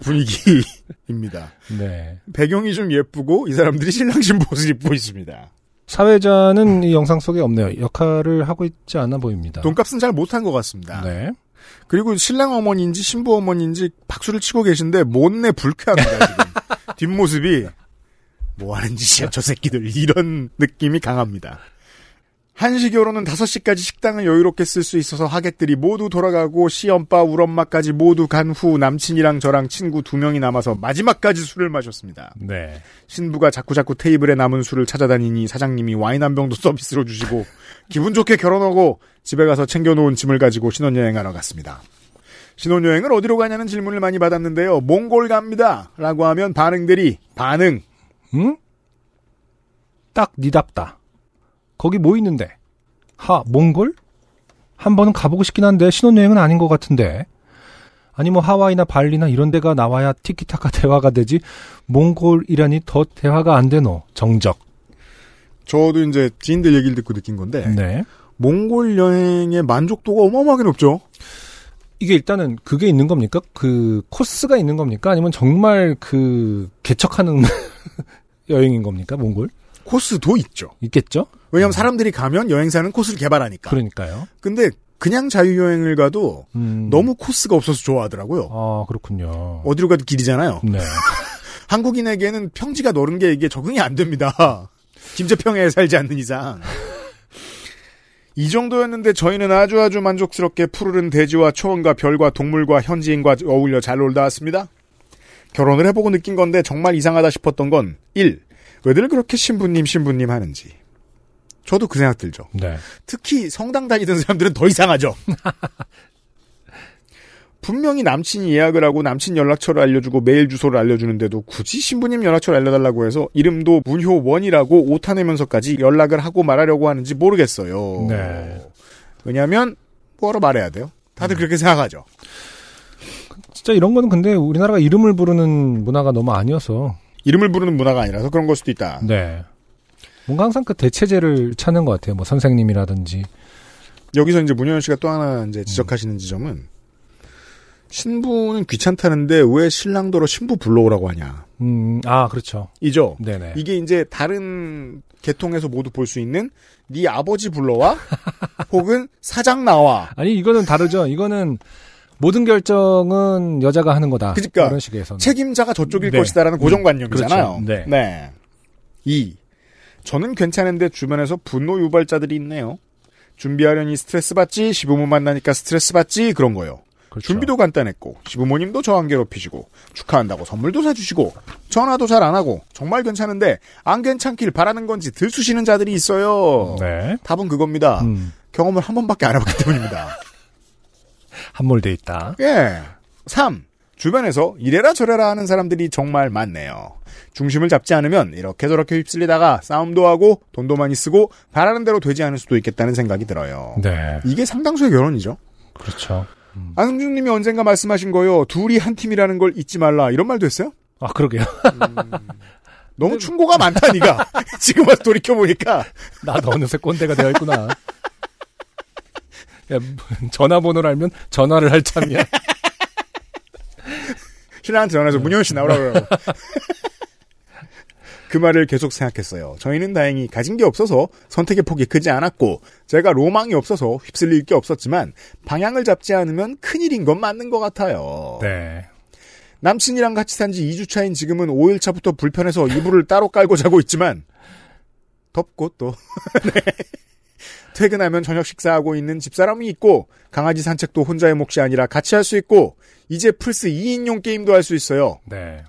S1: 분위기입니다.
S2: 네.
S1: 배경이 좀 예쁘고 이 사람들이 신랑 신부 옷을 입고 있습니다.
S2: 사회자는 이 영상 속에 없네요. 역할을 하고 있지 않아 보입니다.
S1: 돈값은 잘 못한 것 같습니다.
S2: 네.
S1: 그리고 신랑 어머니인지 신부 어머니인지 박수를 치고 계신데 못내 불쾌합니다 지금 뒷모습이 뭐 하는 짓이야 저 새끼들 이런 느낌이 강합니다. 한시 결혼은 5시까지 식당을 여유롭게 쓸 수 있어서 하객들이 모두 돌아가고 시엄빠 울엄마까지 모두 간 후 남친이랑 저랑 친구 두 명이 남아서 마지막까지 술을 마셨습니다.
S2: 네.
S1: 신부가 자꾸자꾸 테이블에 남은 술을 찾아다니니 사장님이 와인 한 병도 서비스로 주시고 기분 좋게 결혼하고 집에 가서 챙겨놓은 짐을 가지고 신혼여행하러 갔습니다. 신혼여행을 어디로 가냐는 질문을 많이 받았는데요. 몽골 갑니다. 라고 하면 반응들이 반응.
S2: 응? 딱 니답다. 거기 뭐 있는데? 하, 몽골? 한 번은 가보고 싶긴 한데 신혼여행은 아닌 것 같은데. 아니 뭐 하와이나 발리나 이런 데가 나와야 티키타카 대화가 되지 몽골이라니 더 대화가 안 되노 정적
S1: 저도 이제 지인들 얘기를 듣고 느낀 건데
S2: 네
S1: 몽골 여행의 만족도가 어마어마하게 높죠.
S2: 이게 일단은 그게 있는 겁니까 그 코스가 있는 겁니까 아니면 정말 그 개척하는 여행인 겁니까 몽골
S1: 코스도 있죠.
S2: 있겠죠?
S1: 왜냐하면 사람들이 가면 여행사는 코스를
S2: 음.
S1: 개발하니까.
S2: 그러니까요.
S1: 근데 그냥 자유여행을 가도
S2: 음.
S1: 너무 코스가 없어서 좋아하더라고요.
S2: 아, 그렇군요.
S1: 어디로 가도 길이잖아요.
S2: 네.
S1: 한국인에게는 평지가 넓은 게 이게 적응이 안 됩니다. 김제평야에 살지 않는 이상. 이 정도였는데 저희는 아주 아주 만족스럽게 푸르른 대지와 초원과 별과 동물과 현지인과 어울려 잘 놀다 왔습니다. 결혼을 해보고 느낀 건데 정말 이상하다 싶었던 건 1. 왜들 그렇게 신부님 신부님 하는지. 저도 그 생각 들죠.
S2: 네.
S1: 특히 성당 다니던 사람들은 더 이상하죠. 분명히 남친이 예약을 하고 남친 연락처를 알려주고 메일 주소를 알려주는데도 굳이 신부님 연락처를 알려달라고 해서 이름도 문효원이라고 오타내면서까지 연락을 하고 말하려고 하는지 모르겠어요.
S2: 네.
S1: 왜냐하면 뭐하러 말해야 돼요? 다들 그렇게 생각하죠.
S2: 진짜 이런 거는 근데 우리나라가 이름을 부르는 문화가 너무 아니어서.
S1: 이름을 부르는 문화가 아니라서 그런 걸 수도 있다.
S2: 네. 뭔가 항상 그 대체제를 찾는 것 같아요. 뭐 선생님이라든지.
S1: 여기서 이제 문효원 씨가 또 하나 이제 지적하시는 지점은 신부는 귀찮다는데 왜 신랑더러 신부 불러오라고 하냐.
S2: 음, 아, 그렇죠.
S1: 이죠.
S2: 네네.
S1: 이게 이제 다른 계통에서 모두 볼 수 있는 네 아버지 불러와 혹은 사장 나와
S2: 아니, 이거는 다르죠. 이거는 모든 결정은 여자가 하는 거다.
S1: 그러니까
S2: 이런 식에서.
S1: 책임자가 저쪽일
S2: 네.
S1: 것이다라는 고정관념이잖아요.
S2: 그렇죠. 네.
S1: 네. 2. 저는 괜찮은데 주변에서 분노 유발자들이 있네요. 준비하려니 스트레스 받지, 시부모 만나니까 스트레스 받지 그런 거요.
S2: 그렇죠.
S1: 준비도 간단했고 시부모님도 저한 괴롭히시고 축하한다고 선물도 사주시고 전화도 잘 안 하고 정말 괜찮은데 안 괜찮길 바라는 건지 들쑤시는 자들이 있어요.
S2: 네.
S1: 답은 그겁니다.
S2: 음,
S1: 경험을 한 번밖에 안 해봤기 때문입니다.
S2: 함몰돼 있다.
S1: 예. 3. 주변에서 이래라 저래라 하는 사람들이 정말 많네요. 중심을 잡지 않으면 이렇게 저렇게 휩쓸리다가 싸움도 하고 돈도 많이 쓰고 바라는 대로 되지 않을 수도 있겠다는 생각이 들어요.
S2: 네.
S1: 이게 상당수의 결혼이죠.
S2: 그렇죠.
S1: 안승준 님이 언젠가 말씀하신 거요. 둘이 한 팀이라는 걸 잊지 말라. 이런 말도 했어요?
S2: 아, 그러게요.
S1: 너무 충고가 많다, 니가. 지금 와서 돌이켜보니까.
S2: 나도 어느새 꼰대가 되어 있구나. 야, 전화번호를 알면 전화를 할 참이야.
S1: 신랑한테 전화해서 문효연 씨 나오라고 그러고. 그 말을 계속 생각했어요. 저희는 다행히 가진 게 없어서 선택의 폭이 크지 않았고 제가 로망이 없어서 휩쓸릴 게 없었지만 방향을 잡지 않으면 큰일인 건 맞는 것 같아요.
S2: 네.
S1: 남친이랑 같이 산 지 2주 차인 지금은 5일 차부터 불편해서 이불을 따로 깔고 자고 있지만 덥고 또 네. 퇴근하면 저녁 식사하고 있는 집사람이 있고 강아지 산책도 혼자의 몫이 아니라 같이 할 수 있고 이제 플스 2인용 게임도 할 수 있어요.
S2: 네.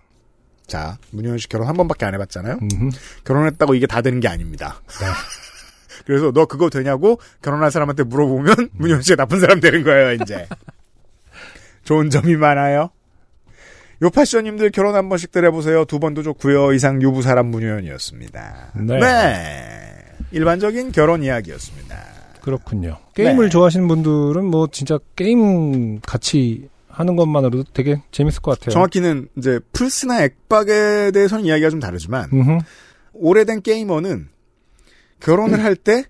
S1: 자, 문효연 씨 결혼 한 번밖에 안 해봤잖아요?
S2: 음흠. 네.
S1: 결혼했다고 이게 다 되는 게 아닙니다. 그래서 너 그거 되냐고 결혼할 사람한테 물어보면 문효연 씨가 나쁜 사람 되는 거예요, 이제. 좋은 점이 많아요. 요파쇼님들 결혼 한 번씩들 해보세요. 두 번도 좋고요. 이상 유부 사람 문효연이었습니다.
S2: 네.
S1: 네. 일반적인 결혼 이야기였습니다.
S2: 그렇군요. 게임을
S1: 네.
S2: 좋아하시는 분들은 뭐 진짜 게임 같이 하는 것만으로도 되게 재밌을 것 같아요.
S1: 정확히는 이제 플스나 액박에 대해서는 이야기가 좀 다르지만
S2: 음흠.
S1: 오래된 게이머는 결혼을 할 때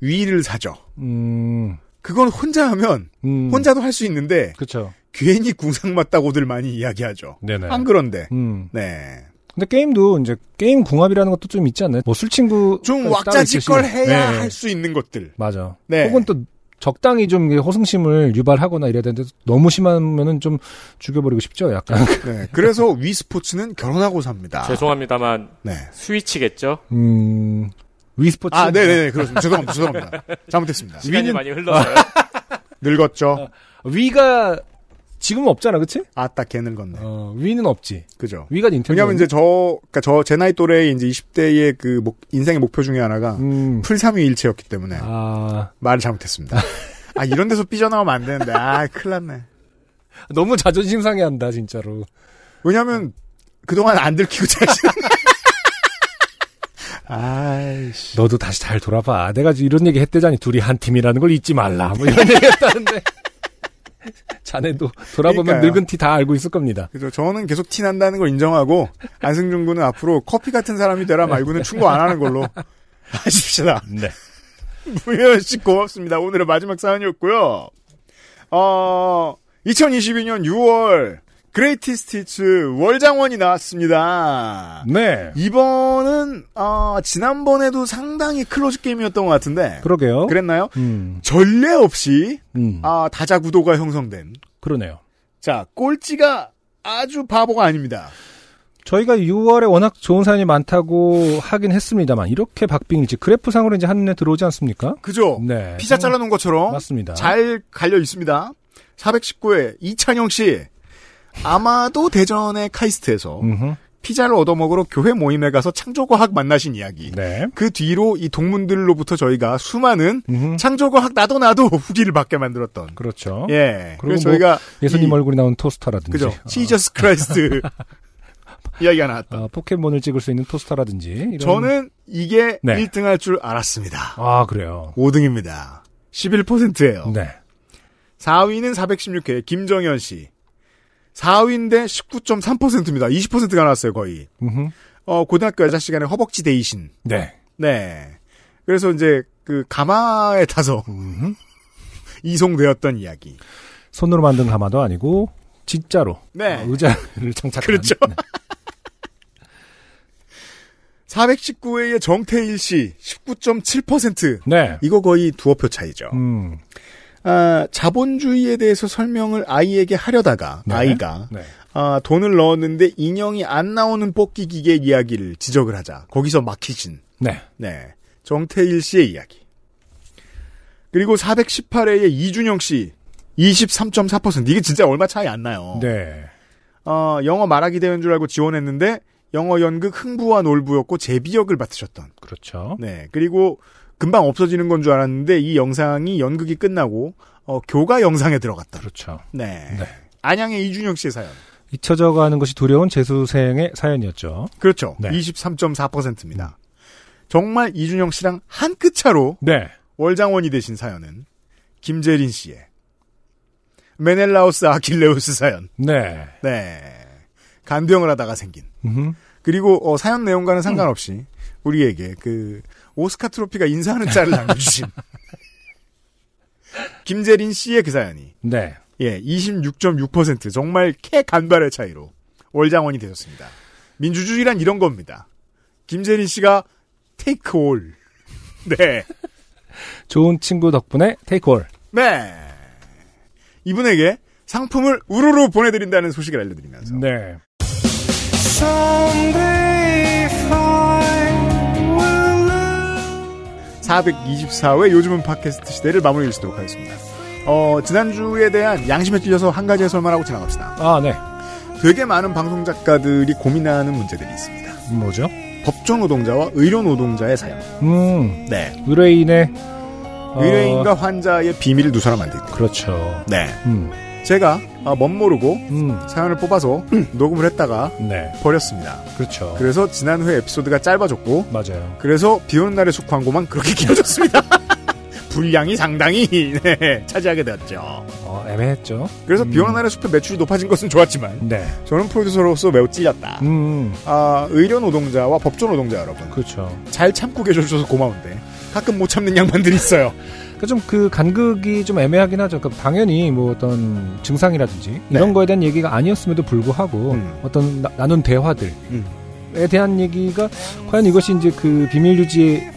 S1: 위를 사죠.
S2: 음,
S1: 그건 혼자 하면
S2: 음.
S1: 혼자도 할 수 있는데
S2: 그쵸.
S1: 괜히 궁상 맞다고들 많이 이야기하죠.
S2: 네네.
S1: 안 그런데
S2: 음.
S1: 네.
S2: 근데 게임도 이제 게임 궁합이라는 것도 좀 있지 않나요? 뭐 술친구.
S1: 좀
S2: 따로
S1: 왁자지껄
S2: 있으시면-
S1: 해야
S2: 네.
S1: 할 수 있는 것들.
S2: 맞아.
S1: 네.
S2: 혹은 또 적당히 좀 이게 호승심을 유발하거나 이래야 되는데 너무 심하면은 좀 죽여버리고 싶죠. 약간.
S1: 네. 그래서 위 스포츠는 결혼하고
S2: 아.
S1: 삽니다.
S7: 죄송합니다만
S1: 네.
S7: 스위치겠죠.
S2: 음, 위스포츠.
S1: 아, 네, 네, 네. 그렇습니다. 죄송합니다. 죄송합니다. 잘못했습니다.
S7: 시간이
S2: 위는- 어.
S7: 많이 흘러서요.
S1: 늙었죠.
S2: 위가 지금은 없잖아, 그치?
S1: 아따 개 늙었네.
S2: 어, 위는 없지.
S1: 그죠.
S2: 위가 닌텐도.
S1: 왜냐면 이제 저, 그니까 저 제 나이 또래의 이제 20대의 그 목- 인생의 목표 중에 하나가
S2: 음,
S1: 풀 3위 일체였기 때문에
S2: 아,
S1: 말을 잘못했습니다. 아, 이런 데서 삐져나오면 안 되는데. 아, 큰일 났네.
S2: 너무 자존심 상해한다, 진짜로.
S1: 왜냐면, 그동안 안 들키고 잘 아이씨.
S2: 너도 다시 잘 돌아봐. 내가 이런 얘기 했대자니 둘이 한 팀이라는 걸 잊지 말라. 뭐 이런 얘기 했다는데. 자네도 돌아보면
S1: 그러니까요.
S2: 늙은 티 다 알고 있을 겁니다.
S1: 그죠. 저는 계속 티 난다는 걸 인정하고, 안승준 군은 앞으로 커피 같은 사람이 되라 말고는 충고 안 하는 걸로. 하십시다.
S2: 네.
S1: 무현 씨 고맙습니다. 오늘의 마지막 사연이었고요. 어, 2022년 6월 그레이티 스티츠 월장원이 나왔습니다.
S2: 네.
S1: 이번은 아, 지난번에도 상당히 클로즈 게임이었던 것 같은데
S2: 그러게요.
S1: 그랬나요?
S2: 음,
S1: 전례 없이
S2: 음.
S1: 아, 다자 구도가 형성된
S2: 그러네요.
S1: 자 꼴찌가 아주 바보가 아닙니다.
S2: 저희가 6월에 워낙 좋은 사연이 많다고 하긴 했습니다만 이렇게 박빙이 지 그래프상으로 이제 한눈에 들어오지 않습니까?
S1: 그죠?
S2: 네.
S1: 피자 잘라놓은 것처럼
S2: 맞습니다.
S1: 잘 갈려 있습니다. 419회 이찬영 씨 아마도 대전의 카이스트에서
S2: 음흠.
S1: 피자를 얻어먹으러 교회 모임에 가서 창조과학 만나신 이야기.
S2: 네.
S1: 그 뒤로 이 동문들로부터 저희가 수많은
S2: 음흠.
S1: 창조과학 나도 나도 후기를 받게 만들었던.
S2: 그렇죠.
S1: 예.
S2: 그리고
S1: 그래서
S2: 뭐
S1: 저희가
S2: 예수님
S1: 이-
S2: 얼굴이 나온 토스터라든지
S1: 그죠.
S2: 어,
S1: 시저스 크라이스트 이야기가 나왔다.
S2: 어, 포켓몬을 찍을 수 있는 토스터라든지 이런-
S1: 저는 이게
S2: 네.
S1: 1등 할 줄 알았습니다.
S2: 아 그래요.
S1: 5등입니다. 11%예요.
S2: 네.
S1: 4위는 416회 김정현 씨. 4위인데 19.3%입니다. 20%가 나왔어요, 거의.
S2: 음흠.
S1: 어, 고등학교 여자 시간에 허벅지 데이신.
S2: 네.
S1: 네. 그래서 이제 그 가마에 타서 이송되었던 이야기.
S2: 손으로 만든 가마도 아니고 진짜로
S1: 네.
S2: 어, 의자를 장착한
S1: 그렇죠.
S2: 네.
S1: 419회의 정태일 씨 19.7%.
S2: 네.
S1: 이거 거의 두어 표 차이죠.
S2: 음.
S1: 아, 자본주의에 대해서 설명을 아이에게 하려다가
S2: 네.
S1: 아이가
S2: 네.
S1: 아, 돈을 넣었는데 인형이 안 나오는 뽑기 기계 이야기를 지적을 하자. 거기서 막히신.
S2: 네.
S1: 네. 정태일 씨의 이야기. 그리고 418회의 이준영 씨. 23.4%. 이게 진짜 얼마 차이 안 나요.
S2: 네.
S1: 어, 영어 말하기 대회인 줄 알고 지원했는데 영어 연극 흥부와 놀부였고 제비역을 맡으셨던.
S2: 그렇죠.
S1: 네. 그리고 금방 없어지는 건 줄 알았는데 이 영상이 연극이 끝나고 어, 교가 영상에 들어갔다.
S2: 그렇죠.
S1: 네.
S2: 네.
S1: 안양의 이준영 씨의 사연.
S2: 잊혀져 가는 것이 두려운 재수생의 사연이었죠.
S1: 그렇죠.
S2: 네.
S1: 23.4%입니다. 정말 이준영 씨랑 한 끗 차로
S2: 네.
S1: 월장원이 되신 사연은 김재린 씨의 메넬라우스 아킬레우스 사연.
S2: 네.
S1: 네. 간병을 하다가 생긴.
S2: 음흠.
S1: 그리고 어, 사연 내용과는 상관없이 우리에게 그 오스카 트로피가 인사하는 짤을 남겨주신 김재린 씨의 그 사연이
S2: 네.
S1: 예 26.6% 정말 캐 간발의 차이로 월장원이 되셨습니다. 민주주의란 이런 겁니다. 김재린 씨가 테이크 올. 네.
S2: 좋은 친구 덕분에 테이크홀.
S1: 네. 이분에게 상품을 우르르 보내드린다는 소식을 알려드리면서
S2: 네.
S1: 사 424회 요즘은 팟캐스트 시대를 마무리해 주도록 하겠습니다. 어, 지난주에 대한 양심에 찔려서 한 가지 해설만하고 지나갑시다.
S2: 아, 네.
S1: 되게 많은 방송 작가들이 고민하는 문제들이 있습니다.
S2: 뭐죠?
S1: 법정 노동자와 의료 노동자의 사연.
S2: 음,
S1: 네.
S2: 의뢰인의. 어,
S1: 의뢰인과 환자의 비밀을 누설하면 안 되겠다.
S2: 그렇죠.
S1: 네.
S2: 음,
S1: 제가 아, 멋 모르고
S2: 음,
S1: 사연을 뽑아서 녹음을 했다가
S2: 네.
S1: 버렸습니다.
S2: 그렇죠.
S1: 그래서 지난회 에피소드가 짧아졌고
S2: 맞아요.
S1: 그래서 비오는 날의 숙 광고만 그렇게 길어졌습니다. 분량이 상당히 네, 차지하게 되었죠.
S2: 어, 애매했죠.
S1: 그래서
S2: 음.
S1: 비오는 날의 숲의 매출이 높아진 것은 좋았지만
S2: 네.
S1: 저는 프로듀서로서 매우 찔렸다.
S2: 음,
S1: 아, 의료 노동자와 법조 노동자 여러분
S2: 그렇죠.
S1: 잘 참고 계셔주셔서 고마운데 가끔 못 참는 양반들이 있어요.
S2: 그 좀 그 간극이 좀 애매하긴 하죠. 그 당연히 뭐 어떤 증상이라든지 이런 거에 대한 얘기가 아니었음에도 불구하고
S1: 네. 음.
S2: 어떤 나, 눈 대화들에
S1: 음.
S2: 대한 얘기가 과연 이것이 이제 그 비밀 유지에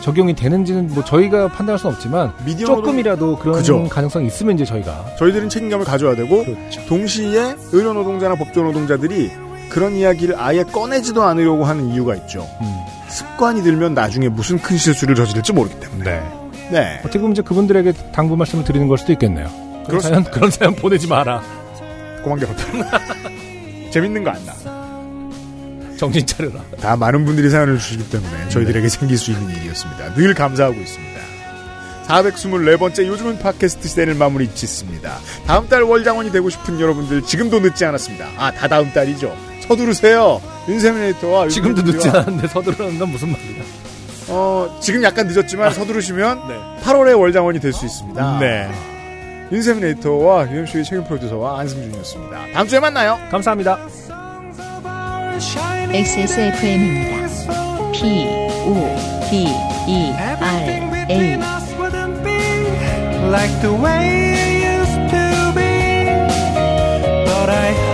S2: 적용이 되는지는 뭐 저희가 판단할 수는 없지만
S1: 미디어 노동-
S2: 조금이라도 그런
S1: 그죠.
S2: 가능성이 있으면 이제 저희가
S1: 저희들은 책임감을 가져야 되고 동시에 의료 노동자나 법조 노동자들이 그런 이야기를 아예 꺼내지도 않으려고 하는 이유가 있죠.
S2: 음,
S1: 습관이 들면 나중에 무슨 큰 실수를 저지를지 모르기 때문에.
S2: 네.
S1: 네.
S2: 어떻게 보면 이제 그분들에게 당부 말씀을 드리는 걸 수도 있겠네요. 그런 사연, 그-
S1: 그렇습니다.
S2: 그런 사연 보내지 마라.
S1: 고만개 편 재밌는 거 안 나.
S2: 정신 차려라.
S1: 다 많은 분들이 사연을 주시기 때문에 저희들에게 생길 수 있는 일이었습니다. 늘 감사하고 있습니다. 424번째 요즘은 팟캐스트 시대를 마무리 짓습니다. 다음 달 월장원이 되고 싶은 여러분들 지금도 늦지 않았습니다. 아, 다 다음 달이죠. 서두르세요. 윤세민 에디터와
S2: 지금도
S1: 윤세민
S2: 늦지
S1: PD와.
S2: 않았는데 서두르는 건 무슨 말이야?
S1: 어, 지금 약간 늦었지만 서두르시면
S2: 네.
S1: 8월에 월장원이 될 수 있습니다.
S2: 네.
S1: 윤세민 에디터와 유엠쇼의 책임 프로듀서와 안승준이었습니다. 다음 주에 만나요.
S2: 감사합니다.
S3: XSFM입니다. P, O, D, E, R, A.
S10: like the way it used to be. But I